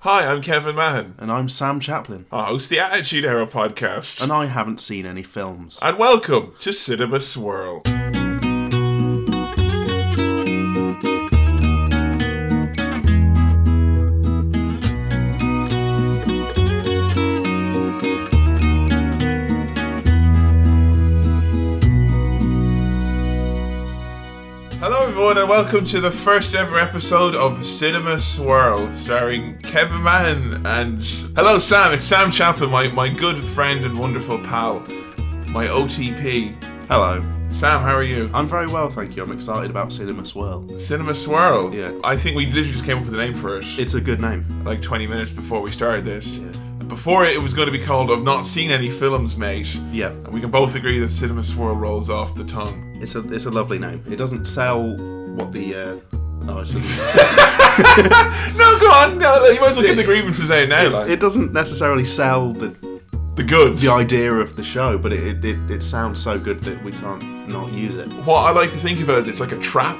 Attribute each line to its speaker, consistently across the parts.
Speaker 1: Hi, I'm Kevin Mann.
Speaker 2: And I'm Sam Chaplin.
Speaker 1: I host the Attitude Era podcast.
Speaker 2: And I haven't seen any films.
Speaker 1: And welcome to Cinema Swirl. Hello, everyone, and welcome to the first ever episode of Cinema Swirl, starring Kevin Mann and. Hello, Sam. It's Sam Chaplin, my, my good friend and wonderful pal, my OTP.
Speaker 2: Hello.
Speaker 1: Sam, how are you?
Speaker 2: I'm very well, thank you. I'm excited about Cinema Swirl.
Speaker 1: Cinema Swirl.
Speaker 2: Yeah.
Speaker 1: I think we literally just came up with a name for it,
Speaker 2: It's a good name.
Speaker 1: like 20 minutes before we started this.
Speaker 2: Yeah.
Speaker 1: Before it, it was going to be called I've Not Seen Any Films, Mate.
Speaker 2: Yeah,
Speaker 1: And we can both agree that Cinema Swirl rolls off the tongue.
Speaker 2: it's a it's a lovely name. It doesn't sell what the. Uh, oh, I shouldn't-
Speaker 1: No, go on. No, you might as well get the grievances out now. like.
Speaker 2: it doesn't necessarily sell the
Speaker 1: the goods.
Speaker 2: the idea of the show, but it, it, it, it sounds so good that we can't not use it.
Speaker 1: what I like to think of it is it's like a trap.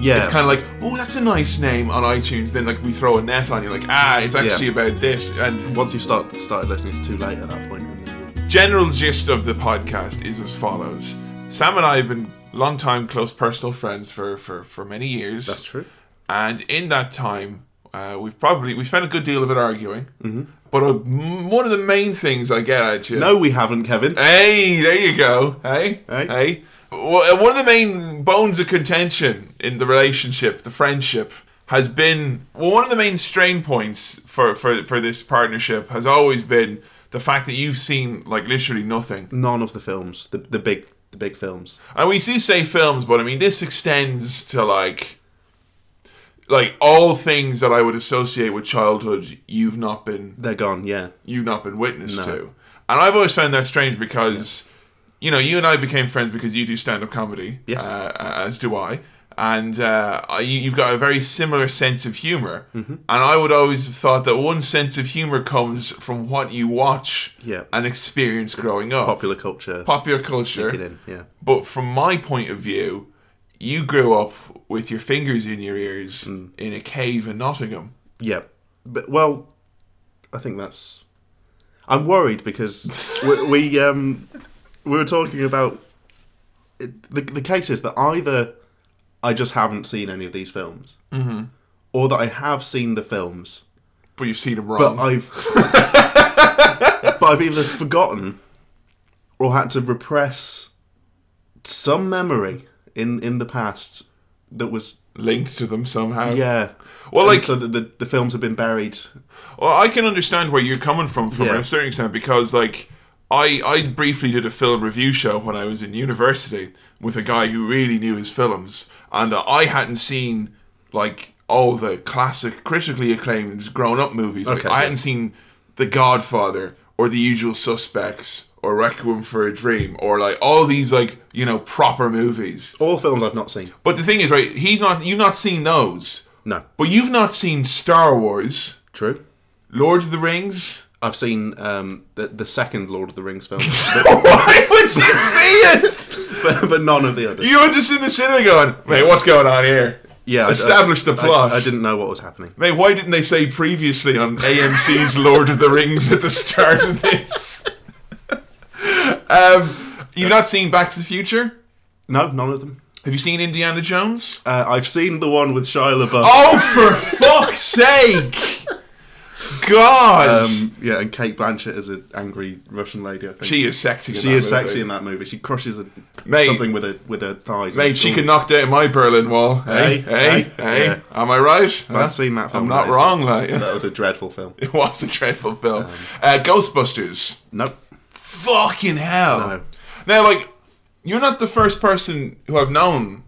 Speaker 2: Yeah,
Speaker 1: It's kind of like, oh, that's a nice name on iTunes. Then like we throw a net on you, like ah, it's actually about this. And what
Speaker 2: once you start started listening, it's too late at that point. and then-
Speaker 1: general gist of the podcast is as follows: Sam and I have been long time close personal friends for for for many years.
Speaker 2: That's true.
Speaker 1: And in that time, uh, we've probably we spent a good deal of it arguing.
Speaker 2: Mm-hmm.
Speaker 1: But uh, m one of the main things I get at you.
Speaker 2: No, we haven't, Kevin.
Speaker 1: Hey, there you go. Hey,
Speaker 2: Hey.
Speaker 1: hey. Wha- One of the main bones of contention in the relationship, the friendship, has been well. One of the main strain points for for for this partnership has always been the fact that you've seen like literally nothing.
Speaker 2: None of the films, the, the big the big films.
Speaker 1: And we do say films, but I mean this extends to like like all things that I would associate with childhood. You've not been
Speaker 2: They're gone. Yeah.
Speaker 1: you've not been witness
Speaker 2: No.
Speaker 1: to. And I've always found that strange because, you know, you and I became friends because you do stand up comedy,
Speaker 2: Yes.
Speaker 1: uh, as do I. And uh, I- you- you've got a very similar sense of humor.
Speaker 2: Mm-hmm.
Speaker 1: And I would always have thought that one sense of humor comes from what you watch
Speaker 2: Yeah.
Speaker 1: and experience growing up.
Speaker 2: Popular culture.
Speaker 1: Popular
Speaker 2: Get
Speaker 1: culture.
Speaker 2: in. Yeah.
Speaker 1: But from my point of view, you grew up with your fingers in your ears
Speaker 2: Mm.
Speaker 1: in a cave in Nottingham.
Speaker 2: Yeah, but well, I think that's. I'm worried because we, we um we were talking about it, the the case is that either I just haven't seen any of these films, mm-hmm. or that I have seen the films,
Speaker 1: But you've seen them
Speaker 2: but
Speaker 1: wrong.
Speaker 2: I've but I've either forgotten or had to repress some memory in in the past that was
Speaker 1: linked to them somehow.
Speaker 2: yeah.
Speaker 1: Well,
Speaker 2: And
Speaker 1: like-
Speaker 2: so the, the the films have been buried.
Speaker 1: Well, I can understand where you're coming from from
Speaker 2: Yeah.
Speaker 1: a certain extent because, like, I I briefly did a film review show when I was in university with a guy who really knew his films, and uh, I hadn't seen like all the classic, critically acclaimed grown-up movies. Like,
Speaker 2: Okay,
Speaker 1: I
Speaker 2: yeah.
Speaker 1: hadn't seen The Godfather or The Usual Suspects or Requiem for a Dream or like all these like you know proper movies.
Speaker 2: All films I've not seen.
Speaker 1: But the thing is, right? He's not. You've not seen those,
Speaker 2: No.
Speaker 1: but you've not seen Star Wars,
Speaker 2: True.
Speaker 1: Lord of the Rings.
Speaker 2: I've seen um, the, the second Lord of the Rings film,
Speaker 1: Why would you see it?
Speaker 2: but, but none of the others.
Speaker 1: You were just in the cinema going, mate, what's going on here?
Speaker 2: Yeah, I-
Speaker 1: Establish
Speaker 2: I-
Speaker 1: the plot.
Speaker 2: I, I didn't know what was happening.
Speaker 1: Mate, why didn't they say previously on AMC's Lord of the Rings at the start of this? um, you've not seen Back to the Future?
Speaker 2: No, none of them.
Speaker 1: Have you seen Indiana Jones?
Speaker 2: Uh, I've seen the one with Shia LaBeouf.
Speaker 1: Oh, for fuck's sake! God!
Speaker 2: Um, yeah, and Kate Blanchett is an angry Russian lady. I think.
Speaker 1: she is sexy. In
Speaker 2: She
Speaker 1: that
Speaker 2: is
Speaker 1: movie.
Speaker 2: sexy in that movie. She crushes a,
Speaker 1: Mate.
Speaker 2: something with her with her thighs.
Speaker 1: Mate, she could knock down my Berlin Wall. Hey,
Speaker 2: Hey,
Speaker 1: hey,
Speaker 2: hey,
Speaker 1: hey.
Speaker 2: yeah.
Speaker 1: Am I right? Huh?
Speaker 2: I've seen that film.
Speaker 1: I'm not
Speaker 2: That is-
Speaker 1: wrong, like.
Speaker 2: That was a dreadful film.
Speaker 1: It was a dreadful film. uh, Ghostbusters.
Speaker 2: Nope.
Speaker 1: Fucking hell.
Speaker 2: No.
Speaker 1: Now, like, you're not the first person who I've known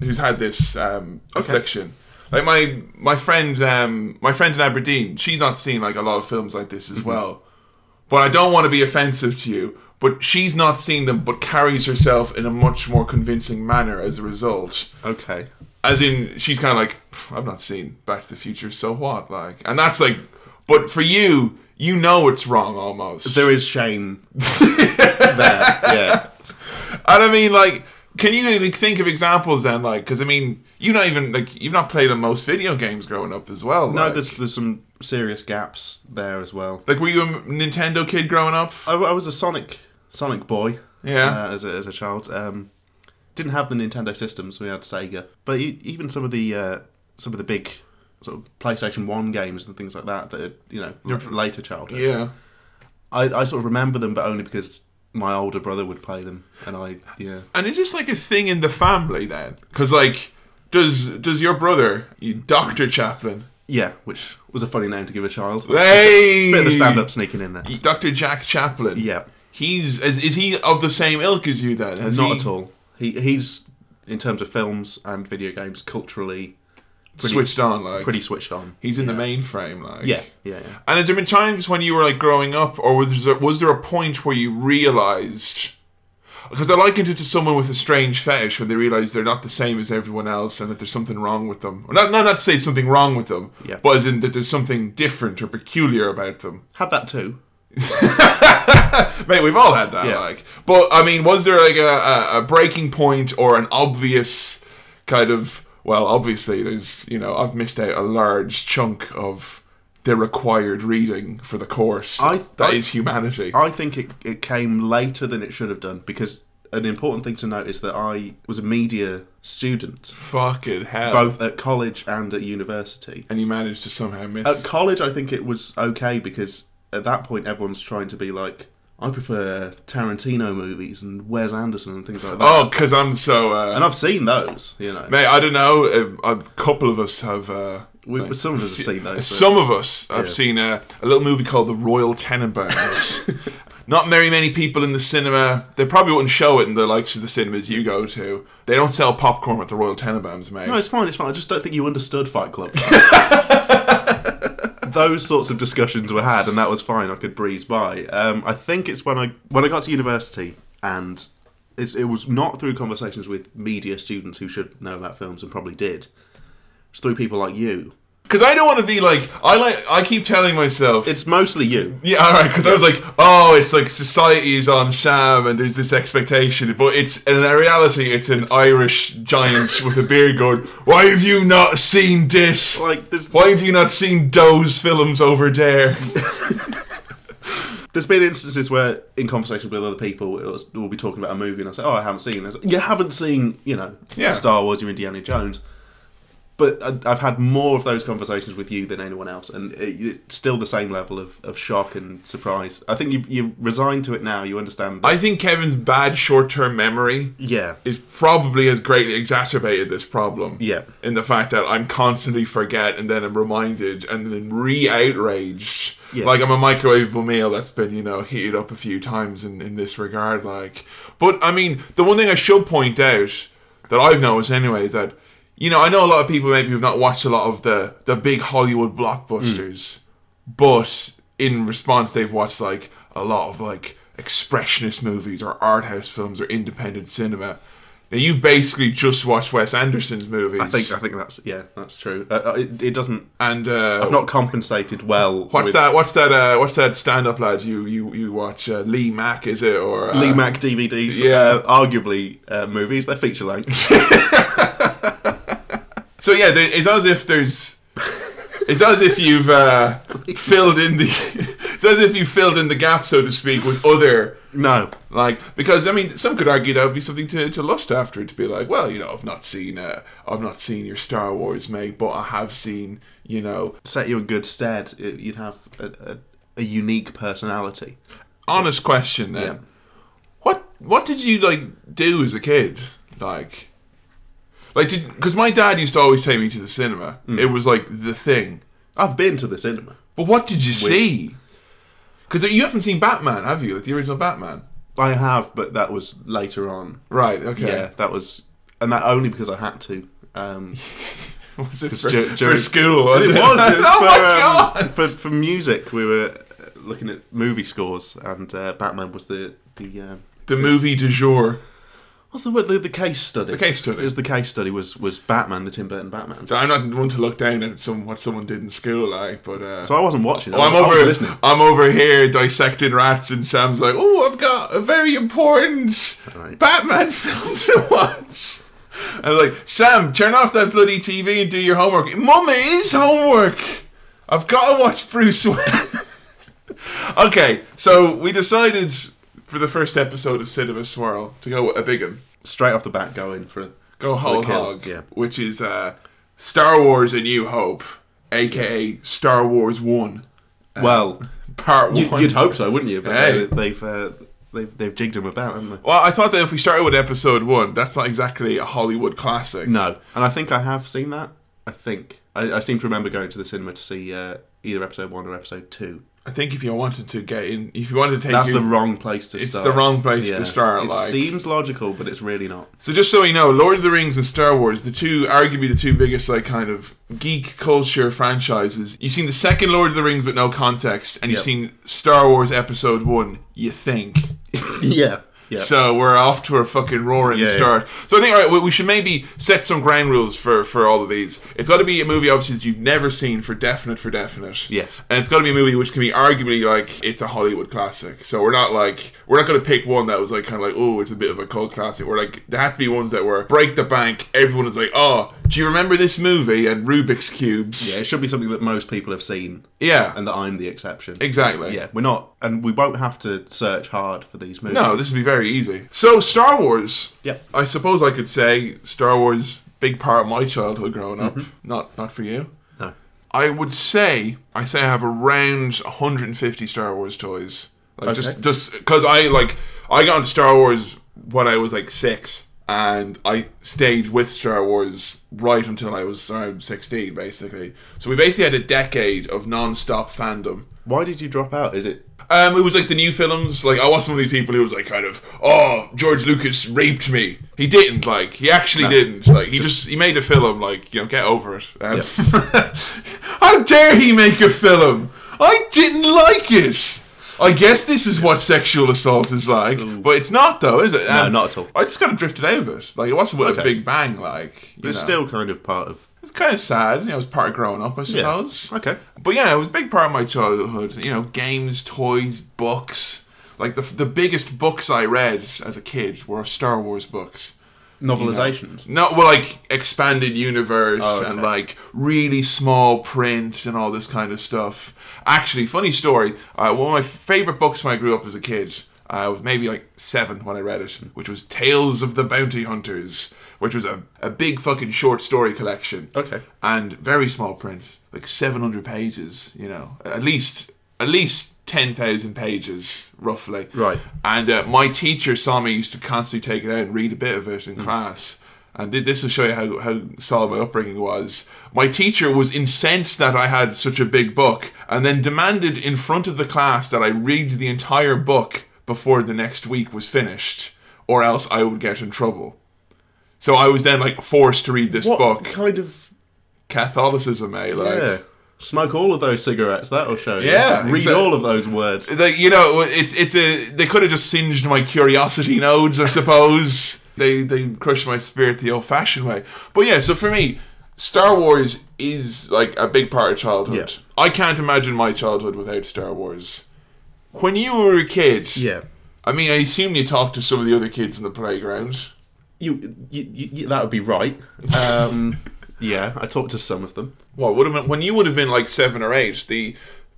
Speaker 1: who's had this um, affliction. Like my my friend um, my friend in Aberdeen, she's not seen like a lot of films like this as well. But I don't want to be offensive to you. But she's not seen them, but carries herself in a much more convincing manner as a result.
Speaker 2: Okay.
Speaker 1: As in, she's kind of like, "Pff, I've not seen Back to the Future, so what? Like, and that's like, but for you, you know it's wrong almost.
Speaker 2: There is shame there. Yeah.
Speaker 1: and I mean, like, Can you like, think of examples then, like, because I mean, you not even like you've not played on most video games growing up as well.
Speaker 2: No,
Speaker 1: like,
Speaker 2: there's there's some serious gaps there as well.
Speaker 1: like were you a Nintendo kid growing up?
Speaker 2: I, I was a Sonic Sonic boy.
Speaker 1: Yeah.
Speaker 2: Uh, as a, as a child, um, didn't have the Nintendo systems. We had Sega, but e- even some of the uh, some of the big sort of PlayStation One games and things like that that are, you know l- later childhood.
Speaker 1: Yeah,
Speaker 2: I, I sort of remember them, but only because my older brother would play them, and I yeah.
Speaker 1: and is this like a thing in the family then? Because like, does does your brother, you Doctor Chaplin,
Speaker 2: Yeah, which was a funny name to give a child.
Speaker 1: hey,
Speaker 2: Bit of the stand-up sneaking in there.
Speaker 1: Doctor Jack Chaplin,
Speaker 2: Yeah,
Speaker 1: he's is, is he of the same ilk as you then? Has
Speaker 2: not
Speaker 1: he
Speaker 2: at all. He he's in terms of films and video games culturally pretty,
Speaker 1: Switched on, like
Speaker 2: pretty switched on.
Speaker 1: He's in the mainframe, like
Speaker 2: Yeah, yeah, yeah.
Speaker 1: And has there been times when you were like growing up, or was there, was there a point where you realized? Because I likened it to someone with a strange fetish when they realize they're not the same as everyone else, and that there's something wrong with them. Or not, not, not to say something wrong with them,
Speaker 2: Yeah.
Speaker 1: but as in that there's something different or peculiar about them.
Speaker 2: Had that too.
Speaker 1: Mate, we've all had that.
Speaker 2: Yeah.
Speaker 1: Like, but I mean, was there like a, a, a breaking point or an obvious kind of? Well, obviously, there's you know I've missed out a large chunk of the required reading for the course.
Speaker 2: I-
Speaker 1: that
Speaker 2: I-
Speaker 1: is humanity.
Speaker 2: I think it, it came later than it should have done because an important thing to note is that I was a media student,
Speaker 1: Fucking hell!
Speaker 2: both at college and at university.
Speaker 1: And you managed to somehow miss.
Speaker 2: At college, I think it was okay because at that point, everyone's trying to be like, I prefer Tarantino movies and Wes Anderson and things like that.
Speaker 1: oh, because I'm so. Uh,
Speaker 2: And I've seen those, you know.
Speaker 1: mate, I don't know. A, a couple of us have. Uh,
Speaker 2: We,
Speaker 1: like,
Speaker 2: some of us have seen those. but-
Speaker 1: Some of us have seen a, a little movie called The Royal Tenenbaums. Not very many people in the cinema. They probably wouldn't show it in the likes of the cinemas you go to. They don't sell popcorn at the Royal Tenenbaums, mate.
Speaker 2: No, it's fine, it's fine. I just don't think you understood Fight Club. Those sorts of discussions were had, and that was fine. I could breeze by. Um, I think it's when I when I got to university, and it's, it was not through conversations with media students who should know about films and probably did. It's through people like you.
Speaker 1: Because I don't want to be like I like. I keep telling myself.
Speaker 2: It's mostly you.
Speaker 1: yeah, all right. Because I was like, oh, it's like society is on Sam, and there's this expectation, but it's in reality, it's an Irish giant with a beard going, "Why have you not seen this?
Speaker 2: Like there's
Speaker 1: Why have you not seen those films over there?"
Speaker 2: there's been instances where in conversations with other people it was, we'll be talking about a movie and I say, "Oh, I haven't seen this." You haven't seen, you know,
Speaker 1: Yeah.
Speaker 2: Star Wars or Indiana Jones. But I- I've had more of those conversations with you than anyone else, and it, it's still the same level of, of shock and surprise. I think you you resigned to it now. You understand. that-
Speaker 1: I think Kevin's bad short term memory
Speaker 2: yeah,
Speaker 1: is probably has greatly exacerbated this problem.
Speaker 2: Yeah.
Speaker 1: In the fact that I'm constantly forget and then I'm reminded and then re outraged.
Speaker 2: Yeah.
Speaker 1: Like I'm a microwavable meal that's been, you know, heated up a few times in, in this regard, like but I mean, the one thing I should point out that I've noticed anyway is that you know, I know a lot of people maybe who've not watched a lot of the the big Hollywood
Speaker 2: Mm.
Speaker 1: blockbusters, but in response they've watched like a lot of like expressionist movies or art house films or independent cinema. Now you've basically just watched Wes Anderson's movies.
Speaker 2: I think I think that's yeah, that's true. Uh, Uh, it, it doesn't
Speaker 1: and uh,
Speaker 2: not compensated well.
Speaker 1: what's
Speaker 2: with
Speaker 1: that? What's that? Uh, what's that stand-up lad? You you you watch uh, Lee Mack? Is it or uh,
Speaker 2: Lee Mac DVDs,
Speaker 1: Yeah.
Speaker 2: uh, arguably uh, movies. They're feature length.
Speaker 1: So yeah, there, it's as if there's. It's as if you've uh, filled in the. It's as if you filled in the gap, so to speak, with other
Speaker 2: no,
Speaker 1: Like, because I mean, some could argue that would be something to, to lust after to be like, well, you know, I've not seen, uh, I've not seen your Star Wars, mate, but I have seen, you know,
Speaker 2: set you in good stead. it- You'd have a, a, a unique personality.
Speaker 1: honest question. Then,
Speaker 2: Yeah.
Speaker 1: what what did you like do as a kid? Like, like did because my dad used to always take me to the cinema. It was like the thing.
Speaker 2: I've been to the cinema.
Speaker 1: But what did you see? Because you haven't seen Batman, have you? Like the original Batman.
Speaker 2: I have, but that was later on.
Speaker 1: Right. Okay.
Speaker 2: Yeah, that was, and that only because I had to. Um,
Speaker 1: Was it for,
Speaker 2: dur-
Speaker 1: for
Speaker 2: during-
Speaker 1: school? Was
Speaker 2: it
Speaker 1: it,
Speaker 2: was. It was
Speaker 1: oh
Speaker 2: for,
Speaker 1: my
Speaker 2: um,
Speaker 1: god!
Speaker 2: for for music, we were uh, looking at movie scores, and uh, Batman was the the. Um,
Speaker 1: The movie du jour.
Speaker 2: What's the word? The, the case study.
Speaker 1: The case study.
Speaker 2: It was the case study was was Batman, the Tim Burton Batman.
Speaker 1: So I'm not one to look down at some what someone did in school, like. But uh,
Speaker 2: So I wasn't watching. I
Speaker 1: Oh, I'm
Speaker 2: was- I was
Speaker 1: over.
Speaker 2: listening.
Speaker 1: I'm over here dissecting rats, and Sam's like, "Oh, I've got a very important
Speaker 2: Right.
Speaker 1: Batman film to watch." And I'm like, "Sam, turn off that bloody TV and do your homework." Mum, it is homework. I've got to watch Bruce Wayne. okay, so we decided for the first episode of Cinema Swirl to go a big one,
Speaker 2: Straight off the bat, going for it.
Speaker 1: go whole
Speaker 2: kill,
Speaker 1: hog,
Speaker 2: yeah.
Speaker 1: which is uh, Star Wars: A New Hope, aka Star Wars One, Uh,
Speaker 2: well,
Speaker 1: Part
Speaker 2: you,
Speaker 1: One.
Speaker 2: you'd hope so, wouldn't you? But
Speaker 1: Hey.
Speaker 2: they, they've uh, they've they've jigged him about, haven't they?
Speaker 1: Well, I thought that if we started with episode one, that's not exactly a Hollywood classic.
Speaker 2: No, and I think I have seen that. I think I, I seem to remember going to the cinema to see uh, either episode one or episode two.
Speaker 1: I think if you wanted to get in, if you wanted to take
Speaker 2: That's
Speaker 1: you,
Speaker 2: the wrong place to
Speaker 1: It's
Speaker 2: start.
Speaker 1: the wrong place to start,
Speaker 2: It
Speaker 1: like-
Speaker 2: seems logical, but it's really not.
Speaker 1: so just so you know, Lord of the Rings and Star Wars, the two arguably the two biggest like kind of geek culture franchises. You've seen the second Lord of the Rings with no context, and you've
Speaker 2: Yep.
Speaker 1: seen Star Wars Episode One. You think.
Speaker 2: yeah, yeah.
Speaker 1: So we're off to a fucking roaring
Speaker 2: Yeah, yeah.
Speaker 1: start. So I think all right, we- we should maybe set some ground rules for for all of these. It's got to be a movie obviously that you've never seen for definite for definite.
Speaker 2: Yes.
Speaker 1: And it's got to be a movie which can be arguably like it's a Hollywood classic. So we're not like we're not going to pick one that was like kind of like oh it's a bit of a cult classic. We're like there have to be ones that were break the bank. Everyone is like oh do you remember this movie and Rubik's cubes?
Speaker 2: yeah, it should be something that most people have seen,
Speaker 1: Yeah.
Speaker 2: and that I'm the exception.
Speaker 1: Exactly.
Speaker 2: Yeah, we're not, and we won't have to search hard for these movies.
Speaker 1: No, this would be very easy. So Star Wars.
Speaker 2: Yep.
Speaker 1: I suppose I could say Star Wars big part of my childhood growing up.
Speaker 2: Mm-hmm.
Speaker 1: Not not for you.
Speaker 2: no.
Speaker 1: I would say I say I have around 150 Star Wars toys. Like just
Speaker 2: Okay.
Speaker 1: just because I like I got into Star Wars when I was like six, and I stayed with Star Wars right until I was around 16, basically. So we basically had a decade of non-stop fandom.
Speaker 2: Why did you drop out? Is it?
Speaker 1: Um, it was like the new films. Like I was one of these people who was like, kind of, oh, George Lucas raped me. He didn't. Like he actually didn't. Like he just he made a film. Like you know, get over it. Um, how dare he make a film? I didn't like it. I guess this is what sexual assault is like, but it's not though, is it? Um,
Speaker 2: No, not at all.
Speaker 1: I just kind of drifted out of it. Like it wasn't with a
Speaker 2: Okay.
Speaker 1: big bang. Like you
Speaker 2: It's
Speaker 1: know.
Speaker 2: still kind of part of.
Speaker 1: it's kind of sad. You know, it was part of growing up, I suppose.
Speaker 2: Okay.
Speaker 1: But yeah, it was a big part of my childhood. You know, games, toys, books. Like the the biggest books I read as a kid were Star Wars books.
Speaker 2: Novelizations.
Speaker 1: Not well, like expanded universe
Speaker 2: Oh, okay.
Speaker 1: and like really small print and all this kind of stuff. Actually, funny story. Uh, one of my favorite books when I grew up as a kid. I was maybe like seven when I read it, which was Tales of the Bounty Hunters, which was a, a big fucking short story collection
Speaker 2: Okay.
Speaker 1: and very small print, like 700 pages, you know, at least at least 10,000 pages roughly.
Speaker 2: Right.
Speaker 1: And uh, my teacher saw me used to constantly take it out and read a bit of it
Speaker 2: Hmm.
Speaker 1: in class. And thi- this will show you how, how solid my upbringing was. My teacher was incensed that I had such a big book and then demanded in front of the class that I read the entire book before the next week was finished, or else I would get in trouble. So I was then like forced to read this
Speaker 2: What
Speaker 1: book.
Speaker 2: kind of?
Speaker 1: Catholicism, eh? Like,
Speaker 2: Yeah. Smoke all of those cigarettes. That'll show you.
Speaker 1: Yeah,
Speaker 2: Read
Speaker 1: exact-
Speaker 2: all of those words.
Speaker 1: like you know, it's it's a they could have just singed my curiosity nodes, I suppose. they they crushed my spirit the old-fashioned way. But yeah, so for me, Star Wars is like a big part of childhood.
Speaker 2: Yeah.
Speaker 1: I can't imagine my childhood without Star Wars. When you were a kid,
Speaker 2: Yeah.
Speaker 1: I mean, I assume you talked to some of the other kids in the playground.
Speaker 2: You, you, you, you that would be right. Um, yeah, I talked to some of them.
Speaker 1: Well, would have been, when you would have been like seven or eight, the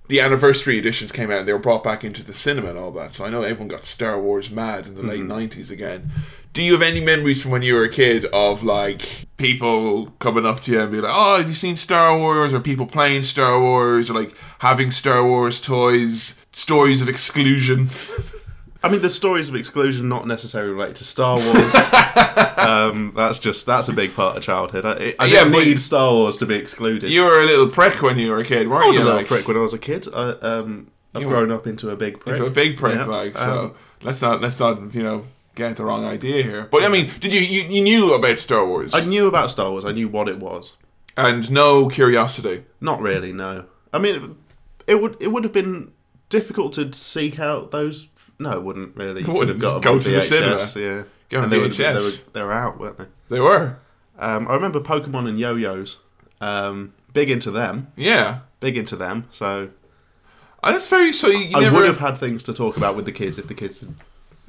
Speaker 1: the anniversary editions came out and they were brought back into the cinema and all that. So I know everyone got Star Wars mad in the
Speaker 2: Mm-hmm.
Speaker 1: late nineties again. Do you have any memories from when you were a kid of like people coming up to you and be like, "Oh, have you seen Star Wars?" or people playing Star Wars, or like having Star Wars toys, stories of exclusion?
Speaker 2: I mean, the stories of exclusion not necessarily related to Star Wars. um, that's just that's a big part of childhood. I, I
Speaker 1: Yeah,
Speaker 2: didn't
Speaker 1: but-
Speaker 2: need Star Wars to be excluded.
Speaker 1: you were a little prick when you were a kid, weren't
Speaker 2: I was
Speaker 1: you?
Speaker 2: a little
Speaker 1: like,
Speaker 2: prick when I was a kid. I, um, I've
Speaker 1: You were-
Speaker 2: grown up into a big prick.
Speaker 1: a big prick,
Speaker 2: Yeah.
Speaker 1: like
Speaker 2: Um,
Speaker 1: so. let's not let's not you know get the wrong idea here. But I mean, did you you, you knew about Star Wars
Speaker 2: I knew about Star Wars. I knew what it was.
Speaker 1: and no curiosity?
Speaker 2: Not really. No. I mean, it would it would have been difficult to seek out those. No, it wouldn't really.
Speaker 1: wouldn't.
Speaker 2: Would have got
Speaker 1: Just go
Speaker 2: them on
Speaker 1: to the
Speaker 2: VHS, Yeah.
Speaker 1: Get on
Speaker 2: and they were,
Speaker 1: VHS.
Speaker 2: they, were, they were out, weren't they?
Speaker 1: They were.
Speaker 2: Um, I remember Pokemon and yo-yos. Um, big into them.
Speaker 1: Yeah.
Speaker 2: Big into them. So
Speaker 1: Oh, that's very. So you, you
Speaker 2: I
Speaker 1: never.
Speaker 2: would have had things to talk about with the kids if the kids. Did.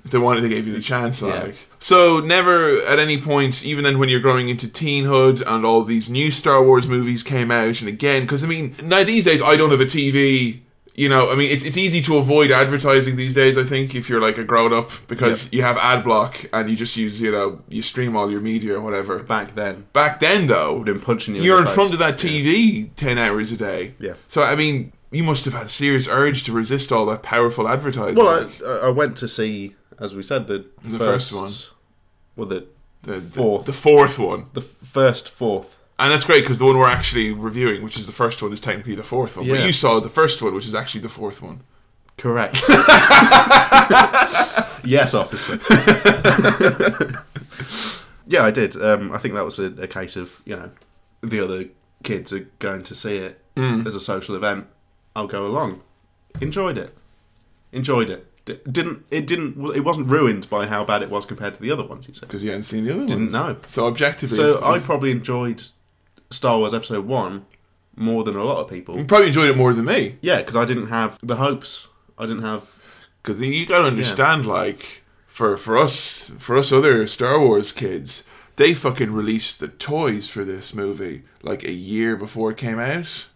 Speaker 1: if they wanted, they gave you the chance.
Speaker 2: Yeah.
Speaker 1: Like so, never at any point, even then when you're growing into teenhood and all these new Star Wars movies came out, and again, because I mean, now these days I don't have a TV. You know, I mean, it's it's easy to avoid advertising these days. I think if you're like a grown up, because you have ad block and you just use you know you stream all your media or whatever.
Speaker 2: back then.
Speaker 1: Back then, though,
Speaker 2: Would have been punching you.
Speaker 1: you're in
Speaker 2: the
Speaker 1: front
Speaker 2: face.
Speaker 1: of that TV ten hours a day.
Speaker 2: Yeah.
Speaker 1: So I mean, you must have had serious urge to resist all that powerful advertising.
Speaker 2: Well, I, I went to see, as we said, the,
Speaker 1: The first one.
Speaker 2: Well, the
Speaker 1: the, the
Speaker 2: fourth.
Speaker 1: the fourth one,
Speaker 2: the first fourth.
Speaker 1: and that's great because the one we're actually reviewing, which is the first one, is technically the fourth one.
Speaker 2: Yeah.
Speaker 1: But you saw the first one, which is actually the fourth one.
Speaker 2: Correct. yes, officer. yeah, I did. Um, I think that was a, a case of you know the other kids are going to see it as a social event. I'll go along. Enjoyed it. Enjoyed it. D- didn't it? Didn't it? Wasn't ruined by how bad it was compared to the other ones. You said.
Speaker 1: Because you hadn't seen the other
Speaker 2: Didn't
Speaker 1: ones.
Speaker 2: know.
Speaker 1: So objectively,
Speaker 2: So
Speaker 1: it
Speaker 2: I
Speaker 1: was-
Speaker 2: probably enjoyed Star Wars Episode One more than a lot of
Speaker 1: you
Speaker 2: people.
Speaker 1: probably enjoyed it more than me
Speaker 2: Yeah, because I didn't have the hopes. I didn't have.
Speaker 1: because you got to understand, like for for us for us other Star Wars kids. They fucking released the toys for this movie like a year before it came out.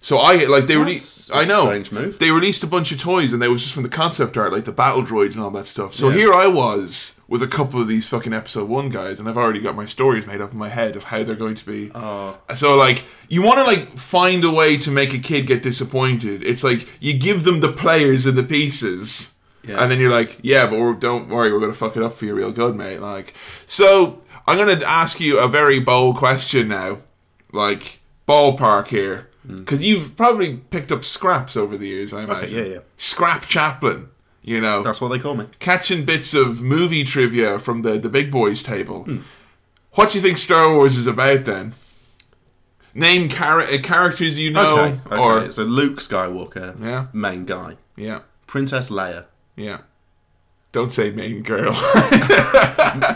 Speaker 1: So I like they
Speaker 2: That's
Speaker 1: released. I know.
Speaker 2: a strange move.
Speaker 1: they released a bunch of toys and they was just from the concept art like the battle droids and all that stuff so
Speaker 2: Yeah.
Speaker 1: here i was with a couple of these fucking episode one guys and i've already got my stories made up in my head of how they're going to be
Speaker 2: Oh.
Speaker 1: so like you want to like find a way to make a kid get disappointed it's like you give them the players and the pieces
Speaker 2: Yeah.
Speaker 1: and then you're like yeah but we're, don't worry we're gonna fuck it up for you real good mate like so i'm gonna ask you a very bold question now like ballpark here
Speaker 2: Hmm.
Speaker 1: because you've probably picked up scraps over the years i imagine
Speaker 2: yeah, yeah.
Speaker 1: scrap chaplain you know
Speaker 2: That's what they call me.
Speaker 1: catching bits of movie trivia from the, the big boys table
Speaker 2: Hmm.
Speaker 1: what do you think star wars is about then name char- uh, characters you know
Speaker 2: Okay. okay.
Speaker 1: or
Speaker 2: so Luke Skywalker,
Speaker 1: Yeah.
Speaker 2: main guy.
Speaker 1: yeah
Speaker 2: Princess Leia,
Speaker 1: yeah don't say main girl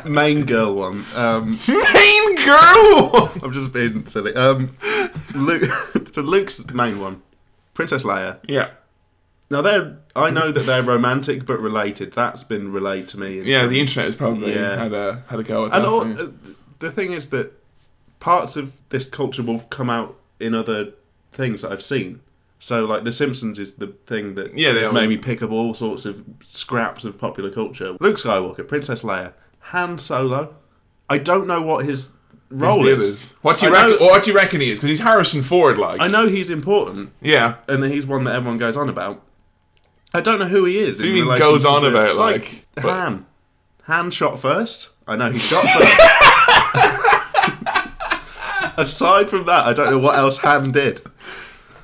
Speaker 2: main girl one. Um,
Speaker 1: main girl
Speaker 2: I'm just being silly. Um, Luke, so Luke's main one. Princess Leia.
Speaker 1: yeah
Speaker 2: Now they're. I know that they're romantic but related. That's been relayed to me. in
Speaker 1: yeah
Speaker 2: some-
Speaker 1: the internet has probably
Speaker 2: Yeah.
Speaker 1: had a had a go at
Speaker 2: And
Speaker 1: that
Speaker 2: all,
Speaker 1: yeah.
Speaker 2: uh, the thing is that parts of this culture will come out in other things that I've seen. So, like, The Simpsons is the thing that
Speaker 1: Yeah, they
Speaker 2: has
Speaker 1: always-
Speaker 2: made me pick up all sorts of scraps of popular culture. Luke Skywalker, Princess Leia, Han Solo. I don't know what his role
Speaker 1: His
Speaker 2: is.
Speaker 1: dealers. What do you
Speaker 2: I
Speaker 1: reckon?
Speaker 2: know-
Speaker 1: What do you reckon he is? Because he's Harrison Ford, like.
Speaker 2: I know he's important,
Speaker 1: Yeah.
Speaker 2: and that he's one that everyone goes on about. I don't know who he is. Do
Speaker 1: you mean goes on about, like, but-
Speaker 2: Han? Han shot first. I know he shot first. Aside from that, I don't know what else Han did.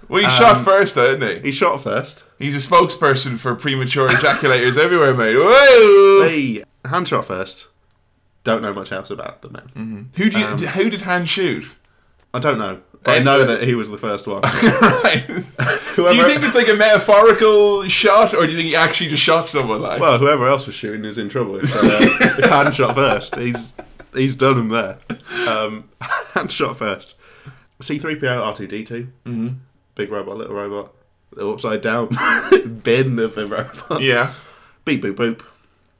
Speaker 1: Well, he shot first, though, didn't he?
Speaker 2: Um, He shot first.
Speaker 1: He's a spokesperson for premature ejaculators everywhere, mate. Whoa!
Speaker 2: He Han shot first. Don't know much else about the man.
Speaker 1: Who do you,
Speaker 2: Um,
Speaker 1: who did Han shoot?
Speaker 2: I don't know. But I
Speaker 1: And-
Speaker 2: know that he was the first one.
Speaker 1: right. Do you
Speaker 2: Whoever-
Speaker 1: think it's like a metaphorical shot, or do you think he actually just shot someone? Like,
Speaker 2: Well, whoever else was shooting is in trouble. So, uh, if Han shot first. He's he's done him there. Um, Han shot first. C three PO R two D two.
Speaker 1: Mm-hmm.
Speaker 2: Big robot, little robot, little upside down bin of a robot.
Speaker 1: yeah.
Speaker 2: Beep boop boop.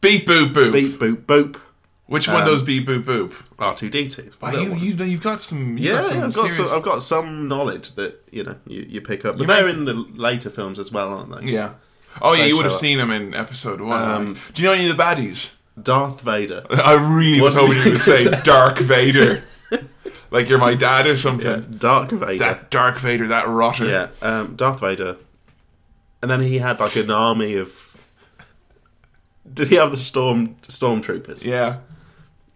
Speaker 1: Beep boop boop.
Speaker 2: Beep um, boop boop.
Speaker 1: Which one does beep boop boop?
Speaker 2: R two D two.
Speaker 1: Wow, you, you know, you've got some. You've
Speaker 2: Yeah,
Speaker 1: got some
Speaker 2: I've, got
Speaker 1: serious-
Speaker 2: some, I've got some knowledge that you know you, you pick up, but
Speaker 1: You
Speaker 2: they're
Speaker 1: might-
Speaker 2: in the later films as well, aren't they?
Speaker 1: yeah. Oh yeah,
Speaker 2: They
Speaker 1: you would have
Speaker 2: show up.
Speaker 1: seen him in episode one.
Speaker 2: Um,
Speaker 1: like. Do you know any of the baddies?
Speaker 2: Darth Vader.
Speaker 1: I really was
Speaker 2: What
Speaker 1: hoping
Speaker 2: did
Speaker 1: you
Speaker 2: you
Speaker 1: would say Dark Vader, like you're my dad or something.
Speaker 2: Dark Vader.
Speaker 1: That Dark Vader, that rotter.
Speaker 2: Yeah, um, Darth Vader. And then he had like an army of. Did he have the storm stormtroopers?
Speaker 1: Yeah.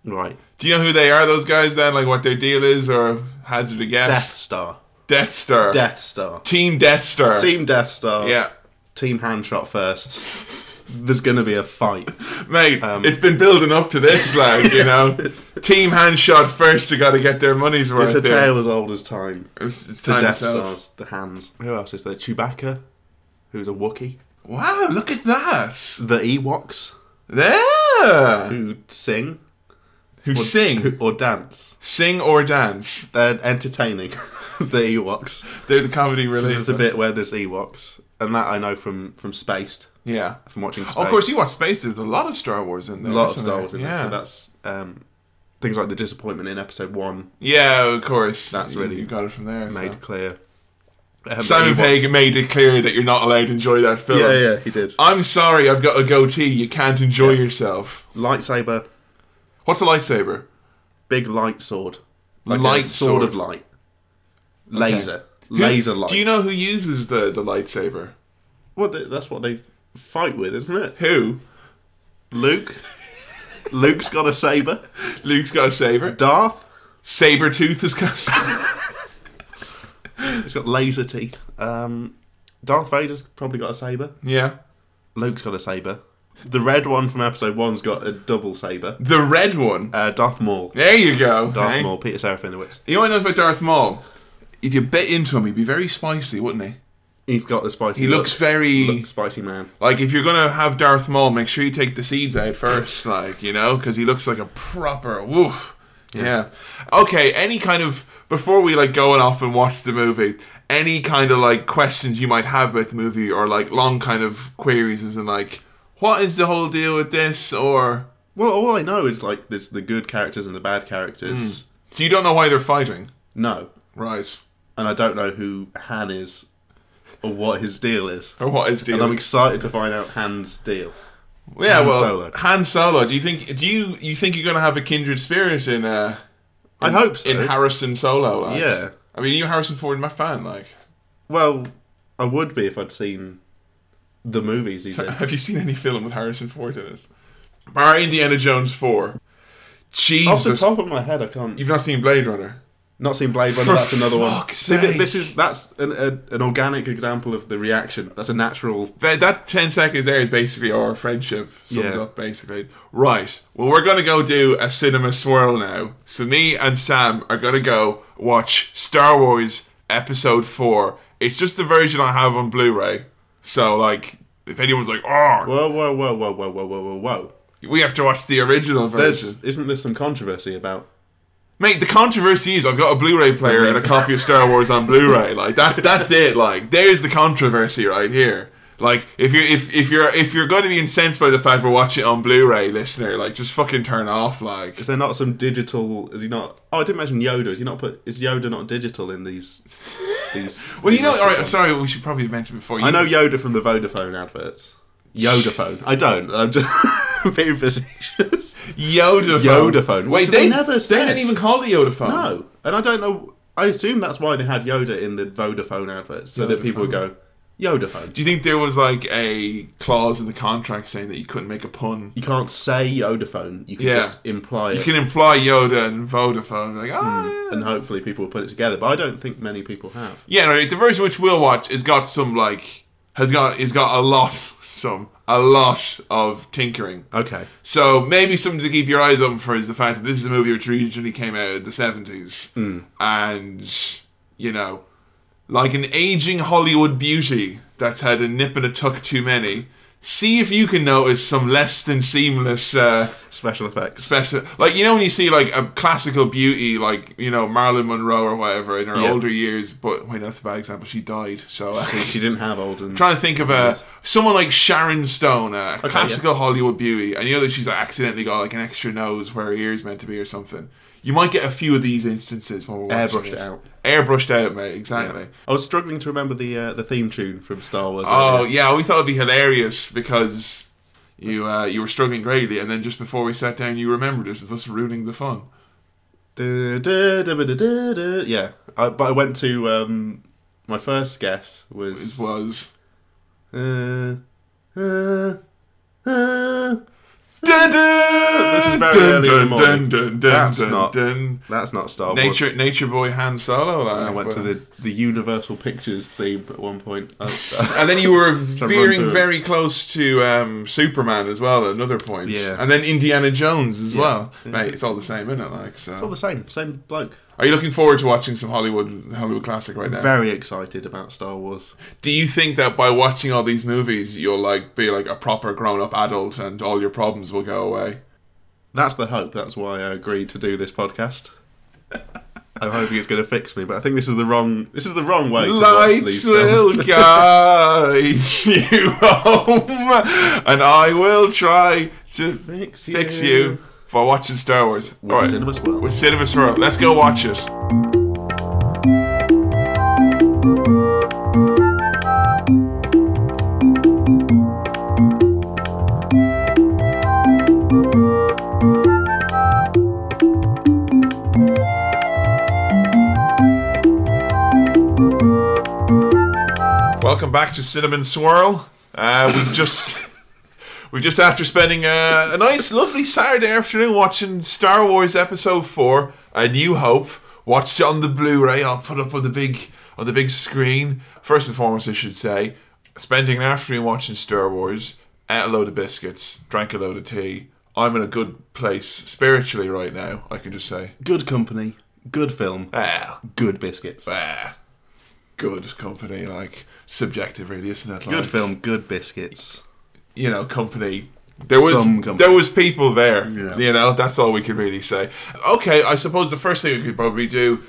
Speaker 2: Right.
Speaker 1: Do you know who they are? Those guys then, like what their deal is, or hazard a
Speaker 2: Death
Speaker 1: guess?
Speaker 2: Star.
Speaker 1: Death Star.
Speaker 2: Death Star.
Speaker 1: Team Death Star.
Speaker 2: Team Death Star.
Speaker 1: Yeah.
Speaker 2: Team hand shot first. There's gonna be a fight.
Speaker 1: Mate, it's been building up to this, like, you know. Team hand shot first, you gotta get their money's worth.
Speaker 2: It's a
Speaker 1: here.
Speaker 2: tale as old as time.
Speaker 1: It's, it's
Speaker 2: The
Speaker 1: time
Speaker 2: Death
Speaker 1: itself.
Speaker 2: Stars, the hands. Who else is there? Chewbacca, who's a Wookiee.
Speaker 1: Wow, look at that.
Speaker 2: The Ewoks.
Speaker 1: Yeah. Ah,
Speaker 2: who sing
Speaker 1: who sing,
Speaker 2: or dance.
Speaker 1: sing or dance?
Speaker 2: They're entertaining. the Ewoks.
Speaker 1: They're the comedy relief.
Speaker 2: There's a bit where there's Ewoks, and that I know from from Spaced,
Speaker 1: Yeah.
Speaker 2: from watching Spaced.
Speaker 1: Oh, of course, you watch Space. There's a lot of Star Wars in
Speaker 2: a
Speaker 1: there.
Speaker 2: lot of
Speaker 1: isn't
Speaker 2: Star
Speaker 1: there?
Speaker 2: Wars in
Speaker 1: yeah.
Speaker 2: there, so that's um, things like the disappointment in Episode One
Speaker 1: yeah, of course.
Speaker 2: That's
Speaker 1: You-
Speaker 2: really
Speaker 1: you got it from there. so.
Speaker 2: made clear. Um,
Speaker 1: Simon
Speaker 2: the Ewoks- Uh,
Speaker 1: Pegg made it clear that you're not allowed to enjoy that film.
Speaker 2: Yeah, yeah, he did.
Speaker 1: I'm sorry, I've got a goatee. You can't enjoy yourself.
Speaker 2: Lightsaber,
Speaker 1: What's a lightsaber?
Speaker 2: big light sword,
Speaker 1: Light
Speaker 2: sword
Speaker 1: sword.
Speaker 2: of light, laser,
Speaker 1: Who-
Speaker 2: laser light.
Speaker 1: Do you know who uses the, the lightsaber?
Speaker 2: Well, th- that's what they fight with, isn't it?
Speaker 1: Who?
Speaker 2: Luke. Luke's got a saber.
Speaker 1: Luke's got a saber.
Speaker 2: Darth.
Speaker 1: Sabretooth has got.
Speaker 2: He's got laser teeth. Um, Darth Vader's probably got a saber.
Speaker 1: yeah.
Speaker 2: Luke's got a saber. The red one from Episode One's got a double saber.
Speaker 1: The red one.
Speaker 2: Uh, Darth Maul.
Speaker 1: There you go.
Speaker 2: Darth
Speaker 1: Hank.
Speaker 2: Maul. Peter Serafinowicz.
Speaker 1: You know what I know about Darth Maul? If you bit into him, he'd be very spicy, wouldn't he?
Speaker 2: He's got the spicy.
Speaker 1: He looks
Speaker 2: look.
Speaker 1: very
Speaker 2: Look, spicy man.
Speaker 1: like if you're gonna have Darth Maul, make sure you take the seeds out first, like you know, because he looks like a proper woof. Yeah. Okay. Any kind of before we like going off and watch the movie, any kind of like questions you might have about the movie, or like long kind of queries, as in like, what is the whole deal with this, or
Speaker 2: Well, all I know is like there's the good characters and the bad characters.
Speaker 1: so you don't know why they're fighting,
Speaker 2: No,
Speaker 1: right?
Speaker 2: and I don't know who Han is or what his deal is.
Speaker 1: Or what is the
Speaker 2: And I'm excited to find out Han's deal.
Speaker 1: yeah?
Speaker 2: Han
Speaker 1: well,
Speaker 2: Solo.
Speaker 1: Han Solo. Do you think do you you think you're gonna have a kindred spirit in uh
Speaker 2: I hope so.
Speaker 1: in Harrison Solo? Like?
Speaker 2: yeah.
Speaker 1: I mean, you Harrison Ford, my fan. Like,
Speaker 2: Well, I would be if I'd seen the movies he's in.
Speaker 1: have you seen any film with Harrison Ford in it? Bar Indiana Jones four.
Speaker 2: Off the
Speaker 1: Jesus,
Speaker 2: top of my head, I can't.
Speaker 1: you've not seen Blade Runner.
Speaker 2: Not seen Blade Runner.
Speaker 1: For
Speaker 2: That's another one.
Speaker 1: fuck's
Speaker 2: See, th-
Speaker 1: sake.
Speaker 2: This is that's an, a, an organic example of the reaction. That's a natural.
Speaker 1: That, that ten seconds there is basically our friendship summed
Speaker 2: Yeah.
Speaker 1: up. Basically, right. Well, we're gonna go do a cinema swirl now. So me and Sam are gonna go watch Star Wars Episode Four. It's just the version I have on Blu-ray. So like, if anyone's like, oh,
Speaker 2: Whoa, whoa, whoa, whoa, whoa, whoa, whoa, whoa, whoa.
Speaker 1: we have to watch the original version.
Speaker 2: There's, isn't there some controversy about?
Speaker 1: Mate, the controversy is I've got a Blu-ray player and a copy of Star Wars on Blu-ray. Like that's that's it. Like there's the controversy right here. Like if you are if if you're if you're going to be incensed by the fact we're watching it on Blu-ray, listener, like just fucking turn off. Like
Speaker 2: Is there not some digital? Is he not? Oh, I didn't mention Yoda. Is he not put? Is Yoda not digital in these? These.
Speaker 1: well, you know,
Speaker 2: these
Speaker 1: all right.
Speaker 2: ones?
Speaker 1: Sorry, we should probably mention before. You,
Speaker 2: I know Yoda from the Vodafone adverts. Yodaphone. I don't. I'm just being facetious.
Speaker 1: Yoda.
Speaker 2: Yodaphone,
Speaker 1: Wait,
Speaker 2: which
Speaker 1: they,
Speaker 2: they never
Speaker 1: They
Speaker 2: said.
Speaker 1: didn't even call it Yoda phone.
Speaker 2: No, and I don't know. I assume that's why they had Yoda in the Vodafone adverts, so that people would go Yodaphone.
Speaker 1: Do you think there was like a clause in the contract saying that you couldn't make a pun?
Speaker 2: You can't say Yodaphone. You can
Speaker 1: Yeah.
Speaker 2: just imply
Speaker 1: You
Speaker 2: it,
Speaker 1: can imply Yoda and Vodafone. Like, oh, yeah.
Speaker 2: and hopefully people will put it together. But I don't think many people have.
Speaker 1: Yeah, no, the version which we'll watch has got some like has got has got a lot some a lot of tinkering.
Speaker 2: Okay.
Speaker 1: So maybe something to keep your eyes open for is the fact that this is a movie which originally came out in the seventies, and you know, like an aging Hollywood beauty that's had a nip and a tuck too many. See if you can notice some less than seamless uh,
Speaker 2: Special effects.
Speaker 1: special like you know when you see like a classical beauty like you know Marilyn Monroe or whatever in her
Speaker 2: Yeah.
Speaker 1: older years but wait that's a bad example she died so uh,
Speaker 2: she didn't have Alden.
Speaker 1: trying to think of a someone like Sharon Stone a classical Hollywood beauty and you know that she's like, accidentally got like an extra nose where her ear's meant to be or something you might get a few of these instances when we're watching
Speaker 2: Airbrushed
Speaker 1: it.
Speaker 2: out.
Speaker 1: airbrushed out mate exactly
Speaker 2: I was struggling to remember the uh, the theme tune from Star Wars.
Speaker 1: Oh
Speaker 2: earlier.
Speaker 1: yeah, we thought it'd be hilarious because you uh, you were struggling greatly, and then just before we sat down, you remembered it, thus ruining the fun.
Speaker 2: Du- du- du- du- du- du- yeah. I, but I went to um, my first guess
Speaker 1: It
Speaker 2: was.
Speaker 1: was
Speaker 2: Uh, uh, uh,
Speaker 1: Dun, dun,
Speaker 2: This is very
Speaker 1: dun,
Speaker 2: early in the
Speaker 1: dun, dun,
Speaker 2: morning.
Speaker 1: dun,
Speaker 2: That's
Speaker 1: dun,
Speaker 2: not-
Speaker 1: dun.
Speaker 2: that's not Star Wars.
Speaker 1: Nature, Nature Boy Han Solo. Like,
Speaker 2: I went to
Speaker 1: but-
Speaker 2: the, the Universal Pictures theme at one point. Uh, I-
Speaker 1: and then you were
Speaker 2: run
Speaker 1: veering
Speaker 2: through.
Speaker 1: very close to um, Superman as well at another point.
Speaker 2: Yeah.
Speaker 1: And then Indiana Jones as well. Mate, it's all the same, isn't it? Like, so.
Speaker 2: it's all the same, same bloke.
Speaker 1: Are you looking forward to watching some Hollywood Hollywood classic right now?
Speaker 2: Very excited about Star Wars.
Speaker 1: Do you think that by watching all these movies, you'll like be like a proper grown up adult and all your problems will go away?
Speaker 2: That's the hope. That's why I agreed to do this podcast. I'm hoping it's going to fix me, but I think this is the wrong. This is the wrong way. To watch
Speaker 1: Lights
Speaker 2: these
Speaker 1: will
Speaker 2: films.
Speaker 1: guide you home, and I will try to
Speaker 2: Fix
Speaker 1: fix
Speaker 2: you.
Speaker 1: you for watching Star Wars.
Speaker 2: With Cinema Swirl.
Speaker 1: With Cinema Swirl. Let's go watch it. Welcome back to Cinnamon Swirl. Uh, we've just we've just after spending uh, a, a nice, lovely Saturday afternoon watching Star Wars Episode Four: A New Hope. Watched it on the Blu-ray. I'll put up on the big on the big screen. First and foremost, I should say, spending an afternoon watching Star Wars, ate a load of biscuits, drank a load of tea. I'm in a good place spiritually right now. I can just say,
Speaker 2: Good company. Good film.
Speaker 1: ah,
Speaker 2: Good biscuits.
Speaker 1: ah, good company. Like subjective, really, isn't it? Like,
Speaker 2: Good film. Good biscuits.
Speaker 1: you know, company. There was
Speaker 2: Some company.
Speaker 1: there was people there.
Speaker 2: Yeah.
Speaker 1: You know, that's all we can really say. Okay, I suppose the first thing we could probably do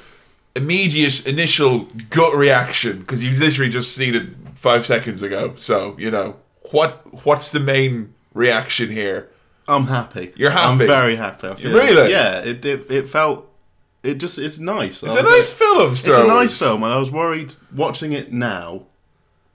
Speaker 1: immediate initial gut reaction because you've literally just seen it five seconds ago. So you know what what's the main reaction here?
Speaker 2: I'm happy.
Speaker 1: You're
Speaker 2: I'm
Speaker 1: happy?
Speaker 2: very happy. I feel.
Speaker 1: Really?
Speaker 2: Yeah. It, it it felt. It just it's nice.
Speaker 1: It's a nice film. Star
Speaker 2: It's a
Speaker 1: Wars.
Speaker 2: nice film, and I was worried watching it now,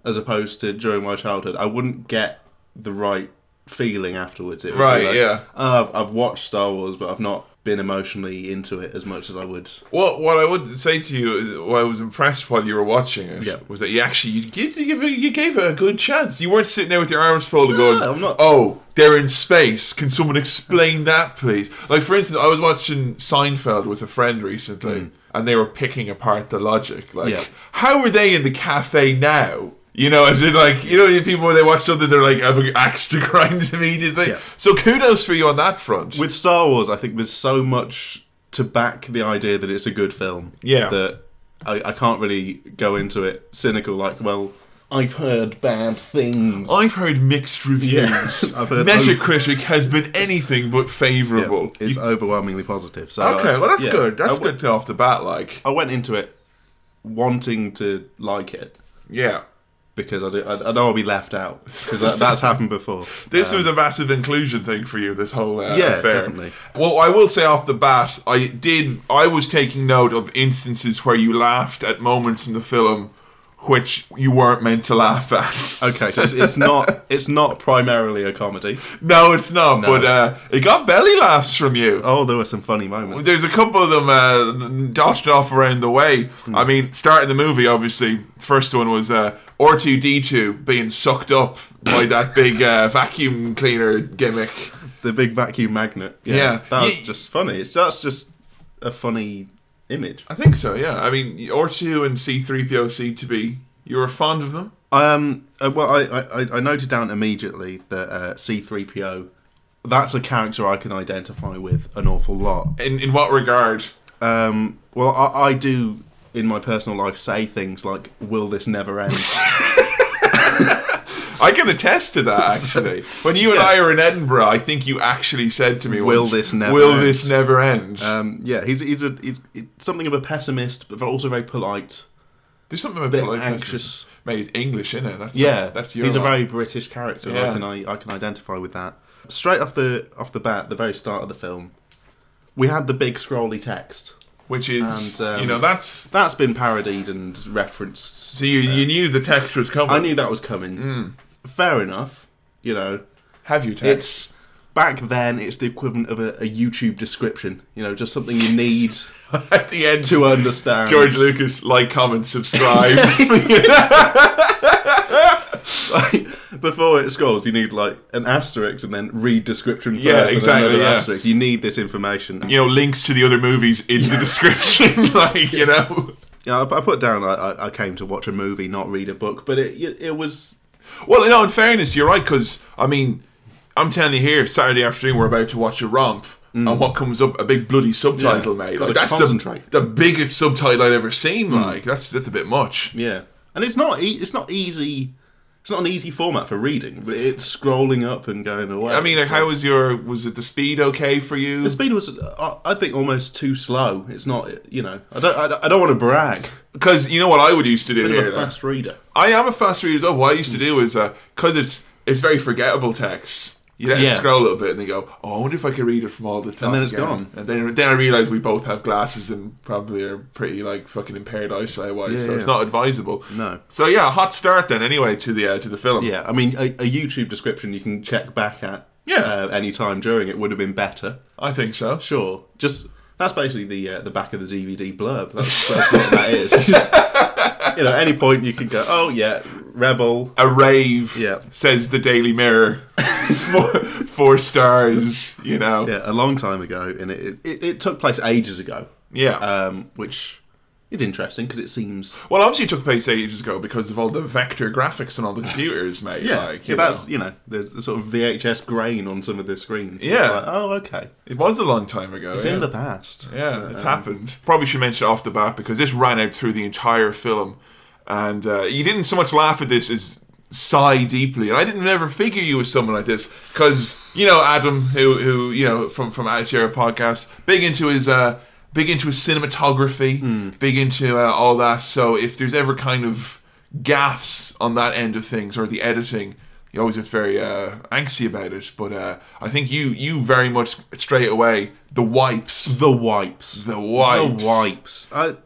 Speaker 2: as opposed to during my childhood, I wouldn't get the right feeling afterwards. It would be
Speaker 1: Right,
Speaker 2: like,
Speaker 1: yeah.
Speaker 2: "Oh, I've, I've watched Star Wars, but I've not been emotionally into it as much as I would.
Speaker 1: What what I would say to you, is, what I was impressed while you were watching it,
Speaker 2: Yeah.
Speaker 1: was that you actually you gave you gave, it, you gave it a good chance. You weren't sitting there with your arms folded, going,
Speaker 2: I'm not.
Speaker 1: "Oh, they're in space. Can someone explain that, please?" Like for instance, I was watching Seinfeld with a friend recently, and they were picking apart the logic. Like,
Speaker 2: Hmm. Yeah.
Speaker 1: how are they in the cafe now? You know, as in like you know, you people when they watch something, they're like, "I have an axe to grind immediately."
Speaker 2: Yeah.
Speaker 1: So kudos for you on that front.
Speaker 2: With Star Wars, I think there's so much to back the idea that it's a good film.
Speaker 1: Yeah.
Speaker 2: That I, I can't really go into it cynical, like, well, I've heard bad things.
Speaker 1: I've heard mixed reviews.
Speaker 2: Yes, I've heard
Speaker 1: Metacritic has been anything but
Speaker 2: Yeah,
Speaker 1: favourable.
Speaker 2: it's
Speaker 1: Oh, You-
Speaker 2: overwhelmingly positive. So
Speaker 1: okay,
Speaker 2: I-
Speaker 1: well that's
Speaker 2: yeah.
Speaker 1: good.
Speaker 2: I
Speaker 1: That's
Speaker 2: w-
Speaker 1: good to off the bat. Like,
Speaker 2: I went into it wanting to like it
Speaker 1: yeah,
Speaker 2: because I, do, I, I know I'll be left out because that, that's happened before.
Speaker 1: this was a massive inclusion thing for you. This whole uh,
Speaker 2: Yeah,
Speaker 1: affair.
Speaker 2: definitely.
Speaker 1: Well, I will say off the bat, I did. I was taking note of instances where you laughed at moments in the film which you weren't meant to laugh at.
Speaker 2: Okay, so it's, it's not it's not primarily a comedy.
Speaker 1: no, it's not. But uh, it got belly laughs from you.
Speaker 2: Oh, there were some funny moments.
Speaker 1: There's a couple of them uh, dotted off around the way.
Speaker 2: Hmm.
Speaker 1: I mean, starting the movie, obviously, first one was uh, R2D2 being sucked up by that big uh, vacuum cleaner gimmick.
Speaker 2: The big vacuum magnet.
Speaker 1: Yeah.
Speaker 2: that was
Speaker 1: Ye-
Speaker 2: just funny. It's that's just a funny image.
Speaker 1: I think so, yeah. I mean, R2 and C3PO seem to be. You were fond of them?
Speaker 2: Um, uh, well, I, I I- I noted down immediately that uh, C3PO. That's a character I can identify with an awful lot.
Speaker 1: In, in what regard?
Speaker 2: Um, well, I, I do in my personal life say things like, "Will this never end?"
Speaker 1: I can attest to that, actually. When you and I were in Edinburgh, I think you actually said to me,
Speaker 2: Will
Speaker 1: once,
Speaker 2: this never
Speaker 1: Will
Speaker 2: end?"
Speaker 1: this never end?
Speaker 2: um, yeah, he's he's a he's, he's something of a pessimist, but also very polite.
Speaker 1: There's something a
Speaker 2: bit
Speaker 1: bit like
Speaker 2: anxious.
Speaker 1: Mate, it's English, isn't it? That's,
Speaker 2: Yeah,
Speaker 1: that's, that's your
Speaker 2: he's a
Speaker 1: line.
Speaker 2: very British character.
Speaker 1: Yeah.
Speaker 2: I can I, I can identify with that. Straight off the off the bat, the very start of the film, we had the big scrolly text
Speaker 1: which is
Speaker 2: And, um,
Speaker 1: you know that's
Speaker 2: that's been parodied and referenced.
Speaker 1: so you, you knew the text was coming.
Speaker 2: I knew that was coming.
Speaker 1: mm.
Speaker 2: Fair enough, you know.
Speaker 1: Have you text?
Speaker 2: It's back then. It's the equivalent of a, a YouTube description. You know, just something you need.
Speaker 1: At the end,
Speaker 2: to understand.
Speaker 1: George Lucas, like, comment, subscribe.
Speaker 2: Like, before it scrolls, you need like an asterisk and then read description. First
Speaker 1: Yeah,
Speaker 2: and then
Speaker 1: exactly,
Speaker 2: another
Speaker 1: yeah.
Speaker 2: asterisk. You need this information.
Speaker 1: you know, links to the other movies in the description. like, you know.
Speaker 2: Yeah, I, I put down. I- I, I came to watch a movie, not read a book. But it it was
Speaker 1: Well, no. In fairness, you're right because I mean, I'm telling you here, Saturday afternoon, we're about to watch a romp. and what comes up a big bloody subtitle,
Speaker 2: Mm. Yeah.
Speaker 1: mate.
Speaker 2: Gotta
Speaker 1: Like, that's the,
Speaker 2: concentrate. Mm.
Speaker 1: the biggest subtitle I'd ever seen. Like that's that's a bit much.
Speaker 2: Yeah, and it's not e- it's not easy. It's not an easy format for reading, but it's scrolling up and going away.
Speaker 1: I mean, like,
Speaker 2: So-
Speaker 1: how was your was it the speed okay for you?
Speaker 2: the speed was, I I think, almost too slow. It's not, you know, I don't, I, don't- I don't want to brag.
Speaker 1: Because you know what I would used to do
Speaker 2: Bit
Speaker 1: here.
Speaker 2: of a
Speaker 1: though?
Speaker 2: fast reader.
Speaker 1: I am a fast reader as well. What I used to do is uh, because it's it's very forgettable text. You let
Speaker 2: Yeah.
Speaker 1: it scroll a little bit and you go, "Oh, I wonder if I could read it from all the time."
Speaker 2: then it's
Speaker 1: again."
Speaker 2: gone.
Speaker 1: And then then I realize we both have glasses and probably are pretty like fucking impaired eyesight wise,
Speaker 2: Yeah,
Speaker 1: so it's
Speaker 2: yeah.
Speaker 1: not advisable.
Speaker 2: No.
Speaker 1: So yeah, hot start then anyway to the uh, to the film.
Speaker 2: Yeah, I mean, a, a YouTube description you can check back at
Speaker 1: Yeah.
Speaker 2: uh, any time during it would have been better.
Speaker 1: I think so.
Speaker 2: Sure, just that's basically the uh, the back of the DVD blurb. That's, that's what that is. you know, at any point you can go, oh yeah, rebel.
Speaker 1: A rave
Speaker 2: Yeah.
Speaker 1: says the Daily Mirror. four, four stars, you know.
Speaker 2: Yeah, a long time ago, and it it, it took place ages ago.
Speaker 1: Yeah.
Speaker 2: um, which is interesting because it seems
Speaker 1: Well, obviously it took place ages ago because of all the vector graphics and all the computers, mate.
Speaker 2: Yeah,
Speaker 1: like,
Speaker 2: yeah,
Speaker 1: you
Speaker 2: that's
Speaker 1: know.
Speaker 2: you know the, the sort of VHS grain on some of the screens. It's
Speaker 1: Yeah.
Speaker 2: like, oh okay,
Speaker 1: It was a long time ago.
Speaker 2: it's
Speaker 1: yeah.
Speaker 2: in the past.
Speaker 1: Yeah, it's happened. Probably should mention it off the bat because this ran out through the entire film, and uh, you didn't so much laugh at this as sigh deeply. And I didn't ever figure you as someone like this because you know Adam, who who you know from from Attitude podcast, big into his. Uh, Big into his cinematography, big into uh, all that. So if there's ever kind of gaffes on that end of things or the editing, you always get very uh, angsty about it. But uh, I think you you very much straight away the wipes
Speaker 2: The wipes,
Speaker 1: the wipes.
Speaker 2: the wipes. I,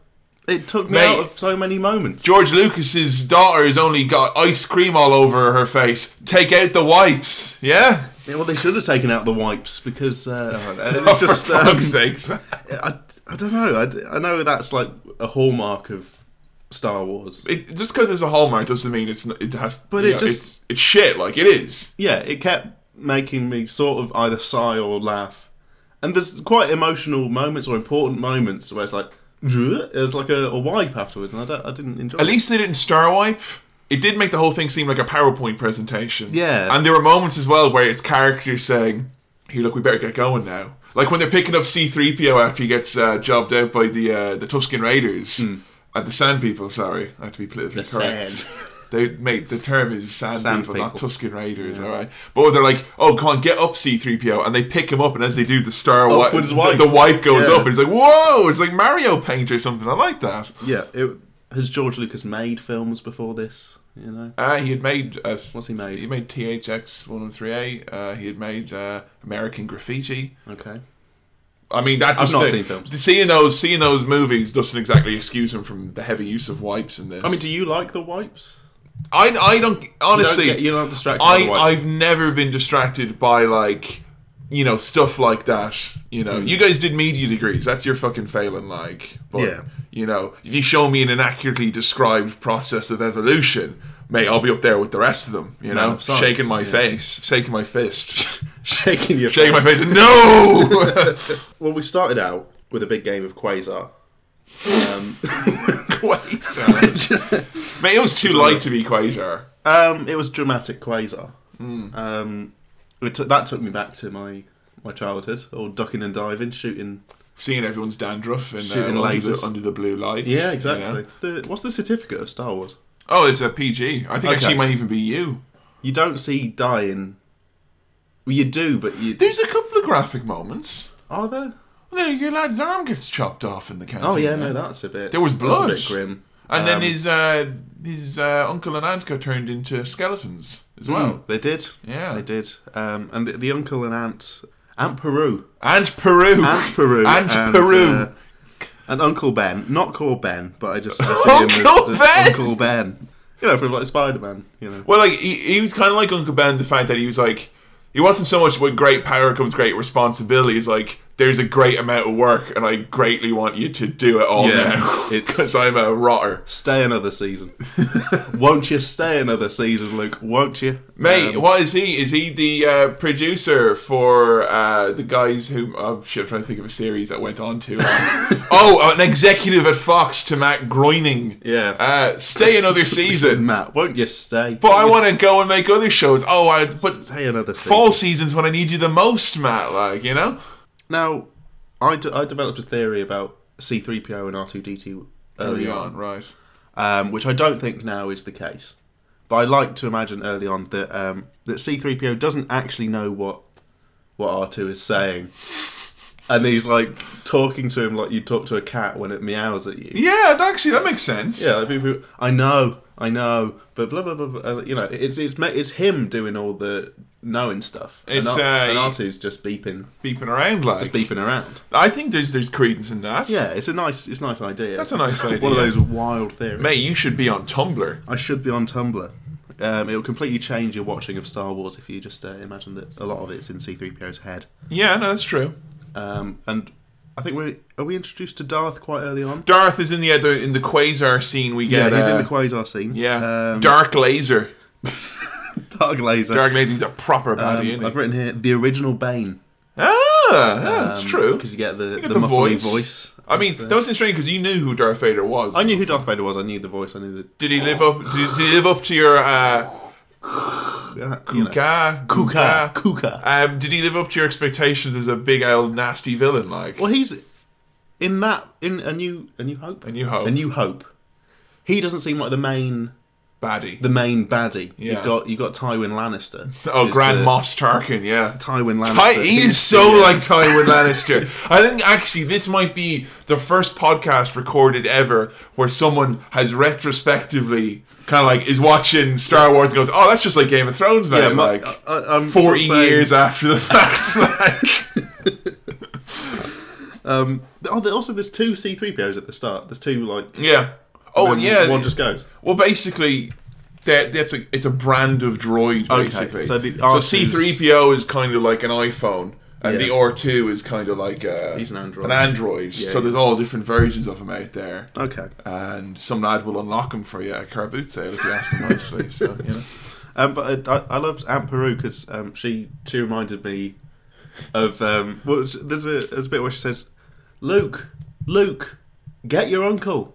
Speaker 2: it took me
Speaker 1: Mate.
Speaker 2: out of so many moments.
Speaker 1: George Lucas's daughter has only got ice cream all over her face. Take out the wipes. Yeah?
Speaker 2: Yeah, well, they should have taken out the wipes because uh, it
Speaker 1: Oh,
Speaker 2: was just
Speaker 1: for
Speaker 2: um,
Speaker 1: fuck's sakes.
Speaker 2: I, I don't know. I, I know that's like a hallmark of Star Wars.
Speaker 1: It, just because it's a Hallmark doesn't mean it's not, it has.
Speaker 2: But
Speaker 1: you
Speaker 2: it
Speaker 1: know,
Speaker 2: just-
Speaker 1: it's, it's shit. Like it is.
Speaker 2: yeah, it kept making me sort of either sigh or laugh. And there's quite emotional moments or important moments where it's like "Ugh," there's like a, a wipe afterwards, and I don't, I didn't enjoy.
Speaker 1: Mm-hmm. At
Speaker 2: it.
Speaker 1: least they didn't star wipe. It did make the whole thing seem like a PowerPoint presentation.
Speaker 2: Yeah.
Speaker 1: And there were moments as well where it's characters saying, "Hey, look, we better get going now." Like when they're picking up C-3PO after he gets uh, jobbed out by the uh, the Tuscan Raiders and the Sand People. Sorry, I have to be politically
Speaker 2: Hmm. The
Speaker 1: correct.
Speaker 2: Sand.
Speaker 1: They mate the term is Sand,
Speaker 2: Sand
Speaker 1: people, not
Speaker 2: people.
Speaker 1: Tuscan Raiders. All right, but they're like, "Oh, come on, get up, C-3PO," and they pick him up, and as they do, the star wi-
Speaker 2: Upwards
Speaker 1: the,
Speaker 2: wipe.
Speaker 1: the wipe goes
Speaker 2: Yeah.
Speaker 1: up, and it's like, "Whoa!" It's like Mario Paint or something. I like that.
Speaker 2: yeah, it, has George Lucas made films before this? You know,
Speaker 1: Uh, he had made uh,
Speaker 2: what's he
Speaker 1: He
Speaker 2: made?
Speaker 1: made THX 1138. Uh, he had made uh, American Graffiti.
Speaker 2: Okay,
Speaker 1: I mean, that just
Speaker 2: not seen films.
Speaker 1: Seeing those, seeing those movies doesn't exactly excuse him from the heavy use of wipes in this.
Speaker 2: I mean, do you like the wipes?
Speaker 1: I, I don't
Speaker 2: You don't
Speaker 1: honestly.
Speaker 2: get- you're not distracted. by
Speaker 1: I
Speaker 2: the wipes.
Speaker 1: I've never been distracted by like you know stuff like that. You
Speaker 2: Hmm.
Speaker 1: know, you guys did media degrees. That's your fucking failing. Like, but
Speaker 2: Yeah.
Speaker 1: you know, if you show me an inaccurately described process of evolution, mate, I'll be up there with the rest of them. You know,
Speaker 2: of science,
Speaker 1: shaking my
Speaker 2: yeah.
Speaker 1: face, shaking my fist.
Speaker 2: shaking your
Speaker 1: shaking my face. No,
Speaker 2: Well, we started out with a big game of Quasar.
Speaker 1: Quasar. Mate, it was too light to be Quasar.
Speaker 2: Um, it was dramatic quasar.
Speaker 1: Hmm.
Speaker 2: Um, it took- that took me back to my my childhood, all ducking and diving, shooting.
Speaker 1: Seeing everyone's dandruff and
Speaker 2: Shooting
Speaker 1: uh, under,
Speaker 2: lasers.
Speaker 1: the, under the blue lights. you
Speaker 2: Yeah,
Speaker 1: know?
Speaker 2: exactly. The, what's the certificate of Star Wars?
Speaker 1: Oh, it's a PG. I think
Speaker 2: Okay.
Speaker 1: actually it might even be you.
Speaker 2: You don't see dying. Well, you do, but you
Speaker 1: There's a couple of graphic moments.
Speaker 2: are there.
Speaker 1: There, your lad's arm gets chopped off in the canteen.
Speaker 2: Oh yeah, no,
Speaker 1: there.
Speaker 2: that's a bit.
Speaker 1: There was
Speaker 2: that's
Speaker 1: blood.
Speaker 2: a bit grim.
Speaker 1: And
Speaker 2: Um,
Speaker 1: then his uh, his uh, uncle and aunt got turned into skeletons as well.
Speaker 2: Mm, they did.
Speaker 1: Yeah.
Speaker 2: they did. Um, and the, the uncle and aunt, Aunt Peru,
Speaker 1: And Peru.
Speaker 2: Aunt Peru,
Speaker 1: Aunt Peru.
Speaker 2: uh, and Uncle Ben, not called Ben, but I just I see him as-
Speaker 1: Uncle
Speaker 2: as
Speaker 1: Ben!
Speaker 2: Uncle Ben. You know, from like Spider Man. You know.
Speaker 1: well, like he, he was kind of like Uncle Ben. The fact that he was like he wasn't so much with great power comes great responsibility. He's like there's a great amount of work, and I greatly want you to do it all
Speaker 2: Yeah,
Speaker 1: now
Speaker 2: it's-
Speaker 1: because I'm a rotter.
Speaker 2: Stay another season. Won't you stay another season, Luke? Won't you?
Speaker 1: Mate,
Speaker 2: Um,
Speaker 1: what is he? Is he the uh, producer for uh, the guys who oh, shit, I'm trying to think of a series that went on too long. oh, an executive at Fox to Matt Groening.
Speaker 2: Yeah.
Speaker 1: Uh, stay another season.
Speaker 2: Matt, won't you stay?
Speaker 1: but I want to go and make other shows. Oh, I but
Speaker 2: stay another season.
Speaker 1: fall seasons when I need you the most, Matt. Like you know.
Speaker 2: Now, I, d- I developed a theory about C3PO and R2D2 early
Speaker 1: Early
Speaker 2: on,
Speaker 1: on, right?
Speaker 2: um, which I don't think now is the case. But I like to imagine early on that um, that C3PO doesn't actually know what what R2 is saying. And he's like talking to him like you talk to a cat when it meows at you.
Speaker 1: Yeah, that- actually, that makes sense.
Speaker 2: Yeah, like people. I know, I know, but blah blah blah. blah uh, you know, it's it's me- it's him doing all the knowing stuff.
Speaker 1: It's,
Speaker 2: and, R-
Speaker 1: uh,
Speaker 2: and R2's just beeping,
Speaker 1: beeping around like.
Speaker 2: just beeping around.
Speaker 1: I think there's there's credence in that.
Speaker 2: Yeah, it's a nice it's a nice idea.
Speaker 1: That's a nice
Speaker 2: One
Speaker 1: idea.
Speaker 2: of those wild theories.
Speaker 1: mate, you should be on Tumblr.
Speaker 2: I should be on Tumblr. Um, it'll completely change your watching of Star Wars if you just uh, imagine that a lot of it's in C3PO's head.
Speaker 1: Yeah, no, that's true.
Speaker 2: Um, and I think we are we introduced to Darth quite early on.
Speaker 1: Darth is in the other in the quasar scene. We get
Speaker 2: he's
Speaker 1: uh,
Speaker 2: in the quasar scene.
Speaker 1: yeah
Speaker 2: um,
Speaker 1: dark laser.
Speaker 2: dark laser.
Speaker 1: Dark laser. He's a proper
Speaker 2: Um,
Speaker 1: baddie.
Speaker 2: I've
Speaker 1: isn't he?
Speaker 2: written here the original Bane.
Speaker 1: Ah, yeah, that's true.
Speaker 2: Um, Because you get the,
Speaker 1: Look
Speaker 2: the,
Speaker 1: at the
Speaker 2: muffly
Speaker 1: voice.
Speaker 2: voice.
Speaker 1: I mean,
Speaker 2: That's, uh,
Speaker 1: that was interesting because you knew who Darth Vader was.
Speaker 2: I knew who Darth Vader was. I knew the voice. I knew
Speaker 1: did he live up? Did, did he live up to your uh,
Speaker 2: the uh, you know.
Speaker 1: kuka?
Speaker 2: Kuka. Kuka.
Speaker 1: Um, did he live up to your expectations as a big old nasty villain? Like,
Speaker 2: Well, he's in that in a new a new hope.
Speaker 1: A New Hope.
Speaker 2: A new hope. He doesn't seem like the main
Speaker 1: baddie.
Speaker 2: the main baddie.
Speaker 1: Yeah.
Speaker 2: You've got you've got Tywin Lannister.
Speaker 1: oh,
Speaker 2: who's
Speaker 1: Grand
Speaker 2: the-
Speaker 1: Moss Tarkin. Yeah.
Speaker 2: Tywin
Speaker 1: Ty-
Speaker 2: Lannister.
Speaker 1: he
Speaker 2: He's
Speaker 1: is so
Speaker 2: the, uh,
Speaker 1: like Tywin Lannister. I think actually this might be the first podcast recorded ever where someone has retrospectively kind of like is watching Star Wars and goes, "Oh, that's just like Game of Thrones, man."
Speaker 2: yeah, my-
Speaker 1: like
Speaker 2: I- I- I'm sort of
Speaker 1: forty
Speaker 2: saying-
Speaker 1: years after the fact. like,
Speaker 2: Um, oh, there- also, there's two C-3POs at the start. There's two like.
Speaker 1: yeah. Oh, and yeah.
Speaker 2: One just goes.
Speaker 1: well, basically. That, that's a it's a brand of droid basically.
Speaker 2: so the
Speaker 1: so
Speaker 2: R2's
Speaker 1: C three PO is kind of like an iPhone, and
Speaker 2: Yeah.
Speaker 1: the R two is kind of like a,
Speaker 2: He's an android.
Speaker 1: An android.
Speaker 2: Yeah,
Speaker 1: so
Speaker 2: yeah.
Speaker 1: there's all different versions of them out there.
Speaker 2: Okay.
Speaker 1: and some lad will unlock him for you at a car boot sale if you ask him nicely. So you know,
Speaker 2: Um, but I, I loved Aunt Peru because um, she she reminded me of um, well, it's- there's a there's a bit where she says, "Luke, Luke, get your uncle,"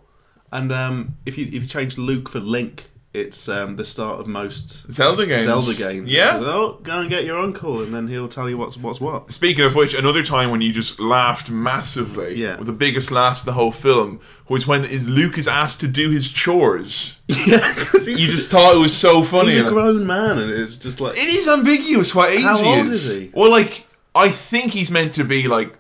Speaker 2: and um, if you if you change Luke for Link, it's um, the start of most
Speaker 1: Zelda games.
Speaker 2: Zelda games.
Speaker 1: Yeah.
Speaker 2: oh, go and get your uncle, and then he'll tell you what's what's what.
Speaker 1: Speaking of which, another time when you just laughed massively,
Speaker 2: Yeah.
Speaker 1: with the biggest laugh of the whole film, was when is Luke is asked to do his chores.
Speaker 2: yeah, because he's,
Speaker 1: You just thought it was so funny.
Speaker 2: he's a
Speaker 1: Like,
Speaker 2: grown man, and it's just like
Speaker 1: it is ambiguous what age
Speaker 2: How
Speaker 1: he
Speaker 2: old
Speaker 1: is.
Speaker 2: is he?
Speaker 1: Well, like I think he's meant to be like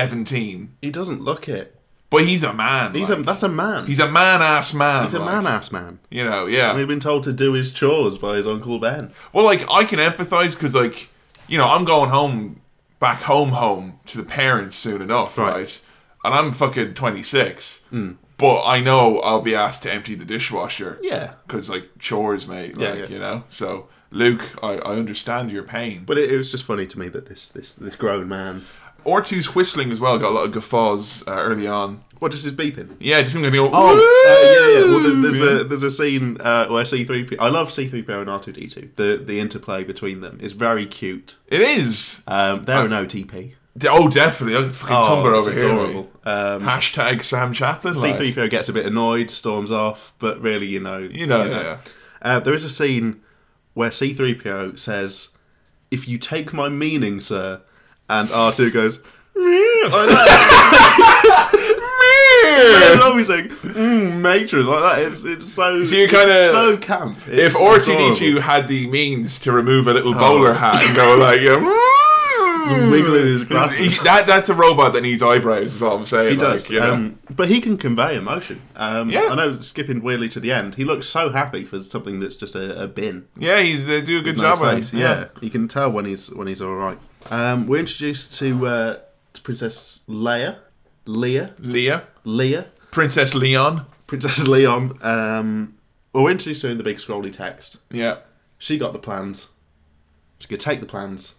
Speaker 1: seventeen,
Speaker 2: he doesn't look it.
Speaker 1: but he's a man.
Speaker 2: He's a
Speaker 1: like.
Speaker 2: that's a man.
Speaker 1: he's a man ass man.
Speaker 2: He's a
Speaker 1: like,
Speaker 2: man ass man.
Speaker 1: You know, yeah.
Speaker 2: And he'd been told to do his chores by his uncle Ben.
Speaker 1: Well, like I can empathize because, like, you know, I'm going home, back home, home to the parents soon enough, right?
Speaker 2: Right. Hmm.
Speaker 1: And I'm fucking 26, but I know I'll be asked to empty the dishwasher.
Speaker 2: Yeah.
Speaker 1: because like chores, mate.
Speaker 2: Yeah,
Speaker 1: like,
Speaker 2: yeah.
Speaker 1: you know. So, Luke, I, I understand your pain. But
Speaker 2: But it, it was just funny to me that this this this grown man.
Speaker 1: Ortu's whistling as well got a lot of guffaws uh, early on.
Speaker 2: What just his beeping?
Speaker 1: Yeah, just going to go.
Speaker 2: Oh, uh, yeah, yeah. Well,
Speaker 1: "Woo!"
Speaker 2: there- there's
Speaker 1: Yeah.
Speaker 2: a there's a scene uh, where C three P. I love C three PO and R two D two. The the interplay between them is very cute.
Speaker 1: It is.
Speaker 2: Um, they're an OTP.
Speaker 1: De- Oh, definitely. I'll fucking Tumblr
Speaker 2: Oh, it's
Speaker 1: over here. mate.
Speaker 2: adorable. Um,
Speaker 1: Hashtag Sam Chaplin.
Speaker 2: C
Speaker 1: like.
Speaker 2: three PO gets a bit annoyed, storms off, but really, you know,
Speaker 1: You know, yeah.
Speaker 2: Uh, there is a scene where C three PO says, "If you take my meaning, sir," and R two goes. "Meow," like that. It's always like mm, matron like that. It's it's so
Speaker 1: So you're kinda-
Speaker 2: it's so camp.
Speaker 1: if
Speaker 2: It's- Oh. it's
Speaker 1: R2D2 had the means to remove a little bowler hat and go like, yeah, hmm."
Speaker 2: horrible. wiggling his
Speaker 1: he,
Speaker 2: glasses,
Speaker 1: that, that's a robot that needs eyebrows, is all I'm saying.
Speaker 2: he does.
Speaker 1: you know.
Speaker 2: um, but he can convey emotion. Um,
Speaker 1: Yeah.
Speaker 2: I know. Skipping weirdly to the end, he looks so happy for something that's just a, a bin.
Speaker 1: yeah, he's they do a good
Speaker 2: No
Speaker 1: job on
Speaker 2: face,
Speaker 1: it.
Speaker 2: Yeah. you can tell when he's when he's all right. Um, we're introduced to, uh, to Princess Leia, Leia,
Speaker 1: Leah,
Speaker 2: Leia,
Speaker 1: Princess Leon.
Speaker 2: Princess Leon. Um, well, we're introduced to her in the big scrolly text.
Speaker 1: Yeah,
Speaker 2: She got the plans. She could take the plans.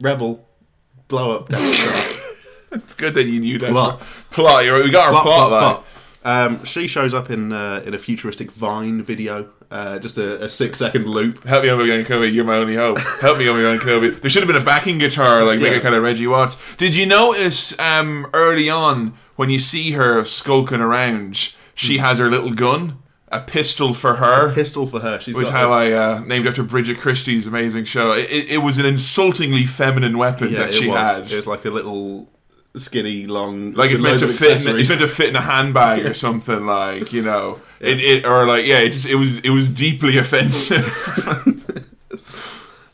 Speaker 2: Rebel, blow up, Death Star.
Speaker 1: it's good that you knew that
Speaker 2: Plot.
Speaker 1: plot. You're, we got our
Speaker 2: Plot,
Speaker 1: plot.
Speaker 2: plot,
Speaker 1: like.
Speaker 2: plot. Um, she shows up in uh, in a futuristic Vine video, uh, just a, a six second loop.
Speaker 1: Help me, Obi-Wan Kenobi. You're my only hope. Help me, Obi-Wan Kenobi. There should have been a backing guitar, like like
Speaker 2: Yeah.
Speaker 1: a kind of Reggie Watts. Did you notice
Speaker 2: Hmm.
Speaker 1: um, early on when you see her skulking around, she has her little gun A Pistol for Her,
Speaker 2: Pistol for her. She's
Speaker 1: which
Speaker 2: got
Speaker 1: how
Speaker 2: a-
Speaker 1: I uh, named after Bridget Christie's amazing show. It, it, it was an insultingly feminine weapon
Speaker 2: yeah,
Speaker 1: that she
Speaker 2: it was.
Speaker 1: had.
Speaker 2: It was like a little skinny, long.
Speaker 1: like it's
Speaker 2: with
Speaker 1: meant
Speaker 2: loads
Speaker 1: to
Speaker 2: of
Speaker 1: fit. In,
Speaker 2: accessories.
Speaker 1: it's meant to fit in a handbag or something. Like you know, it, it or like yeah, it just it was it was deeply offensive.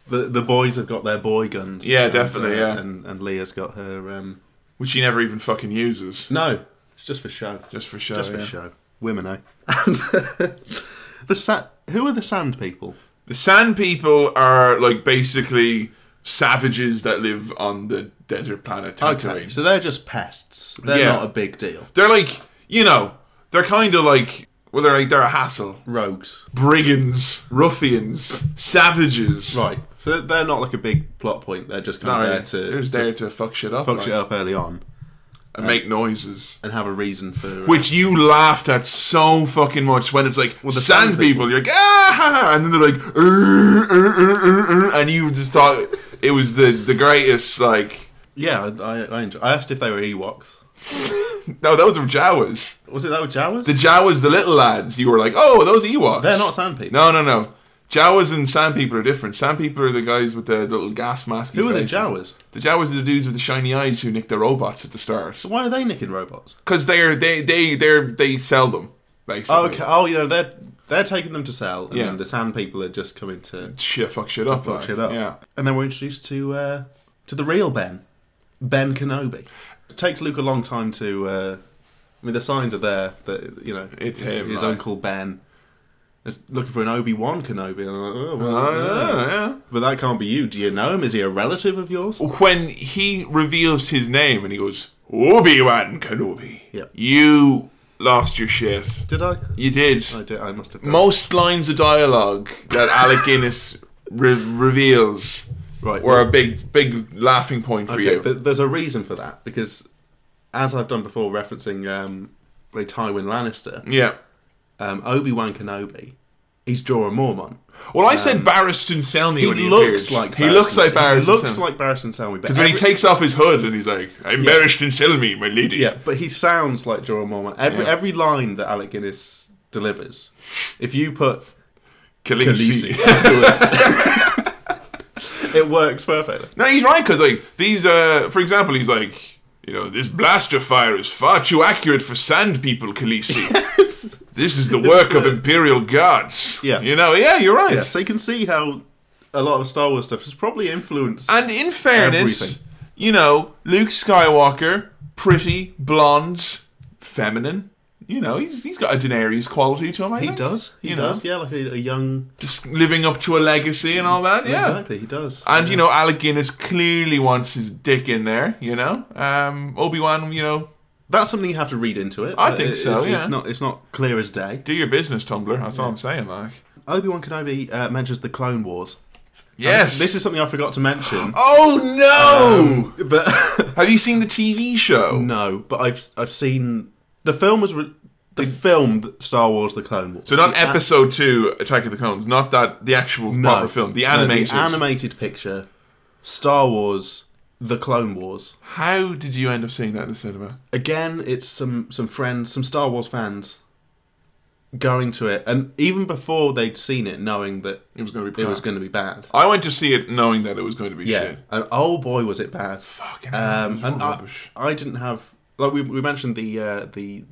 Speaker 2: the the boys have got their boy guns.
Speaker 1: Yeah,
Speaker 2: and,
Speaker 1: definitely,
Speaker 2: uh,
Speaker 1: yeah.
Speaker 2: and and Leah's got her. Um,
Speaker 1: which she never even fucking uses,
Speaker 2: no, it's just for show.
Speaker 1: just for show.
Speaker 2: Just for
Speaker 1: yeah.
Speaker 2: show. Women, eh? And the sa- Who are the sand people?
Speaker 1: The Sand People are like basically savages that live on the desert planet Tatooine.
Speaker 2: So they're just pests. They're
Speaker 1: Yeah.
Speaker 2: not a big deal.
Speaker 1: They're like you know, they're kind of like well, they're like they're a hassle,
Speaker 2: Rogues.
Speaker 1: brigands, ruffians, savages.
Speaker 2: Right. So they're not like a big plot point. They're just kind
Speaker 1: All
Speaker 2: of
Speaker 1: right,
Speaker 2: there to,
Speaker 1: they're just
Speaker 2: to
Speaker 1: there to fuck shit up,
Speaker 2: fuck
Speaker 1: like,
Speaker 2: shit up early on
Speaker 1: and make noises.
Speaker 2: and have a reason for.
Speaker 1: which you laughed at so fucking much when it's like
Speaker 2: the
Speaker 1: sand,
Speaker 2: sand
Speaker 1: people. You're like ah, ha, ha," and then they're like "Uh, "Err, err, err, err," uh, and you just thought it was the the greatest. Like
Speaker 2: yeah, I, I, I, enjoy- I asked if they were Ewoks.
Speaker 1: no, those were Jawas.
Speaker 2: Was it that with Jawas?
Speaker 1: The Jawas, the little lads. You were like, oh, those Ewoks.
Speaker 2: they're not sand people.
Speaker 1: No, no, no. Jawas and sand people are different. Sand people are the guys with the, little gas mask.
Speaker 2: Who are the Jawas?
Speaker 1: The Jawas are the dudes with the shiny eyes who nick the robots at the start
Speaker 2: So why are they nicking robots?
Speaker 1: because they're they they they're, they sell them basically.
Speaker 2: Okay. Oh, you know they're they're taking them to sell, and
Speaker 1: Yeah.
Speaker 2: then the sand people are just coming to
Speaker 1: Shit, fuck shit up.
Speaker 2: fuck
Speaker 1: like,
Speaker 2: shit up.
Speaker 1: Yeah.
Speaker 2: And then we're introduced to uh, to the real Ben, Ben Kenobi. It takes Luke a long time to. Uh, I mean, the signs are there that you know
Speaker 1: It's
Speaker 2: his,
Speaker 1: him,
Speaker 2: his
Speaker 1: like-
Speaker 2: uncle Ben. is Looking for an Obi Wan Kenobi, and I'm like, oh, well,
Speaker 1: Oh,
Speaker 2: yeah.
Speaker 1: yeah.
Speaker 2: but that can't be you. Do you know him? Is he a relative of yours?
Speaker 1: when he reveals his name and he goes Obi Wan Kenobi,
Speaker 2: Yep.
Speaker 1: you lost your shit.
Speaker 2: Did I?
Speaker 1: You did.
Speaker 2: I did. I must have. Done.
Speaker 1: Most lines of dialogue that Alec Guinness re- reveals
Speaker 2: right.
Speaker 1: were a big, big laughing point for
Speaker 2: Okay,
Speaker 1: you.
Speaker 2: th- there's a reason for that because, as I've done before, referencing um, like Tywin Lannister,
Speaker 1: yeah.
Speaker 2: um, Obi Wan Kenobi, he's Jorah Mormont.
Speaker 1: Well, I said Barristan Selmy
Speaker 2: Um, He
Speaker 1: when he
Speaker 2: looks
Speaker 1: appears.
Speaker 2: like
Speaker 1: he looks like Barristan.
Speaker 2: He looks
Speaker 1: Selmy.
Speaker 2: like Barristan Selmy, but
Speaker 1: Because when he
Speaker 2: every-
Speaker 1: takes off his hood and he's like, "I'm Barristan Selmy, my lady."
Speaker 2: yeah, but he sounds like Jorah Mormont. Every
Speaker 1: Yeah.
Speaker 2: every line that Alec Guinness delivers, if you put
Speaker 1: Khaleesi.
Speaker 2: Khaleesi, afterwards, it works perfectly.
Speaker 1: No, he's right because like these, uh, for example, he's like, you know, this blaster fire is far too accurate for sand people, Khaleesi. this is the work of imperial gods.
Speaker 2: Yeah.
Speaker 1: you know, yeah, you're right.
Speaker 2: Yeah, so you can see how a lot of Star Wars stuff has probably influenced.
Speaker 1: And in fairness, you know, Luke Skywalker, pretty, blonde, feminine. You know, he's he's got a Daenerys quality to him. I
Speaker 2: he
Speaker 1: think.
Speaker 2: does, he
Speaker 1: you know.
Speaker 2: does, yeah, like a, a young,
Speaker 1: Just living up to a legacy and all that. Yeah.
Speaker 2: exactly, he does.
Speaker 1: And you know, Alec Guinness clearly wants his dick in there. You know, um, Obi Wan. You know,
Speaker 2: That's something you have to read into it.
Speaker 1: I
Speaker 2: but
Speaker 1: think
Speaker 2: it's,
Speaker 1: so, yeah.
Speaker 2: It's not. It's not clear as day.
Speaker 1: do your business, Tumblr. That's all I'm saying. Like,
Speaker 2: Obi Wan Kenobi uh, mentions the Clone Wars. And
Speaker 1: yes,
Speaker 2: This, this is something I forgot to mention.
Speaker 1: Oh no!
Speaker 2: but
Speaker 1: Have you seen the TV show?
Speaker 2: no. But I've I've seen the film was re- the film that Star Wars: The Clone Wars.
Speaker 1: So not
Speaker 2: The a-
Speaker 1: episode two, Attack of the Clones. Not that the actual
Speaker 2: no,
Speaker 1: proper film, the
Speaker 2: no,
Speaker 1: animated.
Speaker 2: the animated picture, Star Wars: The Clone Wars.
Speaker 1: How did you end up seeing that in the cinema?
Speaker 2: again, it's some some friends, some Star Wars fans going to it, and even before they'd seen it, knowing that
Speaker 1: It was going to be.
Speaker 2: it was
Speaker 1: crap.
Speaker 2: going to be bad.
Speaker 1: I went to see it knowing that it was going to be
Speaker 2: Yeah,
Speaker 1: shit.
Speaker 2: and oh boy, was it bad.
Speaker 1: Fucking hell, it
Speaker 2: Um,
Speaker 1: was
Speaker 2: and I,
Speaker 1: rubbish.
Speaker 2: I didn't have like we, we mentioned the uh, the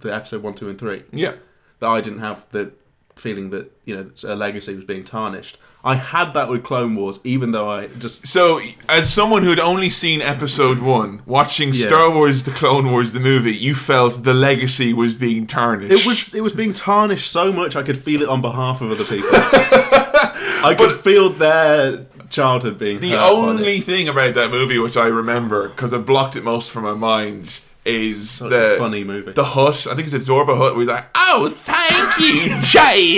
Speaker 2: the episode one, two, and three
Speaker 1: yeah.
Speaker 2: that I didn't have the feeling that you know a legacy was being tarnished. I had that with Clone Wars, even though I just
Speaker 1: So, as someone who had only seen episode one, watching Star Wars: The Clone Wars, the movie, you felt the legacy was being tarnished.
Speaker 2: It was it was being tarnished so much I could feel it on behalf of other people. I could feel their childhood being
Speaker 1: The only thing about that movie which I remember, because I blocked it most from my mind, is the
Speaker 2: funny movie.
Speaker 1: The hut. I think it's a Zorba hut. Where he's like, "Oh, thank you,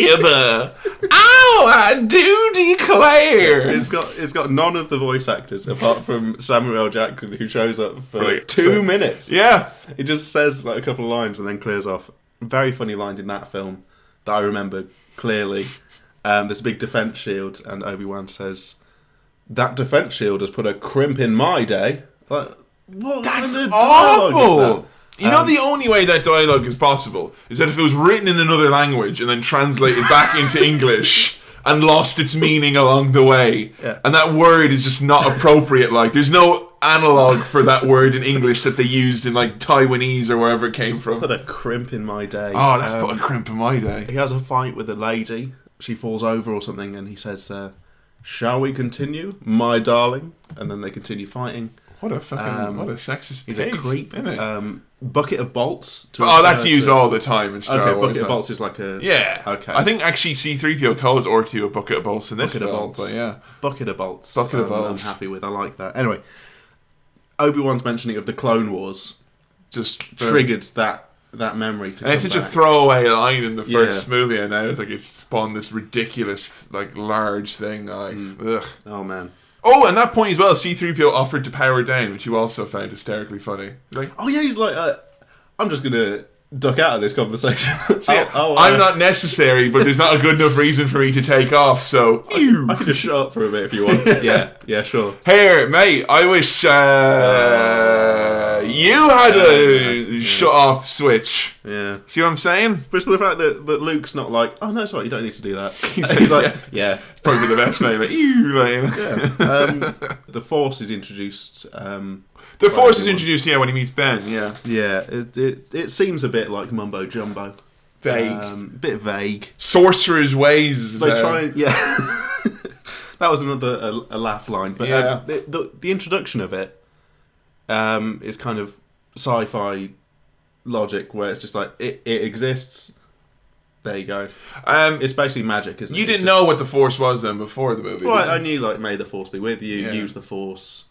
Speaker 1: Jabba. Oh, I do declare."
Speaker 2: it's got it's got none of the voice actors apart from Samuel L. Jackson who shows up for
Speaker 1: Brilliant.
Speaker 2: two
Speaker 1: So-
Speaker 2: minutes.
Speaker 1: Yeah,
Speaker 2: He just says like a couple of lines and then clears off. Very funny lines in that film that I remember clearly. Um, there's a big defense shield and Obi Wan says, "That defense shield has put a crimp in my day." Like, what
Speaker 1: that's
Speaker 2: kind of dialogue is that? Um,
Speaker 1: awful. You know, the only way that dialogue is possible is that if it was written in another language and then translated back into English and lost its meaning along the way,
Speaker 2: Yeah.
Speaker 1: and that word is just not appropriate. Like, there's no analog for that word in English that they used in like Taiwanese or wherever it came from.
Speaker 2: Put a crimp in my day.
Speaker 1: Oh, that's
Speaker 2: Um,
Speaker 1: put a crimp in my day.
Speaker 2: he has a fight with a lady. She falls over or something, and he says, uh, "Shall we continue, my darling?" And then they continue fighting.
Speaker 1: What a fucking
Speaker 2: um,
Speaker 1: what a sexist
Speaker 2: He's
Speaker 1: pig,
Speaker 2: a creep.
Speaker 1: isn't it?
Speaker 2: Um, bucket of bolts. To
Speaker 1: oh, that's
Speaker 2: refer
Speaker 1: used
Speaker 2: to-
Speaker 1: all the time in Star
Speaker 2: uh, Okay,
Speaker 1: Wars.
Speaker 2: bucket of
Speaker 1: though.
Speaker 2: bolts is like a
Speaker 1: Yeah.
Speaker 2: Okay.
Speaker 1: I think actually C3PO calls Ortu a bucket of bolts in this
Speaker 2: Bucket of
Speaker 1: film,
Speaker 2: bolts.
Speaker 1: but yeah.
Speaker 2: bucket of bolts.
Speaker 1: Bucket of
Speaker 2: um,
Speaker 1: bolts.
Speaker 2: I'm happy with. I like that. Anyway, Obi Wan's mentioning of the Clone Wars
Speaker 1: Just
Speaker 2: triggered that that memory to.
Speaker 1: And it's
Speaker 2: come
Speaker 1: such a
Speaker 2: back.
Speaker 1: throwaway line in the
Speaker 2: Yeah.
Speaker 1: first movie, and now it's like it's spawned this ridiculous, like large thing. Like, ugh.
Speaker 2: Oh man.
Speaker 1: oh, and that point as well, C-3PO offered to power down, which you also found hysterically funny. Like,
Speaker 2: Oh yeah, he's like, uh, I'm just gonna duck out of this conversation.
Speaker 1: see,
Speaker 2: I'll- I'll,
Speaker 1: Oh, I'm
Speaker 2: uh,
Speaker 1: not necessary, but there's not a good enough reason for me to take off. So,
Speaker 2: I can just shut up for a bit if you want. yeah, yeah, sure.
Speaker 1: Here, mate, I wish uh, you had a shut off switch.
Speaker 2: Yeah.
Speaker 1: See what I'm saying?
Speaker 2: But it's the fact that, that Luke's not like, oh no, it's all right, you don't need to do that. he's like, yeah.
Speaker 1: Probably the best name. Like, ew, like-
Speaker 2: Um, the Force is introduced. Um,
Speaker 1: The Force is
Speaker 2: everyone.
Speaker 1: introduced, yeah, when he meets Ben, yeah.
Speaker 2: yeah, it, it it seems a bit like mumbo jumbo,
Speaker 1: Vague.
Speaker 2: um, bit vague.
Speaker 1: Sorcerer's Ways.
Speaker 2: They
Speaker 1: uh,
Speaker 2: try and yeah. that was another a, a laugh line, but
Speaker 1: Yeah.
Speaker 2: um, the, the the introduction of it um, is kind of sci-fi logic where it's just like it, it exists. There you go.
Speaker 1: um,
Speaker 2: It's basically magic, isn't it?
Speaker 1: you
Speaker 2: It's
Speaker 1: didn't
Speaker 2: just-
Speaker 1: know what the Force was then before the movie.
Speaker 2: Well,
Speaker 1: did you?
Speaker 2: I, I knew like may the force be with you.
Speaker 1: Yeah.
Speaker 2: Use the force.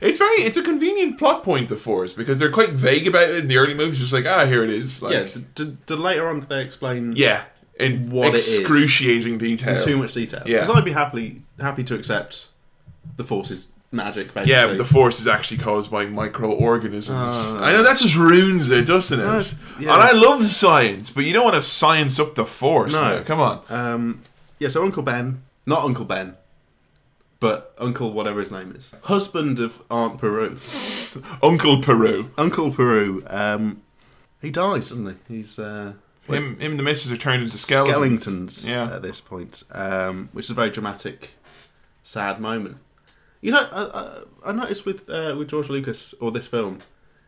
Speaker 1: it's very, it's a convenient plot point, the Force, because they're quite vague about it in the early movies. Just like, ah, here it is. Like,
Speaker 2: yeah. d- D- d- later on, they explain
Speaker 1: yeah, in
Speaker 2: What it is.
Speaker 1: excruciating detail.
Speaker 2: in too much detail.
Speaker 1: Yeah.
Speaker 2: Because I'd be happily happy to accept the force is magic. Basically.
Speaker 1: Yeah, but the force is actually caused by microorganisms.
Speaker 2: Ah.
Speaker 1: I know that just ruins it, doesn't it?
Speaker 2: That's- yeah.
Speaker 1: And I love science, but you don't want to science up the force.
Speaker 2: No.
Speaker 1: now, come on.
Speaker 2: Um, yeah, so Uncle Ben, not Uncle Ben, but Uncle whatever his name is, husband of Aunt Peru,
Speaker 1: Uncle Peru.
Speaker 2: Uncle Peru. Um, he dies, doesn't he? He's uh,
Speaker 1: Him, him and the missus are turned into skeletons.
Speaker 2: Skeletons
Speaker 1: Yeah.
Speaker 2: at this point, um, which is a very dramatic, sad moment. You know, I, I, I noticed with uh, with George Lucas or this film,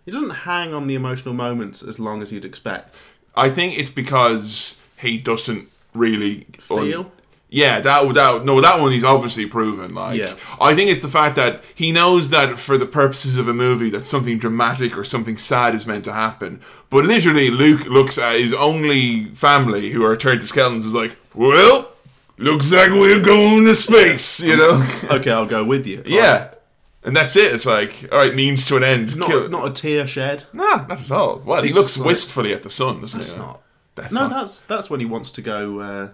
Speaker 2: he doesn't hang on the emotional moments as long as you'd expect.
Speaker 1: I think it's because he doesn't really un-
Speaker 2: Feel?
Speaker 1: yeah, that would- that would- no, that one he's obviously proven. Like,
Speaker 2: Yeah.
Speaker 1: I think it's the fact that he knows that for the purposes of a movie, that something dramatic or something sad is meant to happen. But literally, Luke looks at his only family, who are turned to skeletons, is like, well, looks like we're going to space, you know?
Speaker 2: okay, I'll go with you.
Speaker 1: yeah, and that's it. It's like, all right, means to an end.
Speaker 2: Like,
Speaker 1: kill
Speaker 2: not
Speaker 1: it.
Speaker 2: not a tear shed.
Speaker 1: nah, not at all. Well, he
Speaker 2: He's
Speaker 1: looks
Speaker 2: just like-
Speaker 1: wistfully at the sun, doesn't
Speaker 2: That's
Speaker 1: he?
Speaker 2: not.
Speaker 1: That's
Speaker 2: No,
Speaker 1: not-
Speaker 2: that's that's when he wants to go. Uh,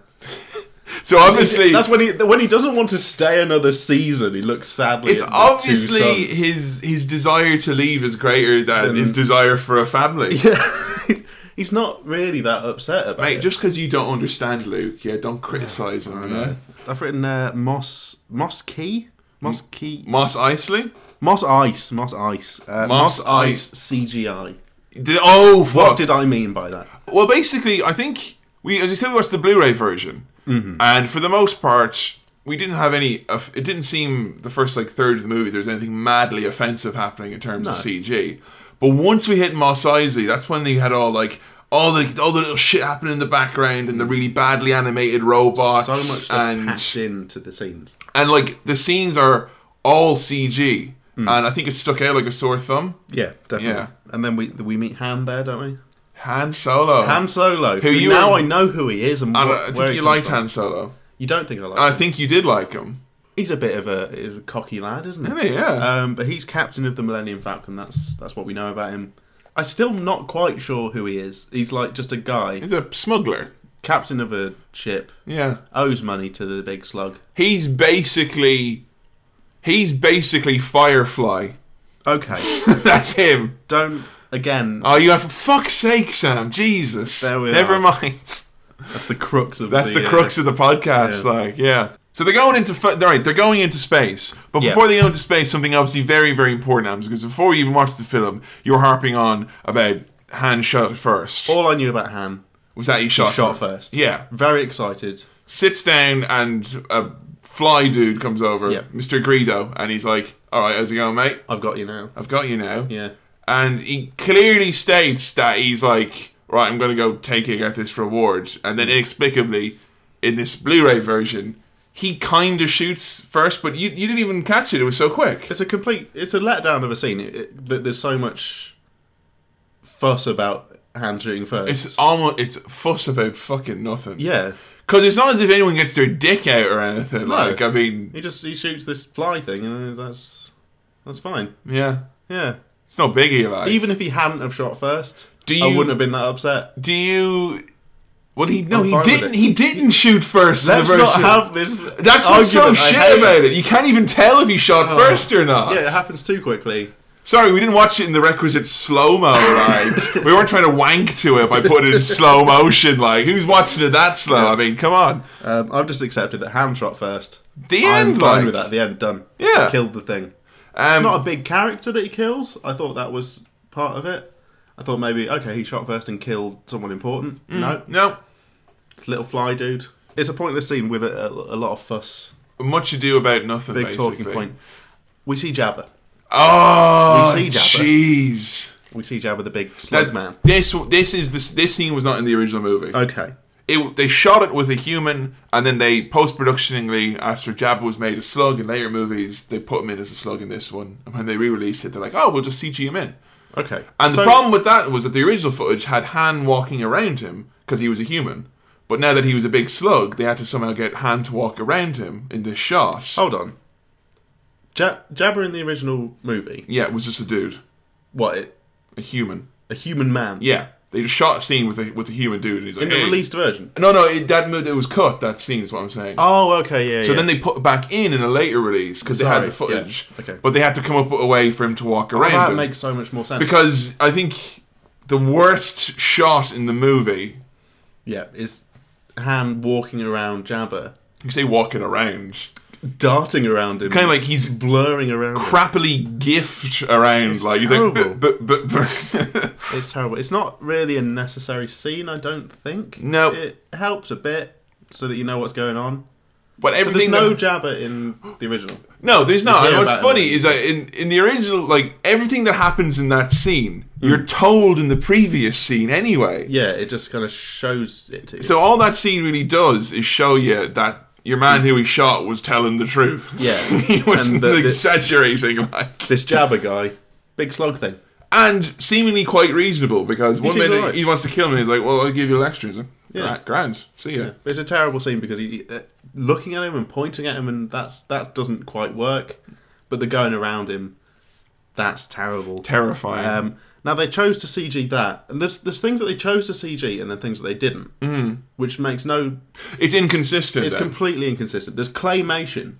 Speaker 1: So obviously,
Speaker 2: that's when he when he doesn't want to stay another season. He looks sadly.
Speaker 1: It's
Speaker 2: at the two
Speaker 1: obviously
Speaker 2: sons.
Speaker 1: his his desire to leave is greater than
Speaker 2: Then-
Speaker 1: his desire for a family.
Speaker 2: Yeah. he's not really that upset about
Speaker 1: Mate,
Speaker 2: it.
Speaker 1: just because you don't understand Luke, yeah, don't criticize him. you know?
Speaker 2: I've written uh, Moss Moss Key Moss Key
Speaker 1: Moss Isley?
Speaker 2: Moss Ice Moss Ice uh,
Speaker 1: Moss
Speaker 2: Moss, Ice CGI.
Speaker 1: Did, oh,
Speaker 2: What
Speaker 1: fuck.
Speaker 2: did I mean by that?
Speaker 1: well, basically, I think we as you said we watched the Blu-ray version,
Speaker 2: Mm-hmm.
Speaker 1: and for the most part, we didn't have any. of- It didn't seem the first like third of the movie there was anything madly offensive happening in terms of CG. But once we hit Moss Isley, that's when they had all like. All the all the little shit happening in the background and the really badly animated robots
Speaker 2: Mm. So much stuff
Speaker 1: and
Speaker 2: packed into the scenes.
Speaker 1: and like the scenes are all CG
Speaker 2: Mm.
Speaker 1: and I think it stuck out like a sore thumb.
Speaker 2: Yeah, definitely.
Speaker 1: Yeah.
Speaker 2: And then we we meet Han there, don't we?
Speaker 1: Han Solo.
Speaker 2: Han Solo. Oh. Who
Speaker 1: you
Speaker 2: now
Speaker 1: were-
Speaker 2: I know who he is and, uh,
Speaker 1: and uh,
Speaker 2: what,
Speaker 1: I
Speaker 2: where
Speaker 1: think
Speaker 2: he
Speaker 1: you
Speaker 2: comes
Speaker 1: liked
Speaker 2: from.
Speaker 1: Han Solo.
Speaker 2: You don't think I like
Speaker 1: I
Speaker 2: him.
Speaker 1: think you did like him.
Speaker 2: He's a bit of a, a cocky lad, isn't he?
Speaker 1: Isn't he? Yeah.
Speaker 2: Um, but he's captain of the Millennium Falcon. That's that's what we know about him. I'm still not quite sure who he is. He's like just a guy,
Speaker 1: He's a smuggler.
Speaker 2: captain of a ship,
Speaker 1: Yeah.
Speaker 2: owes money to the big slug.
Speaker 1: He's basically he's basically Firefly.
Speaker 2: Okay,
Speaker 1: That's him.
Speaker 2: don't again.
Speaker 1: Oh, you have for fuck's sake, Sam. Jesus.
Speaker 2: There we
Speaker 1: Never
Speaker 2: are.
Speaker 1: mind.
Speaker 2: That's the crux of.
Speaker 1: That's the,
Speaker 2: uh,
Speaker 1: crux of the podcast. Like, yeah. So they're going into fa- right. They're going into space, but
Speaker 2: Yeah.
Speaker 1: before they go into space, something obviously very, very important happens because before you even watch the film, you're harping on about Han shot first.
Speaker 2: uh, All I knew about Han
Speaker 1: Was that he shot?
Speaker 2: Oh. shot
Speaker 1: fir-
Speaker 2: first.
Speaker 1: Yeah.
Speaker 2: Very excited.
Speaker 1: Sits down and a fly dude comes over,
Speaker 2: Yeah.
Speaker 1: Mr. Greedo, and he's like, "All right, how's it going, mate?
Speaker 2: I've got you now.
Speaker 1: I've got you now."
Speaker 2: Yeah.
Speaker 1: And he clearly states that he's like, "Right, I'm gonna go take it, get this reward," and
Speaker 2: Mm.
Speaker 1: then inexplicably, in this Blu-ray version. He kind of shoots first, but you, you didn't even catch it. It was so quick.
Speaker 2: It's a complete. It's a letdown of a scene. It, it, th- there's so much fuss about Han shooting first.
Speaker 1: It's almost it's fuss about fucking nothing.
Speaker 2: yeah.
Speaker 1: Because it's not as if anyone gets their dick out or anything. Like, I mean,
Speaker 2: He just he shoots this fly thing, and then that's that's fine.
Speaker 1: yeah.
Speaker 2: Yeah.
Speaker 1: It's no biggie, like.
Speaker 2: Even if he hadn't have shot first,
Speaker 1: do you,
Speaker 2: I wouldn't have been that upset.
Speaker 1: Do you. Well, he. No,
Speaker 2: I'm
Speaker 1: he
Speaker 2: fine with
Speaker 1: didn't.
Speaker 2: it.
Speaker 1: He didn't shoot first. in
Speaker 2: Let's
Speaker 1: the
Speaker 2: not
Speaker 1: version.
Speaker 2: have this.
Speaker 1: That's what's so
Speaker 2: argument. I
Speaker 1: shit
Speaker 2: hate
Speaker 1: about it. You can't even tell if he shot
Speaker 2: Oh.
Speaker 1: first or not.
Speaker 2: Yeah, it happens too quickly.
Speaker 1: Sorry, we didn't watch it in the requisite slow mo. Like we weren't trying to wank to it by putting it in slow motion. Like who's watching it that slow? I mean, come on.
Speaker 2: Um, I've just accepted that Han shot first.
Speaker 1: The
Speaker 2: I'm
Speaker 1: end,
Speaker 2: fine
Speaker 1: like
Speaker 2: with that. The end done.
Speaker 1: Yeah.
Speaker 2: killed the thing.
Speaker 1: Um,
Speaker 2: Not a big character that he kills. I thought that was part of it. I thought maybe okay, he shot first and killed someone important. No,
Speaker 1: Mm. no.
Speaker 2: it's little fly dude. It's a pointless scene with a, a, a lot of fuss.
Speaker 1: Much ado about nothing.
Speaker 2: Big
Speaker 1: basically.
Speaker 2: talking point. We see Jabba.
Speaker 1: Oh,
Speaker 2: We see Jabba.
Speaker 1: jeez.
Speaker 2: We see Jabba the big
Speaker 1: Now,
Speaker 2: slug man.
Speaker 1: This this is this this scene was not in the original movie.
Speaker 2: Okay.
Speaker 1: It, they shot it with a human, and then they post productionally after Jabba was made a slug in later movies, they put him in as a slug in this one. And when they re-released it, they're like, "Oh, we'll just CG him in."
Speaker 2: Okay.
Speaker 1: And
Speaker 2: So-
Speaker 1: the problem with that was that the original footage had Han walking around him because he was a human. But now that he was a big slug, they had to somehow get Han to walk around him in this shot.
Speaker 2: Hold on. Ja- Jabba in the original movie.
Speaker 1: Yeah, it was just a dude,
Speaker 2: What? It,
Speaker 1: a human.
Speaker 2: a human man.
Speaker 1: Yeah, they just shot a scene with a with a human dude, and he's like,
Speaker 2: In the
Speaker 1: "Hey."
Speaker 2: released version.
Speaker 1: No, no, it, that mo- it was cut. That scene is what I'm saying.
Speaker 2: Oh, okay. Yeah.
Speaker 1: so
Speaker 2: yeah.
Speaker 1: then they put it back in in a later release because they had
Speaker 2: Sorry,
Speaker 1: the footage.
Speaker 2: yeah, okay.
Speaker 1: But they had to come up with a way for him to walk
Speaker 2: Oh,
Speaker 1: around.
Speaker 2: that
Speaker 1: him.
Speaker 2: makes so much more sense.
Speaker 1: because I think the worst shot in the movie.
Speaker 2: yeah, is Han walking around Jabba,
Speaker 1: You say walking around,
Speaker 2: darting around him,
Speaker 1: kind of like he's
Speaker 2: blurring around. him.
Speaker 1: crappily gift around. like he's like,
Speaker 2: terrible.
Speaker 1: but but but.
Speaker 2: It's terrible. It's not really a necessary scene, I don't think.
Speaker 1: No.
Speaker 2: it helps a bit so that you know what's going on.
Speaker 1: But
Speaker 2: So there's
Speaker 1: everything
Speaker 2: no
Speaker 1: that-
Speaker 2: Jabba in the original.
Speaker 1: No, there's not.
Speaker 2: You
Speaker 1: And
Speaker 2: hear
Speaker 1: what's
Speaker 2: about it
Speaker 1: funny
Speaker 2: later.
Speaker 1: is that in, in the original, like everything that happens in that scene, you're
Speaker 2: Mm.
Speaker 1: told in the previous scene anyway.
Speaker 2: Yeah, it just kind of shows it to you.
Speaker 1: So all that scene really does is show you that your man who he shot was telling the truth.
Speaker 2: Yeah.
Speaker 1: he wasn't
Speaker 2: And the- the-
Speaker 1: exaggerating, like,
Speaker 2: this Jabba guy, big slug thing.
Speaker 1: and seemingly quite reasonable because one
Speaker 2: seems
Speaker 1: minute
Speaker 2: alright.
Speaker 1: he wants to kill him, and he's like, "Well, I'll give you an extra." He's like,
Speaker 2: Yeah.
Speaker 1: "Gra- grand. See ya.
Speaker 2: It's a terrible scene because he, uh, looking at him and pointing at him, and that's that doesn't quite work. But the going around him, that's terrible.
Speaker 1: Terrifying.
Speaker 2: Um, now they chose to CG that, and there's there's things that they chose to CG and then things that they didn't,
Speaker 1: Mm-hmm.
Speaker 2: mm. which makes no.
Speaker 1: it's inconsistent.
Speaker 2: It's
Speaker 1: then,
Speaker 2: completely inconsistent. There's claymation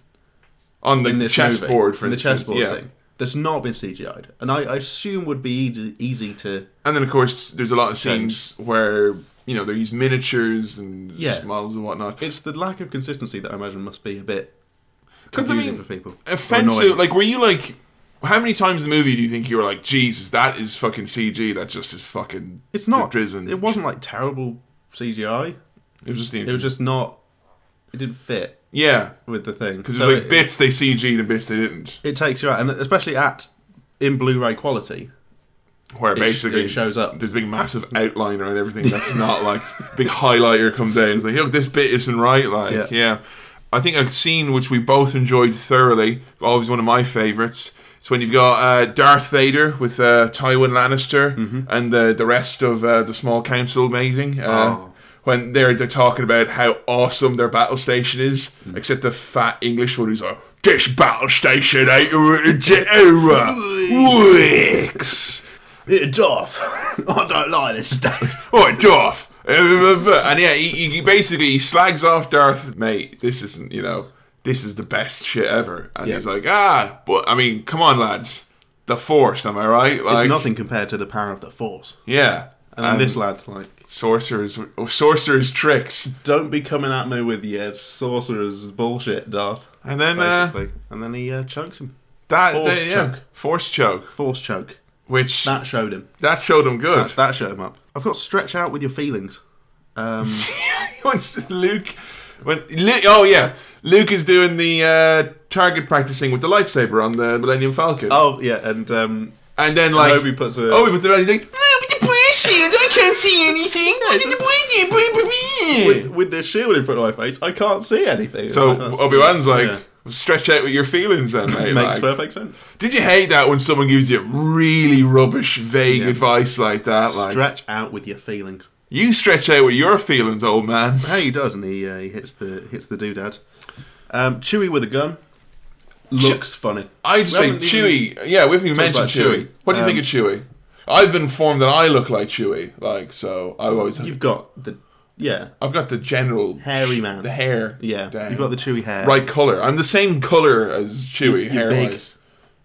Speaker 1: on
Speaker 2: in
Speaker 1: the
Speaker 2: this
Speaker 1: chessboard,
Speaker 2: movie,
Speaker 1: for
Speaker 2: in the
Speaker 1: instance.
Speaker 2: chessboard
Speaker 1: yeah.
Speaker 2: thing. That's not been CGI'd, and I, I assume would be easy, easy to.
Speaker 1: And then, of course, there's a lot of
Speaker 2: Change.
Speaker 1: scenes where you know they use miniatures and
Speaker 2: Yeah.
Speaker 1: models and whatnot.
Speaker 2: It's the lack of consistency that I imagine must be a bit
Speaker 1: 'Cause, I
Speaker 2: confusing
Speaker 1: mean,
Speaker 2: for people. or
Speaker 1: Offensive.
Speaker 2: annoying.
Speaker 1: Like, were you like, how many times in the movie do you think you were like, Jesus, that is fucking CG. That just is fucking.
Speaker 2: It's not.
Speaker 1: drizzling.
Speaker 2: It wasn't like terrible CGI.
Speaker 1: It was just the.
Speaker 2: It was just not. It didn't fit
Speaker 1: yeah,
Speaker 2: with the thing because
Speaker 1: because there's like bits they CG'd and bits they didn't.
Speaker 2: It, takes you out, and especially at in Blu-ray quality,
Speaker 1: Where
Speaker 2: it,
Speaker 1: basically
Speaker 2: it shows up.
Speaker 1: there's a big massive outliner and everything that's not like big highlighter comes out and it's like, look, this bit isn't right. Like, yeah.
Speaker 2: Yeah.
Speaker 1: I think a scene which we both enjoyed thoroughly, always one of my favourites. It's when you've got uh, Darth Vader with uh, Tywin Lannister
Speaker 2: Mm-hmm.
Speaker 1: and the the rest of uh, the small council meeting. Uh,
Speaker 2: Oh.
Speaker 1: When they're they're talking about how awesome their battle station is,
Speaker 2: Mm.
Speaker 1: except the fat English one who's like, "This battle station ain't wicks."
Speaker 2: It's off. I don't like this stuff.
Speaker 1: Oi, Darth! And yeah, he, he basically he slags off Darth, mate. This isn't, you know, this is the best shit ever. And
Speaker 2: Yeah.
Speaker 1: he's like, ah, but I mean, come on, lads, the Force, am I right? Like,
Speaker 2: It's nothing compared to the power of the Force.
Speaker 1: Yeah,
Speaker 2: And, then this lad's like,
Speaker 1: sorcerers, oh, sorcerers' tricks,
Speaker 2: "Don't be coming at me with your sorcerer's bullshit, Darth."
Speaker 1: and then uh,
Speaker 2: Basically, and then he uh, chokes him.
Speaker 1: that,
Speaker 2: Force
Speaker 1: that- yeah,
Speaker 2: choke.
Speaker 1: force choke,
Speaker 2: Force choke.
Speaker 1: which that,
Speaker 2: That showed him.
Speaker 1: showed him good.
Speaker 2: That showed him up. I've got stretch out with your feelings. Um,
Speaker 1: when Luke, when Lu oh yeah, Luke is doing the uh, target practicing with the lightsaber on the Millennium Falcon,
Speaker 2: oh yeah, and um,
Speaker 1: and then like
Speaker 2: Kenobi puts a.
Speaker 1: oh, he was the he's like. "Oh, with the blue shield, I can't see anything. What's the point of it? Blah, blah,
Speaker 2: with,
Speaker 1: blah."
Speaker 2: with this shield in front of my face, I can't see anything.
Speaker 1: So
Speaker 2: Like, that's-
Speaker 1: Obi Wan's like,
Speaker 2: yeah.
Speaker 1: stretch out with your feelings, then, mate.
Speaker 2: makes
Speaker 1: like.
Speaker 2: perfect sense.
Speaker 1: Did you hate that when someone gives you really rubbish, vague
Speaker 2: Yeah.
Speaker 1: advice like that? Like,
Speaker 2: Stretch out with your feelings.
Speaker 1: you stretch out with your feelings, old man.
Speaker 2: How he does, and he uh, he hits the hits the doodad. Um, Chewie with a gun looks funny.
Speaker 1: I'd say
Speaker 2: haven't
Speaker 1: Chewy. Yeah, we haven't even mentioned
Speaker 2: about
Speaker 1: Chewy.
Speaker 2: Chewie.
Speaker 1: What do you
Speaker 2: Um,
Speaker 1: think of Chewy? I've been informed that I look like Chewy. Like, so I've always
Speaker 2: You've got the yeah
Speaker 1: I've got the general
Speaker 2: Hairy man.
Speaker 1: the hair.
Speaker 2: yeah.
Speaker 1: down.
Speaker 2: You've got the Chewie hair.
Speaker 1: right color. I'm the same color as Chewy hair
Speaker 2: big.
Speaker 1: wise.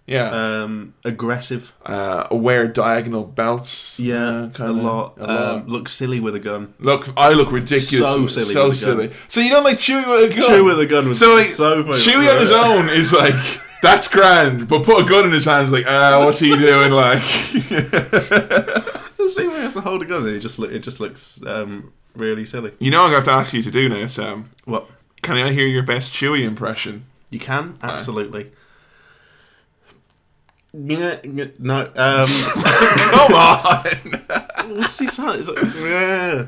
Speaker 1: Yeah,
Speaker 2: Um, aggressive.
Speaker 1: uh, wear diagonal belts. uh,
Speaker 2: Yeah, a
Speaker 1: kinda.
Speaker 2: lot.
Speaker 1: A lot.
Speaker 2: Um, looks silly with a gun.
Speaker 1: Look, I look ridiculous.
Speaker 2: So silly
Speaker 1: So,
Speaker 2: with a gun.
Speaker 1: silly. so you don't like Chewy with a gun.
Speaker 2: Chewie with a gun was
Speaker 1: So, like,
Speaker 2: so funny.
Speaker 1: Chewy on his own is like that's grand, but put a gun in his hands, like, ah, what's he doing? Like,
Speaker 2: The same way he has to hold a gun, and it just look, it just looks um, really silly.
Speaker 1: you know, I'm gonna have to ask you to do now, Sam.
Speaker 2: What
Speaker 1: Can I hear your best Chewy impression?
Speaker 2: you can absolutely. Yeah, yeah, No, um,
Speaker 1: Come on.
Speaker 2: what's he sound? It's like, yeah.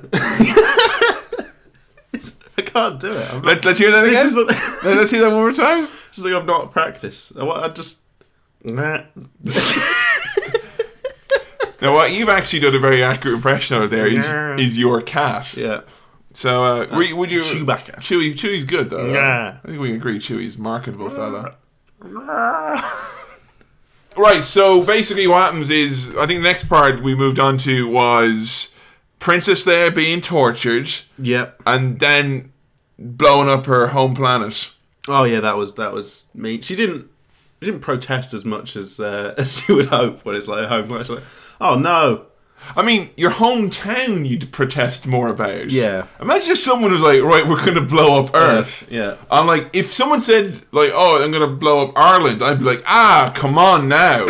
Speaker 2: It's- I can't do it. I'm not,
Speaker 1: Let's let's hear that
Speaker 2: this, is
Speaker 1: again.
Speaker 2: not,
Speaker 1: Let- Let's hear that one more time.
Speaker 2: this is like I've not practiced. I, want- I just. Nah.
Speaker 1: Now, what you've actually done a very accurate impression of there is
Speaker 2: Yeah.
Speaker 1: is your cat.
Speaker 2: Yeah.
Speaker 1: So, uh, were you- would you
Speaker 2: Chewbacca.
Speaker 1: Chewy Chewy's good though. right?
Speaker 2: Yeah.
Speaker 1: I think we can agree Chewy's marketable fella.
Speaker 2: yeah.
Speaker 1: Right, so basically what happens is I think the next part we moved on to was Princess Leia being tortured and then blowing up her home planet.
Speaker 2: Oh yeah, that was that was me. She didn't she didn't protest as much as uh, as you would hope when it's like home. Like, she's like, oh no,
Speaker 1: I mean, your hometown you'd protest more about.
Speaker 2: Yeah.
Speaker 1: Imagine if someone was like, right, we're gonna blow up Earth.
Speaker 2: yeah.
Speaker 1: I'm like, if someone said like, oh, I'm gonna blow up Ireland, I'd be like, ah, come on now.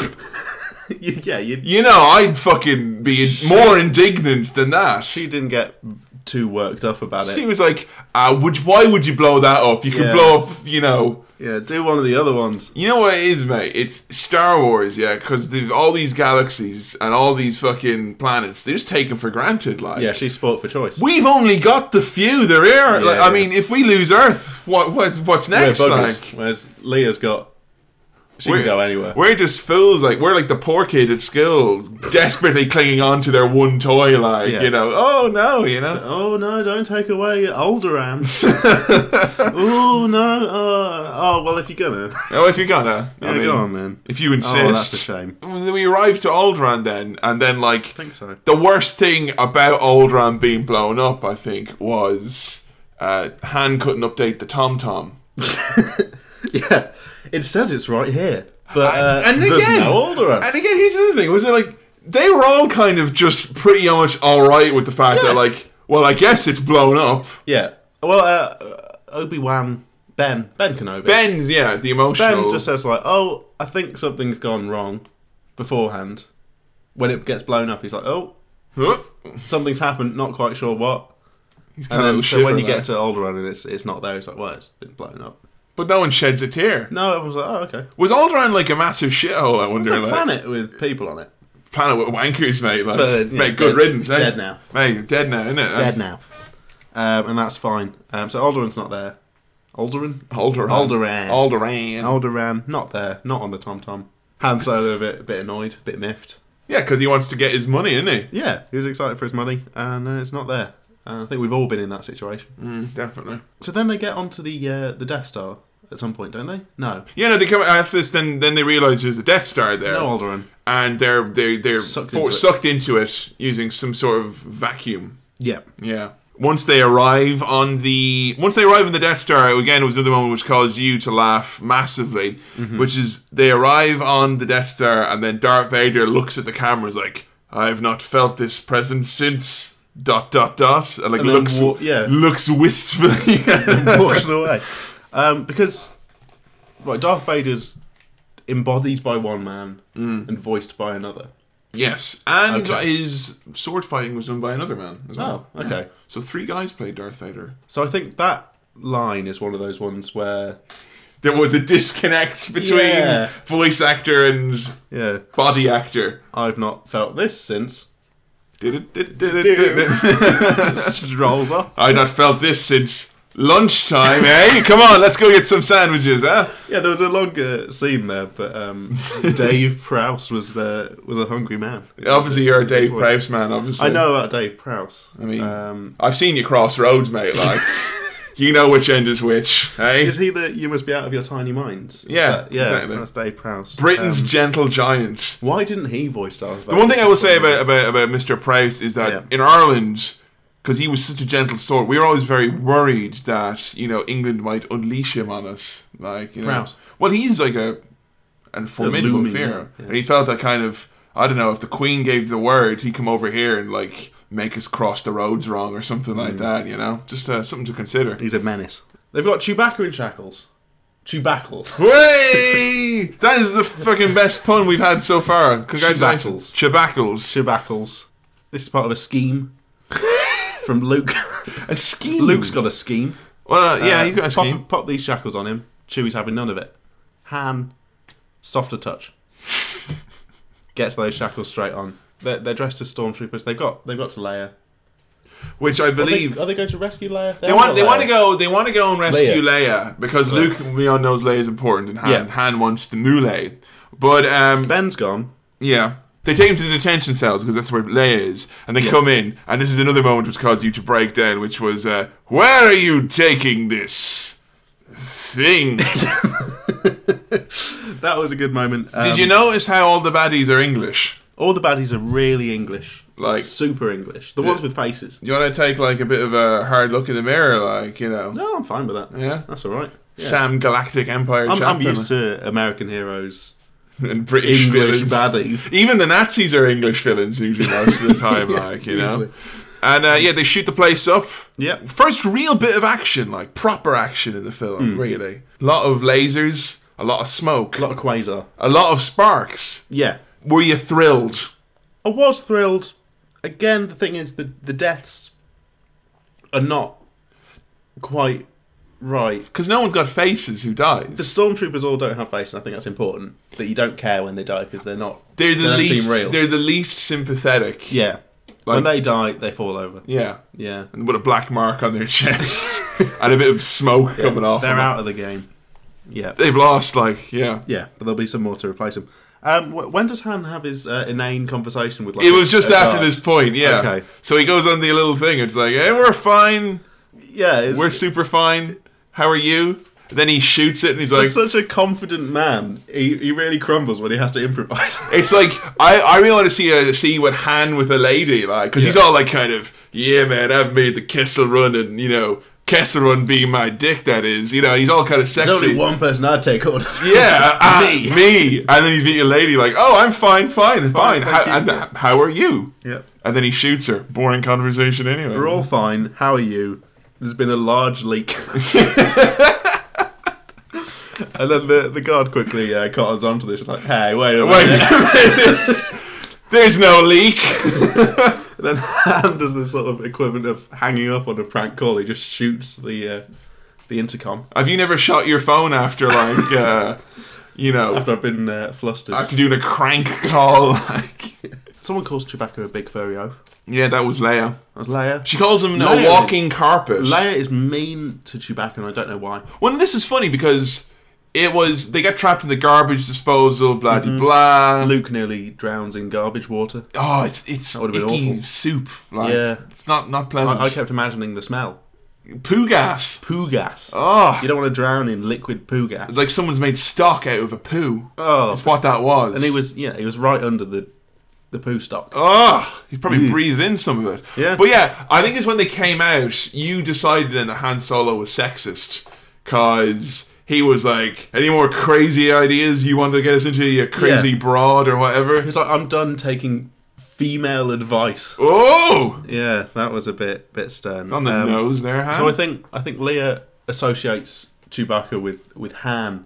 Speaker 2: You- yeah, you,
Speaker 1: you know, I'd fucking be more indignant than that.
Speaker 2: she didn't get too worked up about it.
Speaker 1: She was like, uh, would, why would you blow that up? You could
Speaker 2: Yeah.
Speaker 1: blow up, you know.
Speaker 2: yeah, do one of the other ones.
Speaker 1: You know what it is, mate? It's Star Wars, yeah, because all these galaxies and all these fucking planets, they're just taken for granted. Like,
Speaker 2: Yeah, she's sport for choice.
Speaker 1: we've only got the few there are. like,
Speaker 2: Yeah,
Speaker 1: I
Speaker 2: yeah.
Speaker 1: mean, if we lose Earth, what, what what's
Speaker 2: We're
Speaker 1: next?
Speaker 2: buggers,
Speaker 1: like,
Speaker 2: whereas Leah's got she
Speaker 1: We're-
Speaker 2: can go anywhere.
Speaker 1: we're just fools. Like, we're like the poor kid at school, desperately clinging on to their one toy. Like,
Speaker 2: Yeah.
Speaker 1: you know, oh no, you know.
Speaker 2: Oh no! Don't take away older ants. oh no! Uh, oh well, if you're gonna,
Speaker 1: Oh, if you're gonna, I
Speaker 2: yeah,
Speaker 1: mean,
Speaker 2: go on then.
Speaker 1: If you insist.
Speaker 2: Oh, that's a shame.
Speaker 1: we arrived to Aldran then, and then like
Speaker 2: think so.
Speaker 1: the worst thing about Aldran being blown up, I think, was uh, Han couldn't update the Tom Tom.
Speaker 2: Yeah, it says it's right here, but uh,
Speaker 1: and
Speaker 2: there's
Speaker 1: again,
Speaker 2: no older ants.
Speaker 1: and again, here's the other thing: was it like they were all kind of just pretty much all right with the fact
Speaker 2: Yeah.
Speaker 1: that like, well, I guess it's blown up.
Speaker 2: Yeah. Well, uh, Obi Wan, Ben, Ben Kenobi.
Speaker 1: Ben, yeah, the emotional.
Speaker 2: Ben just says like, "Oh, I think something's gone wrong," beforehand. When it gets blown up, he's like, "Oh,
Speaker 1: Huh?
Speaker 2: something's happened. Not quite sure what."
Speaker 1: He's
Speaker 2: And
Speaker 1: kind
Speaker 2: then
Speaker 1: of
Speaker 2: so when you get to Alderaan and it's it's not there, it's like, "Well, it's been blown up."
Speaker 1: but no one sheds a tear.
Speaker 2: No, everyone's like, "Oh, okay."
Speaker 1: Was Aldran like a massive shithole? I
Speaker 2: It's
Speaker 1: wonder.
Speaker 2: a
Speaker 1: like,
Speaker 2: planet with people on it.
Speaker 1: planet with wankers, mate. Like,
Speaker 2: But, yeah,
Speaker 1: mate, good
Speaker 2: dead-
Speaker 1: riddance. Eh?
Speaker 2: dead now.
Speaker 1: mate. Dead now, isn't it?
Speaker 2: Dead now, um, and that's fine. Um, so Alderaan's not there. Alderaan,
Speaker 1: Alderan.
Speaker 2: Alderaan.
Speaker 1: Alderan.
Speaker 2: Alderaan, not there. Not on the Tom Tom. Han Solo a bit, a bit annoyed, a bit miffed.
Speaker 1: yeah, because he wants to get his money, isn't he?
Speaker 2: Yeah, he was excited for his money, and uh, it's not there. And I think we've all been in that situation.
Speaker 1: Mm, definitely.
Speaker 2: So then they get onto the uh, the Death Star at some point, don't they? No,
Speaker 1: Yeah, no. They come after this, then then they realize there's a Death Star there,
Speaker 2: no Alderaan.
Speaker 1: and they're they they're
Speaker 2: Sucked
Speaker 1: for-
Speaker 2: into it.
Speaker 1: sucked into it using some sort of vacuum.
Speaker 2: Yeah,
Speaker 1: Yeah. Once they arrive on the once they arrive on the Death Star, again it was another one which caused you to laugh massively,
Speaker 2: Mm-hmm.
Speaker 1: which is they arrive on the Death Star and then Darth Vader looks at the camera and is like, I have not felt this presence since dot dot dot and like
Speaker 2: And then
Speaker 1: looks
Speaker 2: wa- yeah.
Speaker 1: looks wistfully
Speaker 2: walks away um, because
Speaker 1: Mm.
Speaker 2: right, Darth Vader's embodied by one man and voiced by another.
Speaker 1: Yes, and
Speaker 2: Okay.
Speaker 1: his sword fighting was done by another man as well.
Speaker 2: Oh, okay.
Speaker 1: So three guys played Darth Vader.
Speaker 2: So I think that line is one of those ones where
Speaker 1: There was a disconnect between
Speaker 2: Yeah.
Speaker 1: voice actor and
Speaker 2: yeah,
Speaker 1: body actor.
Speaker 2: I've not felt this since.
Speaker 1: Did it, did it, did it, did it.
Speaker 2: Just rolls off.
Speaker 1: I've not felt this since lunchtime, eh? Come on, let's go get some sandwiches, huh?
Speaker 2: Yeah, there was a longer scene there, but um, Dave Prouse was uh, was a hungry man.
Speaker 1: Obviously, you're a Dave
Speaker 2: point.
Speaker 1: Prowse man, obviously.
Speaker 2: I know about Dave Prouse.
Speaker 1: I mean-
Speaker 2: um,
Speaker 1: I've seen you cross roads, mate. Like, you know which end is which, eh?
Speaker 2: is he the "You must be out of your tiny mind"? Is
Speaker 1: Yeah,
Speaker 2: that- yeah,
Speaker 1: exactly.
Speaker 2: that's Dave Prouse.
Speaker 1: Britain's
Speaker 2: Um,
Speaker 1: gentle giant.
Speaker 2: why didn't he voice Darth Vader?
Speaker 1: The one thing I will say about about, about Mr. Price is that
Speaker 2: Yeah.
Speaker 1: in Ireland, because he was such a gentle sort, we were always very worried that you know England might unleash him on us. Like you know,
Speaker 2: Rouse.
Speaker 1: well, he's like a an formidable
Speaker 2: looming,
Speaker 1: fear,
Speaker 2: yeah, yeah.
Speaker 1: and he felt that kind of I don't know if the Queen gave the word, he'd come over here and like make us cross the roads wrong or something like
Speaker 2: Mm.
Speaker 1: that. You know, just uh, something to consider.
Speaker 2: he's a menace. They've got Chewbacca in shackles. Chewbackles.
Speaker 1: Way! That is the fucking best pun we've had so far. Congratulations, Chebackles.
Speaker 2: Chewbackles. This is part of a scheme from Luke.
Speaker 1: A scheme.
Speaker 2: Luke's got a scheme.
Speaker 1: Well, yeah,
Speaker 2: Uh,
Speaker 1: he's got a
Speaker 2: pop,
Speaker 1: scheme.
Speaker 2: Pop these shackles on him. Chewie's having none of it. Han, softer touch. Gets those shackles straight on. They're, they're dressed as stormtroopers. They've got they've got to Leia.
Speaker 1: which I
Speaker 2: Are they,
Speaker 1: believe
Speaker 2: are they going to rescue Leia?
Speaker 1: they want. They want to go. They want to go and rescue Leia, because
Speaker 2: Leia.
Speaker 1: Luke beyond knows Leia is important, and Han,
Speaker 2: Yeah.
Speaker 1: Han wants the Mule. But um,
Speaker 2: Ben's gone.
Speaker 1: yeah, they take him to the detention cells because that's where Leia is, and they come in, and this is another moment which caused you to break down, which was, uh, "Where are you taking this thing?"
Speaker 2: That was a good moment. Um,
Speaker 1: Did you notice how all the baddies are English?
Speaker 2: All the baddies are really English.
Speaker 1: Like-
Speaker 2: super English. The ones with faces.
Speaker 1: Do you want to take like a bit of a hard look in the mirror, like you know,
Speaker 2: No, I'm fine with that.
Speaker 1: Yeah?
Speaker 2: that's all right. Yeah.
Speaker 1: Sam Galactic Empire
Speaker 2: I'm, I'm
Speaker 1: champion
Speaker 2: used to American heroes,
Speaker 1: and British
Speaker 2: English
Speaker 1: villains.
Speaker 2: baddies.
Speaker 1: Even the Nazis are English villains usually most of the time, like you know.
Speaker 2: usually.
Speaker 1: And uh, yeah, they shoot the place up.
Speaker 2: Yep.
Speaker 1: First real bit of action, like proper action in the film,
Speaker 2: Hmm.
Speaker 1: really. A lot of lasers, a lot of smoke,
Speaker 2: A lot of quasar.
Speaker 1: a lot of sparks.
Speaker 2: Yeah.
Speaker 1: Were you thrilled?
Speaker 2: I was thrilled. Again, the thing is, the the deaths are not quite right.
Speaker 1: Because no one's got faces who
Speaker 2: The
Speaker 1: dies.
Speaker 2: stormtroopers all don't have faces. and I think that's important. That you don't care when they die because they're not.
Speaker 1: They're the
Speaker 2: they don't
Speaker 1: least.
Speaker 2: Seem real.
Speaker 1: They're the least sympathetic.
Speaker 2: yeah.
Speaker 1: Like-
Speaker 2: when they die, they fall over.
Speaker 1: Yeah.
Speaker 2: Yeah.
Speaker 1: And with a black mark on their chest and a bit of smoke coming off.
Speaker 2: They're
Speaker 1: them.
Speaker 2: out of the game. Yeah.
Speaker 1: They've lost. Like yeah.
Speaker 2: Yeah, but there'll be some more to replace him. Um, wh- when does Han have his uh, inane conversation with? Like,
Speaker 1: It was just
Speaker 2: a
Speaker 1: after
Speaker 2: guard?
Speaker 1: this point, yeah.
Speaker 2: Okay.
Speaker 1: So he goes on the little thing. It's like, hey, we're fine.
Speaker 2: Yeah, it's,
Speaker 1: We're super fine. How are you? Then he shoots it and he's like,
Speaker 2: he's such a confident man. He, he really crumbles when he has to improvise.
Speaker 1: it's like, I, I really want to see a, see what Han with a lady, like, because he's
Speaker 2: Yeah.
Speaker 1: all like, kind of, yeah, man, I've made the Kessel Run and, you know, Kessel Run being my dick, that is. You know, he's all kind of sexy.
Speaker 2: There's only one person I'd take on.
Speaker 1: Yeah, uh,
Speaker 2: Me.
Speaker 1: me. And then he's meeting a lady like, oh, I'm fine, fine, fine.
Speaker 2: Fine,
Speaker 1: How,
Speaker 2: thank you.
Speaker 1: and, uh, how are you?
Speaker 2: Yep.
Speaker 1: And then he shoots her. Boring conversation anyway.
Speaker 2: We're all fine. How are you? There's been a large leak. and then the, the guard quickly uh, cottons onto this. It's like, hey, wait a
Speaker 1: Wait,
Speaker 2: minute.
Speaker 1: there's- there's no leak.
Speaker 2: And then Han does this sort of equivalent of hanging up on a prank call. He just shoots the uh, the intercom
Speaker 1: Have you never shot your phone after like, uh, you know,
Speaker 2: after I've been uh, flustered.
Speaker 1: after doing a crank call? Like,
Speaker 2: Someone calls Chewbacca a big furry oaf.
Speaker 1: yeah, that was Leia.
Speaker 2: That's Leia.
Speaker 1: She calls him
Speaker 2: Leia.
Speaker 1: a walking carpet.
Speaker 2: Leia is mean to Chewbacca, and I don't know why.
Speaker 1: Well, this is funny because it was they got trapped in the garbage disposal, blah de blah.
Speaker 2: Luke nearly drowns in garbage water.
Speaker 1: Oh, it's it's
Speaker 2: would've been
Speaker 1: icky
Speaker 2: awful.
Speaker 1: soup. Like,
Speaker 2: Yeah.
Speaker 1: it's not not pleasant.
Speaker 2: I, I kept imagining the smell.
Speaker 1: Poo gas.
Speaker 2: Poo gas.
Speaker 1: Oh,
Speaker 2: You don't want to drown in liquid poo gas.
Speaker 1: it's like someone's made stock out of a poo.
Speaker 2: Oh,
Speaker 1: That's what that was.
Speaker 2: and he was yeah, he was right under the the poo stock.
Speaker 1: Oh, he probably breathed in some of it.
Speaker 2: Hmm. Yeah.
Speaker 1: But yeah, I think it's when they came out, you decided then that Han Solo was sexist. Because he was like, any more crazy ideas you want to get us into, you crazy
Speaker 2: Yeah.
Speaker 1: broad or whatever?
Speaker 2: He's like, I'm done taking female advice.
Speaker 1: Oh!
Speaker 2: Yeah, that was a bit bit stern.
Speaker 1: On the
Speaker 2: Um,
Speaker 1: nose there, Han.
Speaker 2: So I think I think Leia associates Chewbacca with with Han,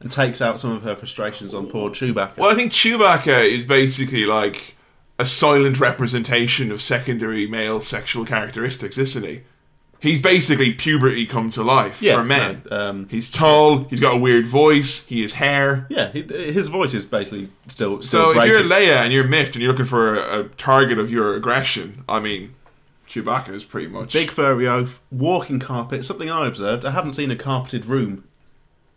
Speaker 2: and takes out some of her frustrations on poor Chewbacca.
Speaker 1: Well, I think Chewbacca is basically like a silent representation of secondary male sexual characteristics, isn't he? He's basically puberty come to life
Speaker 2: Yeah,
Speaker 1: for men.
Speaker 2: no, um,
Speaker 1: he's tall. He's got a weird voice. He has hair.
Speaker 2: yeah, he, his voice is basically
Speaker 1: So
Speaker 2: still. still
Speaker 1: if you're
Speaker 2: breaking.
Speaker 1: Leia and you're miffed and you're looking for a, a target of your aggression, I mean, Chewbacca is pretty much
Speaker 2: Big furry oaf, walking carpet. Something I observed. I haven't seen a carpeted room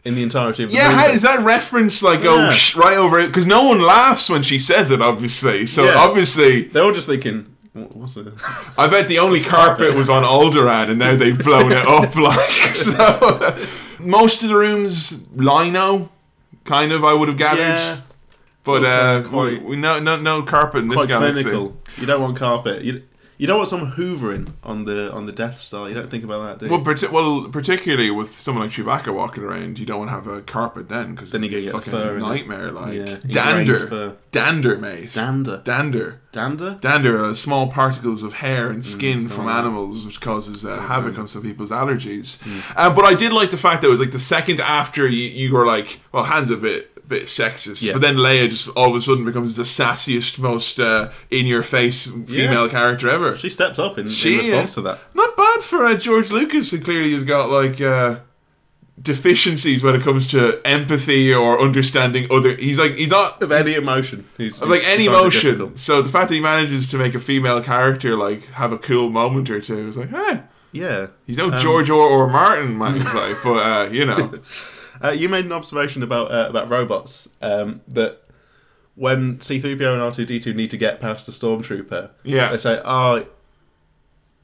Speaker 2: in the entirety of the
Speaker 1: Yeah,
Speaker 2: movie.
Speaker 1: how is that reference like oh
Speaker 2: Yeah.
Speaker 1: sh- right over it? Because no one laughs when she says it, obviously. So
Speaker 2: Yeah.
Speaker 1: obviously,
Speaker 2: They're all just thinking, "Wha- what's it?
Speaker 1: I bet the only carpet was on Alderaan, and now they've blown it up. Like so, most of the rooms lino, kind of. I would have gathered,
Speaker 2: Yeah.
Speaker 1: but uh,
Speaker 2: Quite-
Speaker 1: we, no, no, no carpet in this
Speaker 2: Quite
Speaker 1: galaxy.
Speaker 2: clinical. You don't want carpet. You, you don't want someone hoovering on the on the Death Star. You don't think about that, do you?
Speaker 1: Well, parti- well, particularly with someone like Chewbacca walking around, you don't want to have a carpet then because
Speaker 2: Then you're gonna get
Speaker 1: fucking
Speaker 2: fur in it.
Speaker 1: nightmare. Like
Speaker 2: Yeah, ingrained
Speaker 1: dander,
Speaker 2: fur.
Speaker 1: dander, mate,
Speaker 2: Dander.
Speaker 1: dander.
Speaker 2: Dander?
Speaker 1: Dander are small particles of hair
Speaker 2: Mm,
Speaker 1: and skin from
Speaker 2: right.
Speaker 1: animals, which causes uh, havoc on some people's allergies.
Speaker 2: Mm.
Speaker 1: Uh, but I did like the fact that it was like the second after you, you were like, well, Han's a bit bit sexist,
Speaker 2: Yeah.
Speaker 1: but then Leia just all of a sudden becomes the sassiest, most uh, in your face female character ever.
Speaker 2: She steps up in,
Speaker 1: She-
Speaker 2: in response to that.
Speaker 1: Not bad for uh, George Lucas, who clearly has got like uh, deficiencies when it comes to empathy or understanding other. He's like he's not
Speaker 2: Of any emotion. He's,
Speaker 1: like
Speaker 2: he's
Speaker 1: any
Speaker 2: finding it
Speaker 1: emotion.
Speaker 2: difficult.
Speaker 1: So the fact that he manages to make a female character like have a cool moment or two is like, eh.
Speaker 2: Yeah.
Speaker 1: He's no George or, or Martin, man. He's like, but uh, you know,
Speaker 2: Uh, you made an observation about uh, about robots um, that when C3PO and R2D2 need to get past a stormtrooper,
Speaker 1: Yeah.
Speaker 2: they say, oh,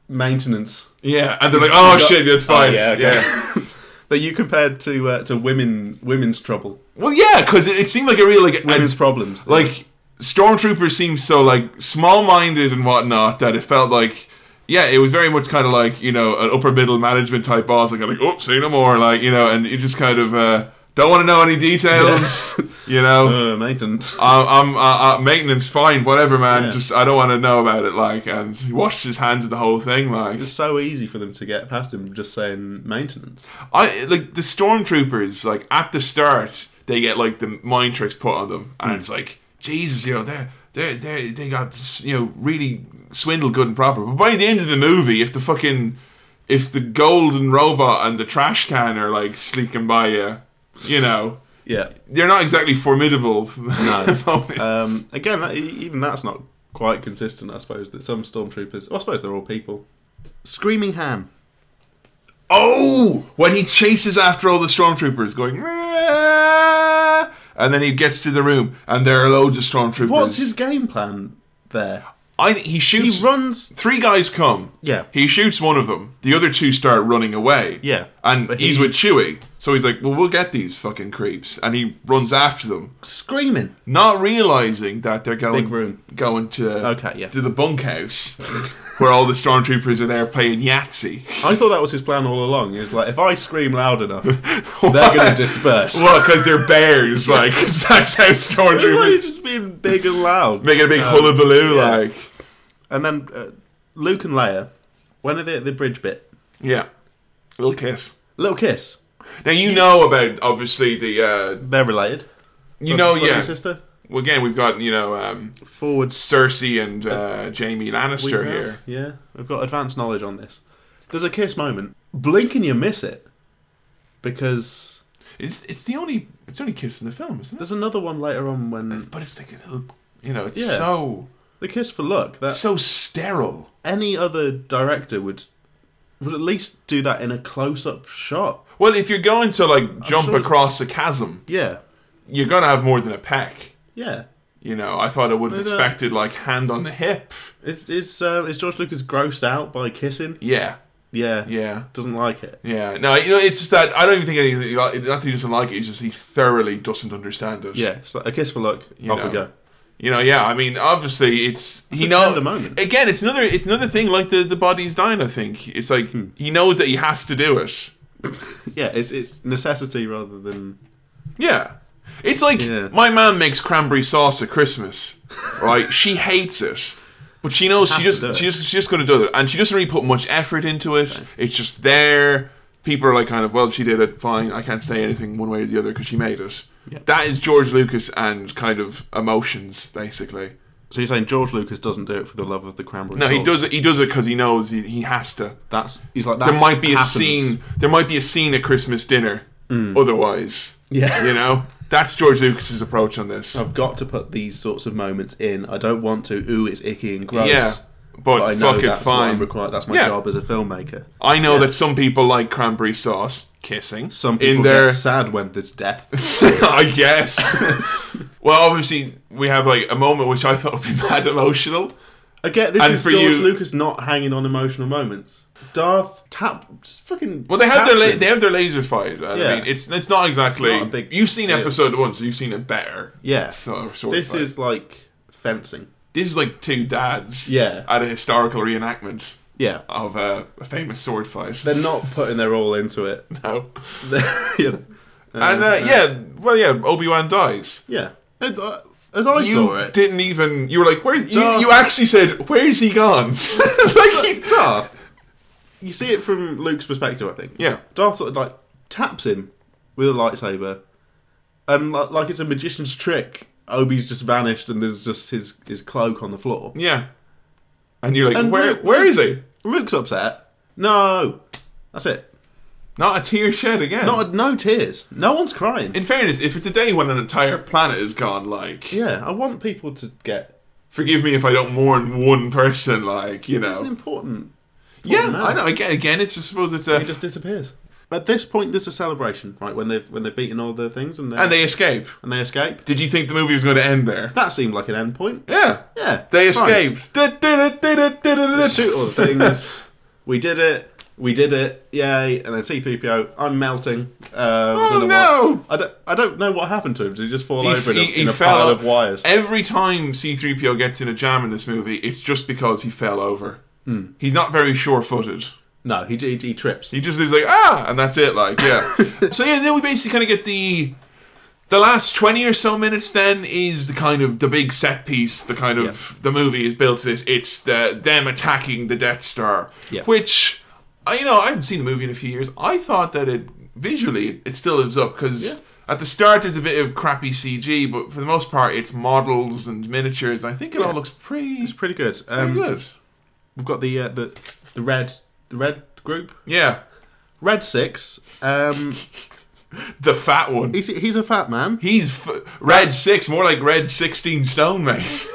Speaker 2: maintenance.
Speaker 1: yeah. And they're like, oh shit, that's fine.
Speaker 2: Oh,
Speaker 1: yeah,
Speaker 2: yeah, okay. that you compared to uh, to women women's trouble,
Speaker 1: Well, yeah, because it, it seemed like a real like a-
Speaker 2: women's problems.
Speaker 1: like stormtroopers seemed so like small-minded and whatnot that it felt like yeah it was very much kind of like you know an upper middle management type boss like like oh say no more like you know and you just kind of uh, don't want to know any details you know
Speaker 2: uh, maintenance.
Speaker 1: I'm, I'm uh, uh, maintenance fine whatever man
Speaker 2: Yeah.
Speaker 1: just I don't want to know about it like and he washed his hands of the whole thing like
Speaker 2: It's so easy for them to get past him, just saying maintenance.
Speaker 1: I like the stormtroopers. Like at the start, they get like the mind tricks put on them,
Speaker 2: Hmm.
Speaker 1: and it's like Jesus, you know, they they they they got you know really swindled good and proper. But by the end of the movie, if the fucking if the golden robot and the trash can are like sneaking by you, you know,
Speaker 2: Yeah.
Speaker 1: they're not exactly formidable.
Speaker 2: No.
Speaker 1: moments.
Speaker 2: Um, again, that, e- even that's not quite consistent. I suppose that some stormtroopers. Well, I suppose they're all people. Screaming ham.
Speaker 1: Oh, when he chases after all the stormtroopers, going, "Meow," and then he gets to the room, and there are loads of stormtroopers.
Speaker 2: What's his game plan there?
Speaker 1: I, he shoots.
Speaker 2: He runs.
Speaker 1: Three guys come.
Speaker 2: Yeah.
Speaker 1: He shoots one of them. The other two start running away.
Speaker 2: Yeah.
Speaker 1: And
Speaker 2: But
Speaker 1: he's
Speaker 2: he-
Speaker 1: with Chewie. So he's like, well, we'll get these fucking creeps. And he runs after them,
Speaker 2: Screaming.
Speaker 1: not realizing that they're going
Speaker 2: Big room.
Speaker 1: going to
Speaker 2: Okay, yeah.
Speaker 1: to the bunkhouse where all the stormtroopers are there playing Yahtzee.
Speaker 2: I thought that was his plan all along. It was like if I scream loud enough, they're going to disperse.
Speaker 1: Well, because they're bears, like, 'cause that's how
Speaker 2: Why are you
Speaker 1: stormtroopers
Speaker 2: just being big and loud?
Speaker 1: making a big hullabaloo,
Speaker 2: Um, yeah.
Speaker 1: like.
Speaker 2: And then uh, Luke and Leia, when are they at the bridge bit?
Speaker 1: Yeah. Little kiss.
Speaker 2: Little kiss.
Speaker 1: Now, you know about, obviously, the. Uh,
Speaker 2: They're related.
Speaker 1: you know,
Speaker 2: Brother and
Speaker 1: yeah.
Speaker 2: Sister.
Speaker 1: Well, again, we've got, you know, um,
Speaker 2: Forward.
Speaker 1: Cersei and uh, Jamie Lannister here.
Speaker 2: Yeah, we've got advanced knowledge on this. There's a kiss moment. Blink and you miss it because
Speaker 1: It's it's the only it's the only kiss in the film, isn't it?
Speaker 2: there's another one later on when
Speaker 1: But it's like a little, you know, it's
Speaker 2: Yeah. Uh,
Speaker 1: so
Speaker 2: the kiss for luck. That
Speaker 1: so sterile.
Speaker 2: any other director would would at least do that in a close-up shot.
Speaker 1: Well, if you're going to like jump
Speaker 2: sure-
Speaker 1: across a chasm,
Speaker 2: Yeah,
Speaker 1: you're gonna have more than a peck.
Speaker 2: yeah.
Speaker 1: You know, I thought I would have
Speaker 2: No, no.
Speaker 1: expected like hand on the hip.
Speaker 2: Is is uh, is George Lucas grossed out by kissing?
Speaker 1: Yeah,
Speaker 2: Yeah,
Speaker 1: yeah.
Speaker 2: Doesn't like it.
Speaker 1: Yeah, no, you know, it's just that I don't even think anything. Not that he doesn't like it, it's just he thoroughly doesn't understand it.
Speaker 2: Yeah, it's like a kiss for luck. off
Speaker 1: know.
Speaker 2: we go.
Speaker 1: You know, yeah. I mean, obviously, it's he
Speaker 2: a
Speaker 1: knows
Speaker 2: tender moment.
Speaker 1: again. It's another, it's another thing like the the body's dying. I think it's like
Speaker 2: Hmm.
Speaker 1: he knows that he has to do it.
Speaker 2: Yeah, it's it's necessity rather than
Speaker 1: Yeah, it's like
Speaker 2: Yeah.
Speaker 1: my mom makes cranberry sauce at Christmas, right? she hates it, but she knows she
Speaker 2: Has to do
Speaker 1: just
Speaker 2: it.
Speaker 1: she just she's just gonna do it, and she doesn't really put much effort into it. It's just there. people are like kind of well she did it fine i can't say anything one way or the other because she made it
Speaker 2: Yeah.
Speaker 1: that is george lucas and kind of emotions basically
Speaker 2: So you're saying George Lucas doesn't do it for the love of the cranberry
Speaker 1: no he
Speaker 2: sauce.
Speaker 1: does it he does it because he knows he, he has to
Speaker 2: That's he's like that.
Speaker 1: there might be
Speaker 2: happens. Mm.
Speaker 1: a scene there might be a scene at christmas dinner otherwise
Speaker 2: Yeah.
Speaker 1: you know that's george lucas's approach on this
Speaker 2: I've got to put these sorts of moments in. I don't want to. Ooh, it's icky and gross.
Speaker 1: yeah
Speaker 2: But,
Speaker 1: but,
Speaker 2: I know
Speaker 1: fuck it
Speaker 2: that's what
Speaker 1: fine
Speaker 2: I'm required. That's my
Speaker 1: Yeah.
Speaker 2: job as a filmmaker.
Speaker 1: i know that some people like cranberry sauce kissing
Speaker 2: Some people
Speaker 1: in their
Speaker 2: get sad when there's death.
Speaker 1: I guess. well, obviously, we have like a moment which I thought would be mad emotional.
Speaker 2: Again, this
Speaker 1: And
Speaker 2: is
Speaker 1: for
Speaker 2: George
Speaker 1: you-
Speaker 2: Lucas not hanging on emotional moments. Darth tap just fucking.
Speaker 1: Well, they have their
Speaker 2: taps
Speaker 1: la-
Speaker 2: him.
Speaker 1: they have their laser fight. I
Speaker 2: Yeah.
Speaker 1: mean, it's it's not exactly.
Speaker 2: It's not a big
Speaker 1: you've seen
Speaker 2: deal.
Speaker 1: episode one, so you've seen it better.
Speaker 2: Yeah.
Speaker 1: So, sort of
Speaker 2: This
Speaker 1: fight.
Speaker 2: is like fencing.
Speaker 1: this is like two dads.
Speaker 2: Yeah.
Speaker 1: At a historical reenactment
Speaker 2: Yeah.
Speaker 1: of uh, a famous sword fight.
Speaker 2: They're not putting their all into it.
Speaker 1: no.
Speaker 2: They're- you know.
Speaker 1: And uh, yeah, well, yeah, Obi Wan dies.
Speaker 2: yeah. And, uh, As I saw
Speaker 1: You
Speaker 2: it,
Speaker 1: didn't even. You were like, "Where?" You,
Speaker 2: Darth-
Speaker 1: you actually said, "Where's he gone?" like, he,
Speaker 2: Darth. You see it from Luke's perspective, I think.
Speaker 1: yeah.
Speaker 2: Darth sort of like taps him with a lightsaber, and like, like it's a magician's trick. Obi's just vanished, and there's just his his cloak on the floor.
Speaker 1: Yeah. And you're like,
Speaker 2: And
Speaker 1: where
Speaker 2: Luke-
Speaker 1: where is he?
Speaker 2: Luke's upset. No, that's it.
Speaker 1: Not a tear shed again.
Speaker 2: Not no tears. No one's crying.
Speaker 1: in fairness, if it's a day when an entire planet is gone, like
Speaker 2: yeah, I want people to get.
Speaker 1: forgive me if I don't mourn one person, like, you
Speaker 2: It's an
Speaker 1: know.
Speaker 2: important.
Speaker 1: Yeah,
Speaker 2: important
Speaker 1: I
Speaker 2: matter.
Speaker 1: know. Again, again, it's just suppose it's
Speaker 2: He
Speaker 1: a
Speaker 2: just disappears. At this point, there's a celebration, right? When they've when they've beaten all their things and they
Speaker 1: and they escape.
Speaker 2: and they escape.
Speaker 1: Did you think the movie was going to end there?
Speaker 2: That seemed like an end point.
Speaker 1: Yeah.
Speaker 2: Yeah,
Speaker 1: They
Speaker 2: fine.
Speaker 1: escaped.
Speaker 2: shoot all the things. we did it. We did it. Yay! And then C-3PO, I'm melting. Um, I
Speaker 1: Oh
Speaker 2: don't know
Speaker 1: no!
Speaker 2: What, I, don't, I don't know what happened to him. Did he just fall
Speaker 1: He-
Speaker 2: over in a,
Speaker 1: he- he
Speaker 2: in a
Speaker 1: fell
Speaker 2: pile
Speaker 1: up.
Speaker 2: of wires?
Speaker 1: Every time C3PO gets in a jam in this movie, it's just because he fell over. He's not very sure footed.
Speaker 2: No, he, he, he trips.
Speaker 1: He just is like ah, and that's it. Like yeah. so yeah, then we basically kind of get the the last twenty or so minutes. Then is the kind of the big set piece. The kind of the movie is built to this. It's the them attacking the Death Star,
Speaker 2: Yeah.
Speaker 1: which I you know I haven't seen the movie in a few years. I thought that it visually it still lives up because.
Speaker 2: Yeah.
Speaker 1: At the start, there's a bit of crappy CG, but for the most part, it's models and miniatures. I think it all looks pretty,
Speaker 2: It's pretty good.
Speaker 1: pretty
Speaker 2: Um,
Speaker 1: good.
Speaker 2: We've got the uh, the the red the red group.
Speaker 1: Yeah,
Speaker 2: Red six. Um,
Speaker 1: the fat one.
Speaker 2: he's he's a fat man.
Speaker 1: He's f- red six, more like red sixteen stone, mate.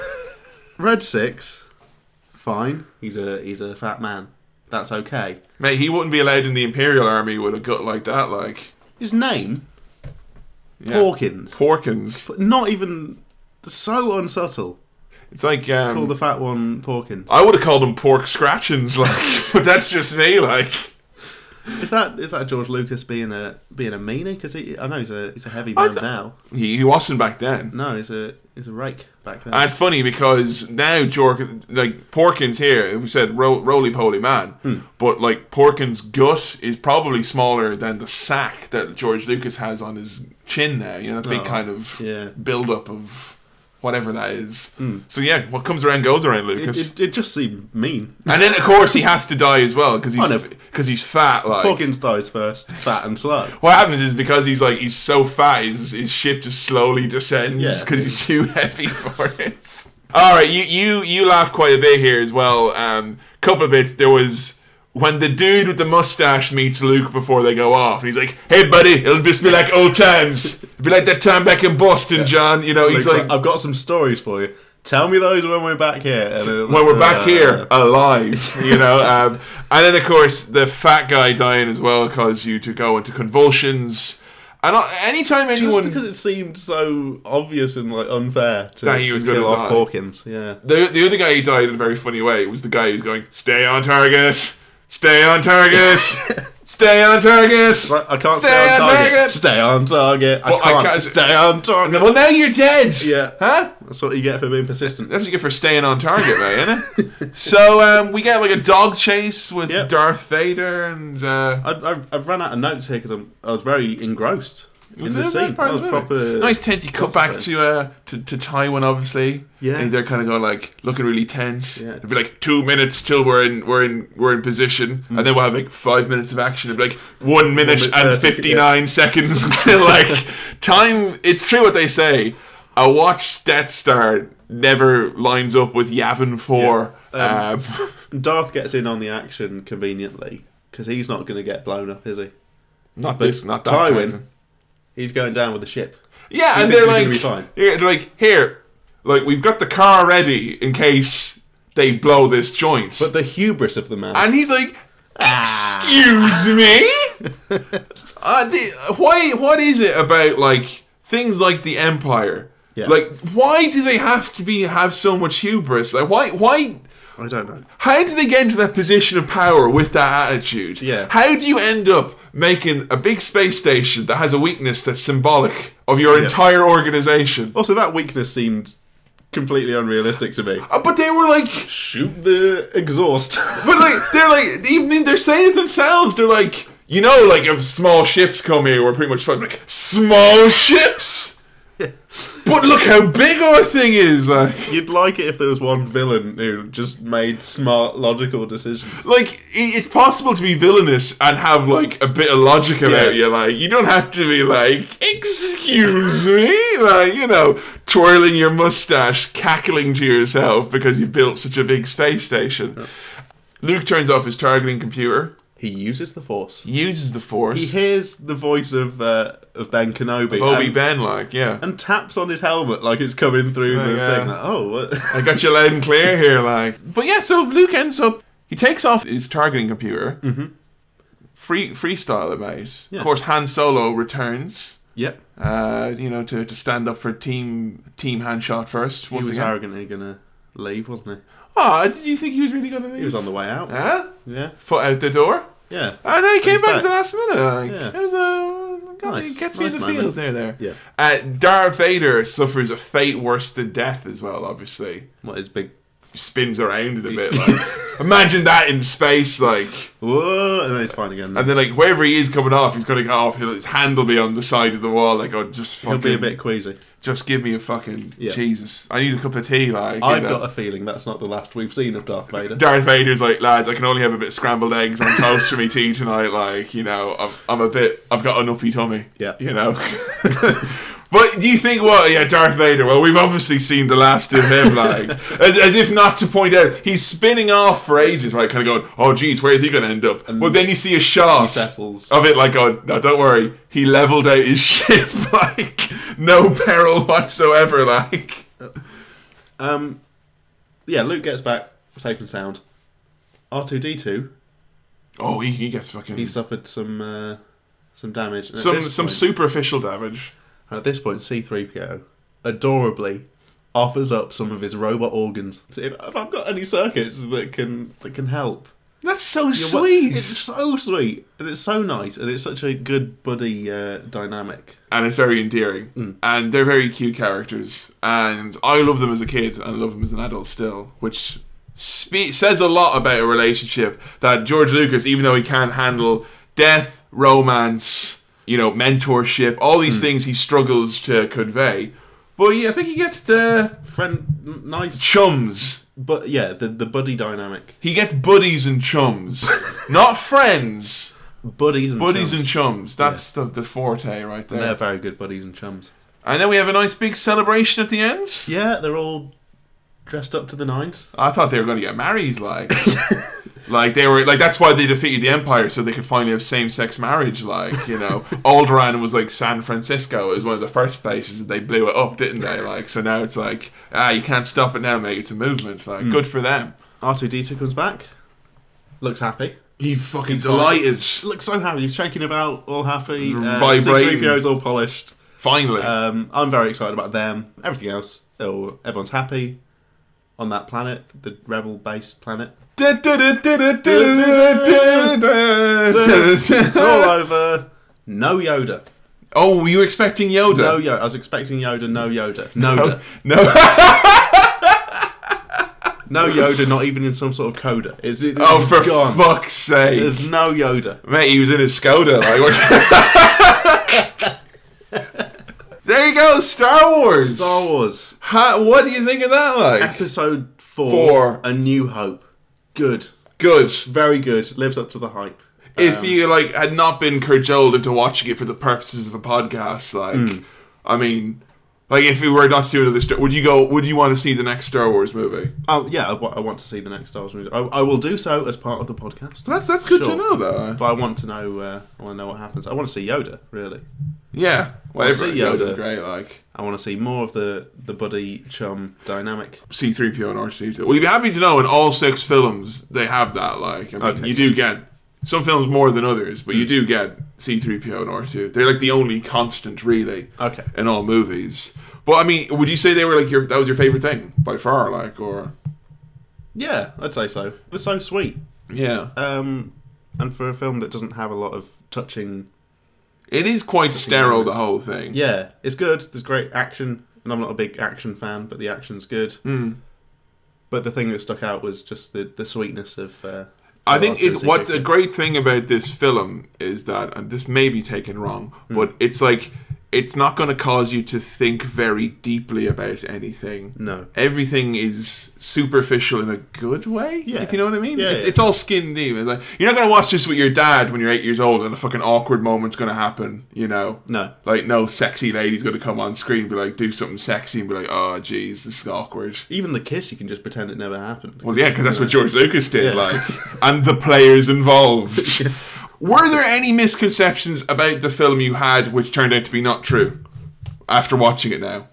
Speaker 2: Red six. Fine. He's a he's a fat man. That's okay.
Speaker 1: mate, he wouldn't be allowed in the Imperial Army with a gut like that, like
Speaker 2: His name
Speaker 1: yeah.
Speaker 2: Porkins.
Speaker 1: Porkins.
Speaker 2: Not even so unsubtle.
Speaker 1: It's like
Speaker 2: Call
Speaker 1: um,
Speaker 2: the fat one Porkins.
Speaker 1: I would have called him Pork Scratchins, like, but that's just me, like.
Speaker 2: Is that is that George Lucas being a being a meanie? Because I know he's a he's a heavy
Speaker 1: I
Speaker 2: man
Speaker 1: th-
Speaker 2: now.
Speaker 1: He, he wasn't back then.
Speaker 2: No, he's a he's a rake back then.
Speaker 1: And it's funny because now Jork, like Porkins here, we said ro- roly poly man,
Speaker 2: Hmm.
Speaker 1: but like Porkins' gut is probably smaller than the sack that George Lucas has on his chin now. You know, that big
Speaker 2: Oh,
Speaker 1: kind of
Speaker 2: yeah. Hmm.
Speaker 1: build up of whatever that is. So yeah, what comes around goes around,
Speaker 2: it,
Speaker 1: Lucas.
Speaker 2: it, it just seemed mean.
Speaker 1: and then of course he has to die as well because
Speaker 2: I
Speaker 1: he's
Speaker 2: know.
Speaker 1: because he's fat. Like
Speaker 2: Porkins dies first, fat and slow.
Speaker 1: what happens is because he's like he's so fat, his, his ship just slowly descends
Speaker 2: Yeah.
Speaker 1: because he's too heavy for it. All right, you you you laugh quite a bit here as well. Um, couple of bits. There was when the dude with the mustache meets Luke before they go off, and he's like, "Hey, buddy, it'll just be like old times. It'll be like that time back in Boston, John." You know, he's
Speaker 2: He's
Speaker 1: like,
Speaker 2: like, I've got some stories for you. Tell me those when we're back here. And then-
Speaker 1: when we're back
Speaker 2: Uh,
Speaker 1: here alive, you know. Um, and then, of course, the fat guy dying as well caused you to go into convulsions. And I- anytime
Speaker 2: Just
Speaker 1: anyone,
Speaker 2: because it seemed so obvious and like unfair to,
Speaker 1: That he
Speaker 2: to
Speaker 1: was gonna
Speaker 2: kill off
Speaker 1: die.
Speaker 2: Porkins. Yeah.
Speaker 1: the the other guy who died in a very funny way was the guy who's going, "Stay on target, stay on target, stay on target."
Speaker 2: Like, I can't
Speaker 1: Stay
Speaker 2: stay, on,
Speaker 1: on
Speaker 2: target.
Speaker 1: target.
Speaker 2: Stay on target. I
Speaker 1: Well, I
Speaker 2: can't,
Speaker 1: can't-
Speaker 2: stay on target.
Speaker 1: Well, now you're dead.
Speaker 2: Yeah.
Speaker 1: Huh?
Speaker 2: That's what you get for being persistent.
Speaker 1: That's what you get for staying on target, right? Isn't it? so um, we get like a dog chase with
Speaker 2: Yep.
Speaker 1: Darth Vader and. Uh,
Speaker 2: I, I, I've run out of notes here because I was very engrossed.
Speaker 1: Was
Speaker 2: in the
Speaker 1: it?
Speaker 2: scene.
Speaker 1: part
Speaker 2: That
Speaker 1: of
Speaker 2: was
Speaker 1: the movie.
Speaker 2: proper.
Speaker 1: Nice tense cut back to uh to, to Tywin obviously.
Speaker 2: Yeah.
Speaker 1: And they're kinda going like looking really tense.
Speaker 2: Yeah.
Speaker 1: It'd be like two minutes till we're in we're in we're in position
Speaker 2: Mm.
Speaker 1: and then we'll have like five minutes of action. It'd be like one minute
Speaker 2: minute
Speaker 1: and
Speaker 2: 30, uh, yeah.
Speaker 1: fifty nine seconds until like time it's true what they say. A watch Death Star never lines up with Yavin four.
Speaker 2: Yeah.
Speaker 1: Um,
Speaker 2: Darth gets in on the action conveniently because he's not going to get blown up, is he?
Speaker 1: not
Speaker 2: But
Speaker 1: this, not that
Speaker 2: Tywin.
Speaker 1: Captain.
Speaker 2: He's going down with the ship.
Speaker 1: Yeah,
Speaker 2: He
Speaker 1: and
Speaker 2: thinks
Speaker 1: they're like,
Speaker 2: he's gonna be fine.
Speaker 1: yeah, they're like, here, like we've got the car ready in case they blow this joint.
Speaker 2: But the hubris of the man.
Speaker 1: and he's like, excuse me, uh, the, why? What is it about like things like the Empire?
Speaker 2: Yeah.
Speaker 1: Like, why do they have to be have so much hubris? Like, why? Why?
Speaker 2: I don't know.
Speaker 1: How do they get into that position of power with that attitude?
Speaker 2: Yeah.
Speaker 1: How do you end up making a big space station that has a weakness that's symbolic of your entire organization?
Speaker 2: Also, that weakness seemed completely unrealistic to me.
Speaker 1: Uh, but they were like,
Speaker 2: Shoot the exhaust.
Speaker 1: but like they're like even they're saying it themselves. They're like, you know, like if small ships come here, we're pretty much fucking like small ships. But look how big our thing is. Like,
Speaker 2: You'd like it if there was one villain who just made smart, logical decisions.
Speaker 1: like i- it's possible to be villainous and have like a bit of logic about
Speaker 2: Yeah.
Speaker 1: you. Like, you don't have to be like, excuse me, like you know, twirling your mustache, cackling to yourself because you've built such a big space station. Luke turns off his targeting computer.
Speaker 2: He uses the Force.
Speaker 1: uses the
Speaker 2: He
Speaker 1: force.
Speaker 2: hears the voice of uh, of Ben Kenobi
Speaker 1: Obi
Speaker 2: and,
Speaker 1: Ben, like, yeah.
Speaker 2: and taps on his helmet like it's coming through the
Speaker 1: yeah.
Speaker 2: thing. Like, oh,
Speaker 1: I
Speaker 2: what?
Speaker 1: got you loud and clear here, like. But yeah, so Luke ends up. He takes off his targeting computer. Mm-hmm. Free freestyle it, mate.
Speaker 2: Yeah.
Speaker 1: Of course, Han Solo returns.
Speaker 2: yep.
Speaker 1: Uh, you know, to, to stand up for team team hand shot first.
Speaker 2: He
Speaker 1: Once
Speaker 2: was
Speaker 1: again.
Speaker 2: arrogantly gonna leave, wasn't
Speaker 1: Ah, did you think he was really gonna leave?
Speaker 2: he? He was on the way out.
Speaker 1: Huh?
Speaker 2: Yeah,
Speaker 1: Foot out the door,
Speaker 2: yeah,
Speaker 1: and then he came
Speaker 2: he's
Speaker 1: back, at
Speaker 2: back.
Speaker 1: the last minute. Like,
Speaker 2: Yeah.
Speaker 1: It was a God,
Speaker 2: Nice.
Speaker 1: it gets
Speaker 2: Nice
Speaker 1: me in the
Speaker 2: moment.
Speaker 1: feels there, there.
Speaker 2: yeah.
Speaker 1: Uh, Darth Vader suffers a fate worse than death as well, obviously.
Speaker 2: What is big?
Speaker 1: spins around in a bit. Like, imagine that in space, like,
Speaker 2: Whoa, and then he's fine again.
Speaker 1: and then like wherever he is coming off, he's gonna go off. He'll, his hand will be on the side of the wall. Like, oh, just
Speaker 2: He'll
Speaker 1: fucking,
Speaker 2: be a bit queasy.
Speaker 1: just give me a fucking
Speaker 2: Yeah.
Speaker 1: Jesus. I need a cup of tea. Like, you
Speaker 2: I've
Speaker 1: know.
Speaker 2: got a feeling that's not the last we've seen of Darth Vader.
Speaker 1: Darth Vader's like, lads, I can only have a bit of scrambled eggs on toast for me tea tonight. Like, you know, I'm, I'm a bit, I've got an uppy tummy.
Speaker 2: Yeah.
Speaker 1: You know? but do you think, well, yeah, Darth Vader, well, we've obviously seen the last of him, like, as, as if not to point out, he's spinning off for ages, right? Kind of going, oh, geez, where is he going to end up? well, then you see a shot
Speaker 2: settles.
Speaker 1: of it, like, oh, no, don't worry. He leveled out his ship, like, no peril whatsoever, like.
Speaker 2: Um, yeah, Luke gets back safe and sound. R two D two,
Speaker 1: Oh, he, he gets fucking.
Speaker 2: he suffered some uh, some damage. And at
Speaker 1: some
Speaker 2: this
Speaker 1: some
Speaker 2: point-
Speaker 1: superficial damage.
Speaker 2: and at this point, C three PO adorably offers up some of his robot organs. So If, if I've got any circuits that can that can help,
Speaker 1: That's so
Speaker 2: You're wel- It's so sweet, and it's so nice, and it's such a good buddy uh, dynamic.
Speaker 1: And it's very endearing. And they're very cute characters. And I love them as a kid and I love them as an adult still, which spe- says a lot about a relationship that George Lucas, even though he can't handle death, romance, you know, mentorship, all these things he struggles to convey. But yeah, I think he gets the
Speaker 2: Friend, n- nice,
Speaker 1: chums.
Speaker 2: but yeah, the the buddy dynamic,
Speaker 1: He gets buddies and chums, not friends.
Speaker 2: buddies and
Speaker 1: Buddies
Speaker 2: chums.
Speaker 1: and chums. That's the, the forte right there.
Speaker 2: They're very good buddies and chums.
Speaker 1: And then we have a nice big celebration at the end.
Speaker 2: Yeah, they're all dressed up to the nines.
Speaker 1: I thought they were going to get married, like, like they were, like that's why they defeated the Empire, so they could finally have same-sex marriage, like you know. Alderaan was like San Francisco is one of the first places that they blew it up, didn't they? Like, so now it's like ah, you can't stop it now, mate. It's a movement. Like, good for them.
Speaker 2: R two D two comes back, looks happy,
Speaker 1: He fucking
Speaker 2: delighted. looks so happy. He's shaking about, all happy. Uh,
Speaker 1: Vibrating.
Speaker 2: C3PO's all polished.
Speaker 1: Finally,
Speaker 2: Um, I'm very excited about them. Everything else, oh, everyone's happy on that planet, the rebel base planet. it's all over. No Yoda.
Speaker 1: oh, were you expecting Yoda?
Speaker 2: No Yoda. I was expecting Yoda. No Yoda. No.
Speaker 1: no.
Speaker 2: No Yoda. Not even in some sort of coda. Is it?
Speaker 1: Oh, for
Speaker 2: gone.
Speaker 1: fuck's sake.
Speaker 2: There's no Yoda.
Speaker 1: Mate, he was in his Skoda. Like, what- you go, Star Wars.
Speaker 2: Star Wars
Speaker 1: Ha- what do you think of that? Like,
Speaker 2: Episode four,
Speaker 1: Four.
Speaker 2: A New Hope. Good,
Speaker 1: good.
Speaker 2: very good. Lives up to the hype. Um,
Speaker 1: If you like had not been cajoled into watching it for the purposes of a podcast, like,
Speaker 2: Hmm.
Speaker 1: I mean, like if we were not to do another, Star- would you go? Would you want to see the next Star Wars movie?
Speaker 2: Oh yeah, I wa- I want to see the next Star Wars movie. I, I will do so as part of the podcast.
Speaker 1: That's that's good
Speaker 2: Sure.
Speaker 1: to know, though.
Speaker 2: But I want to know. Uh, I want to know what happens. I want to see Yoda. Really,
Speaker 1: Yeah, whatever.
Speaker 2: see
Speaker 1: Yoda's
Speaker 2: Yoda.
Speaker 1: great. Like
Speaker 2: I want to see more of the the buddy chum dynamic.
Speaker 1: C three PO and R two two. Well, you'd be happy to know in all six films they have that. Like, I mean,
Speaker 2: Okay. Mm.
Speaker 1: you do get some films more than others, but you do get C three PO and R two. They're like the only constant, really,
Speaker 2: Okay.
Speaker 1: in all movies. But I mean, would you say they were like your that was your favorite thing by far? Like, or
Speaker 2: Yeah, I'd say so. It was so sweet.
Speaker 1: yeah,
Speaker 2: Um, and for a film that doesn't have a lot of touching,
Speaker 1: it is quite sterile. The
Speaker 2: numbers.
Speaker 1: whole thing.
Speaker 2: yeah, it's good. There's great action, and I'm not a big action fan, but the action's good.
Speaker 1: Mm.
Speaker 2: But the thing that stuck out was just the the sweetness of. Uh,
Speaker 1: I think it's,
Speaker 2: Velocity
Speaker 1: what's a
Speaker 2: Jacob.
Speaker 1: great thing about this film is that, and this may be taken wrong,
Speaker 2: Hmm.
Speaker 1: but it's like it's not going to cause you to think very deeply about anything.
Speaker 2: no.
Speaker 1: Everything is superficial in a good way,
Speaker 2: Yeah.
Speaker 1: if you know what I mean.
Speaker 2: Yeah,
Speaker 1: it's,
Speaker 2: yeah.
Speaker 1: it's all skin deep. It's like you're not going to watch this with your dad when you're eight years old, and a fucking awkward moment's going to happen. You know,
Speaker 2: No.
Speaker 1: like no sexy lady's going to come on screen, and be like, do something sexy, and be like, oh, geez, this is awkward.
Speaker 2: Even the kiss, you can just pretend it never happened.
Speaker 1: Well, yeah, because that's what George Lucas did,
Speaker 2: Yeah.
Speaker 1: like, and the players involved. Were there any misconceptions about the film you had which turned out to be not true after watching it now?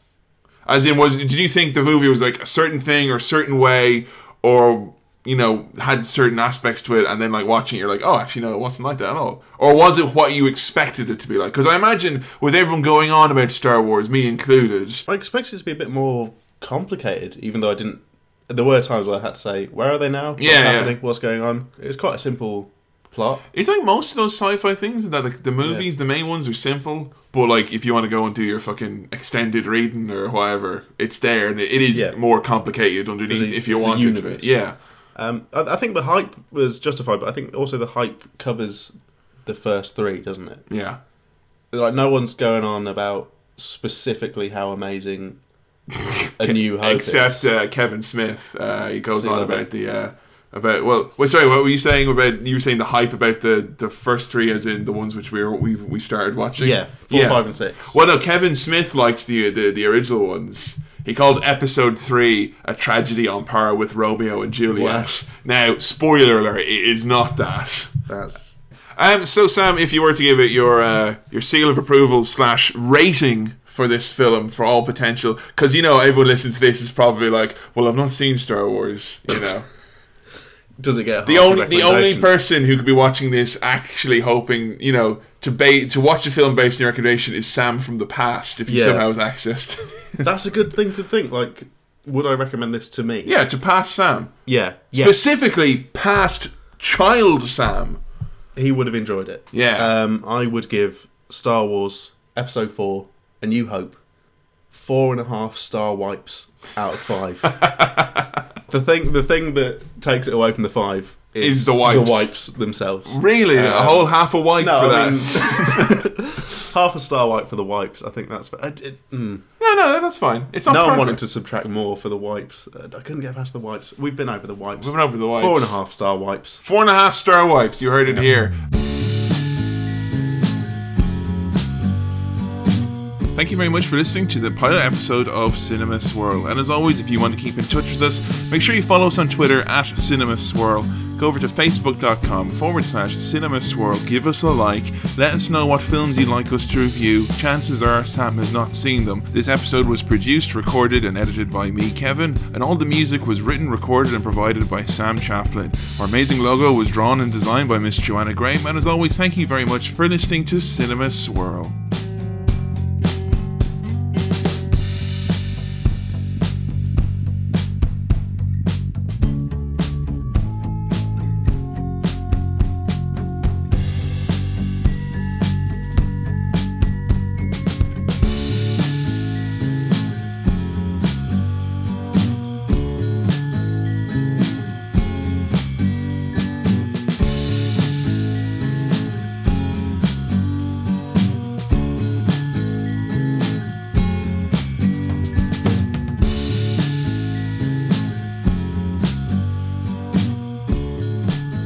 Speaker 1: As in, was did you think the movie was like a certain thing or a certain way, or you know had certain aspects to it, and then like watching it, you're like, oh, actually no, it wasn't like that at all. Or was it what you expected it to be like? Because I imagine with everyone going on about Star Wars, me included,
Speaker 2: I expected it to be a bit more complicated, even though I didn't. There were times where I had to say, "Where are they now? What's
Speaker 1: Yeah, yeah.
Speaker 2: happening? What's going on?" It's quite a simple plot.
Speaker 1: It's like most of those sci-fi things that like the movies, the main ones are simple, but like if you want to go and do your fucking extended reading or whatever, it's there and it it is
Speaker 2: Yeah.
Speaker 1: more complicated underneath
Speaker 2: There's a-
Speaker 1: if you
Speaker 2: there's a
Speaker 1: want it to
Speaker 2: universe.
Speaker 1: be. Yeah.
Speaker 2: Um, I, I think the hype was justified, but I think also the hype covers the first three, doesn't it?
Speaker 1: Yeah.
Speaker 2: Like no one's going on about specifically how amazing a new hope
Speaker 1: Except
Speaker 2: is.
Speaker 1: uh, Kevin Smith, uh, he goes
Speaker 2: Still
Speaker 1: on
Speaker 2: love
Speaker 1: about the uh, about well, wait, sorry, what were you saying about you were saying the hype about the the first three as in the ones which we were we we started watching.
Speaker 2: yeah, four, five, and six.
Speaker 1: Well, no, Kevin Smith likes the, the the original ones. He called episode three a tragedy on par with Romeo and Juliet.
Speaker 2: What?
Speaker 1: Now, spoiler alert, it is not that.
Speaker 2: That's
Speaker 1: Um, so, Sam, if you were to give it your uh, your seal of approval slash rating for this film for all potential, because you know everyone listening to this is probably like, well, I've not seen Star Wars, you know.
Speaker 2: does it get
Speaker 1: The
Speaker 2: half a
Speaker 1: only the only
Speaker 2: recommendation?
Speaker 1: person who could be watching this actually hoping, you know, to ba- to watch a film based on your recommendation is Sam from the past if he
Speaker 2: Yeah.
Speaker 1: somehow has access. to-
Speaker 2: That's a good thing to think. Like, would I recommend this to me?
Speaker 1: yeah, to past Sam.
Speaker 2: yeah, yeah.
Speaker 1: Specifically past child Sam.
Speaker 2: he would have enjoyed it.
Speaker 1: Yeah.
Speaker 2: Um, I would give Star Wars Episode Four: A New Hope four and a half star wipes out of five. the thing, the thing that takes it away from the five is,
Speaker 1: Is the wipes.
Speaker 2: themselves.
Speaker 1: Really? a
Speaker 2: Um,
Speaker 1: whole half a wipe
Speaker 2: No,
Speaker 1: for
Speaker 2: I
Speaker 1: that?
Speaker 2: mean, half a star wipe for the wipes. I think that's. I did, mm.
Speaker 1: no, no, that's fine. It's not
Speaker 2: No one
Speaker 1: perfect.
Speaker 2: wanted to subtract more for the wipes. Uh, I couldn't get past the wipes. We've been over the wipes.
Speaker 1: We've been over the wipes.
Speaker 2: Four and a half star wipes.
Speaker 1: Four and a half star wipes. You heard it here. Thank you very much for listening to the pilot episode of Cinema Swirl. And as always, if you want to keep in touch with us, make sure you follow us on Twitter at Cinema Swirl. Go over to facebook.com forward slash cinema swirl, give us a like, let us know what films you'd like us to review. Chances are Sam has not seen them. This episode was produced, recorded, and edited by me, Kevin, and all the music was written, recorded, and provided by Sam Chaplin. Our amazing logo was drawn and designed by Miss Joanna Graham, and as always, thank you very much for listening to Cinema Swirl.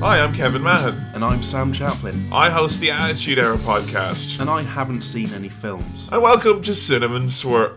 Speaker 1: Hi, I'm Kevin Mahan.
Speaker 2: And I'm Sam Chaplin,
Speaker 1: I host the Attitude Era podcast.
Speaker 2: and I haven't seen any films.
Speaker 1: And welcome to Cinnamon Swirl.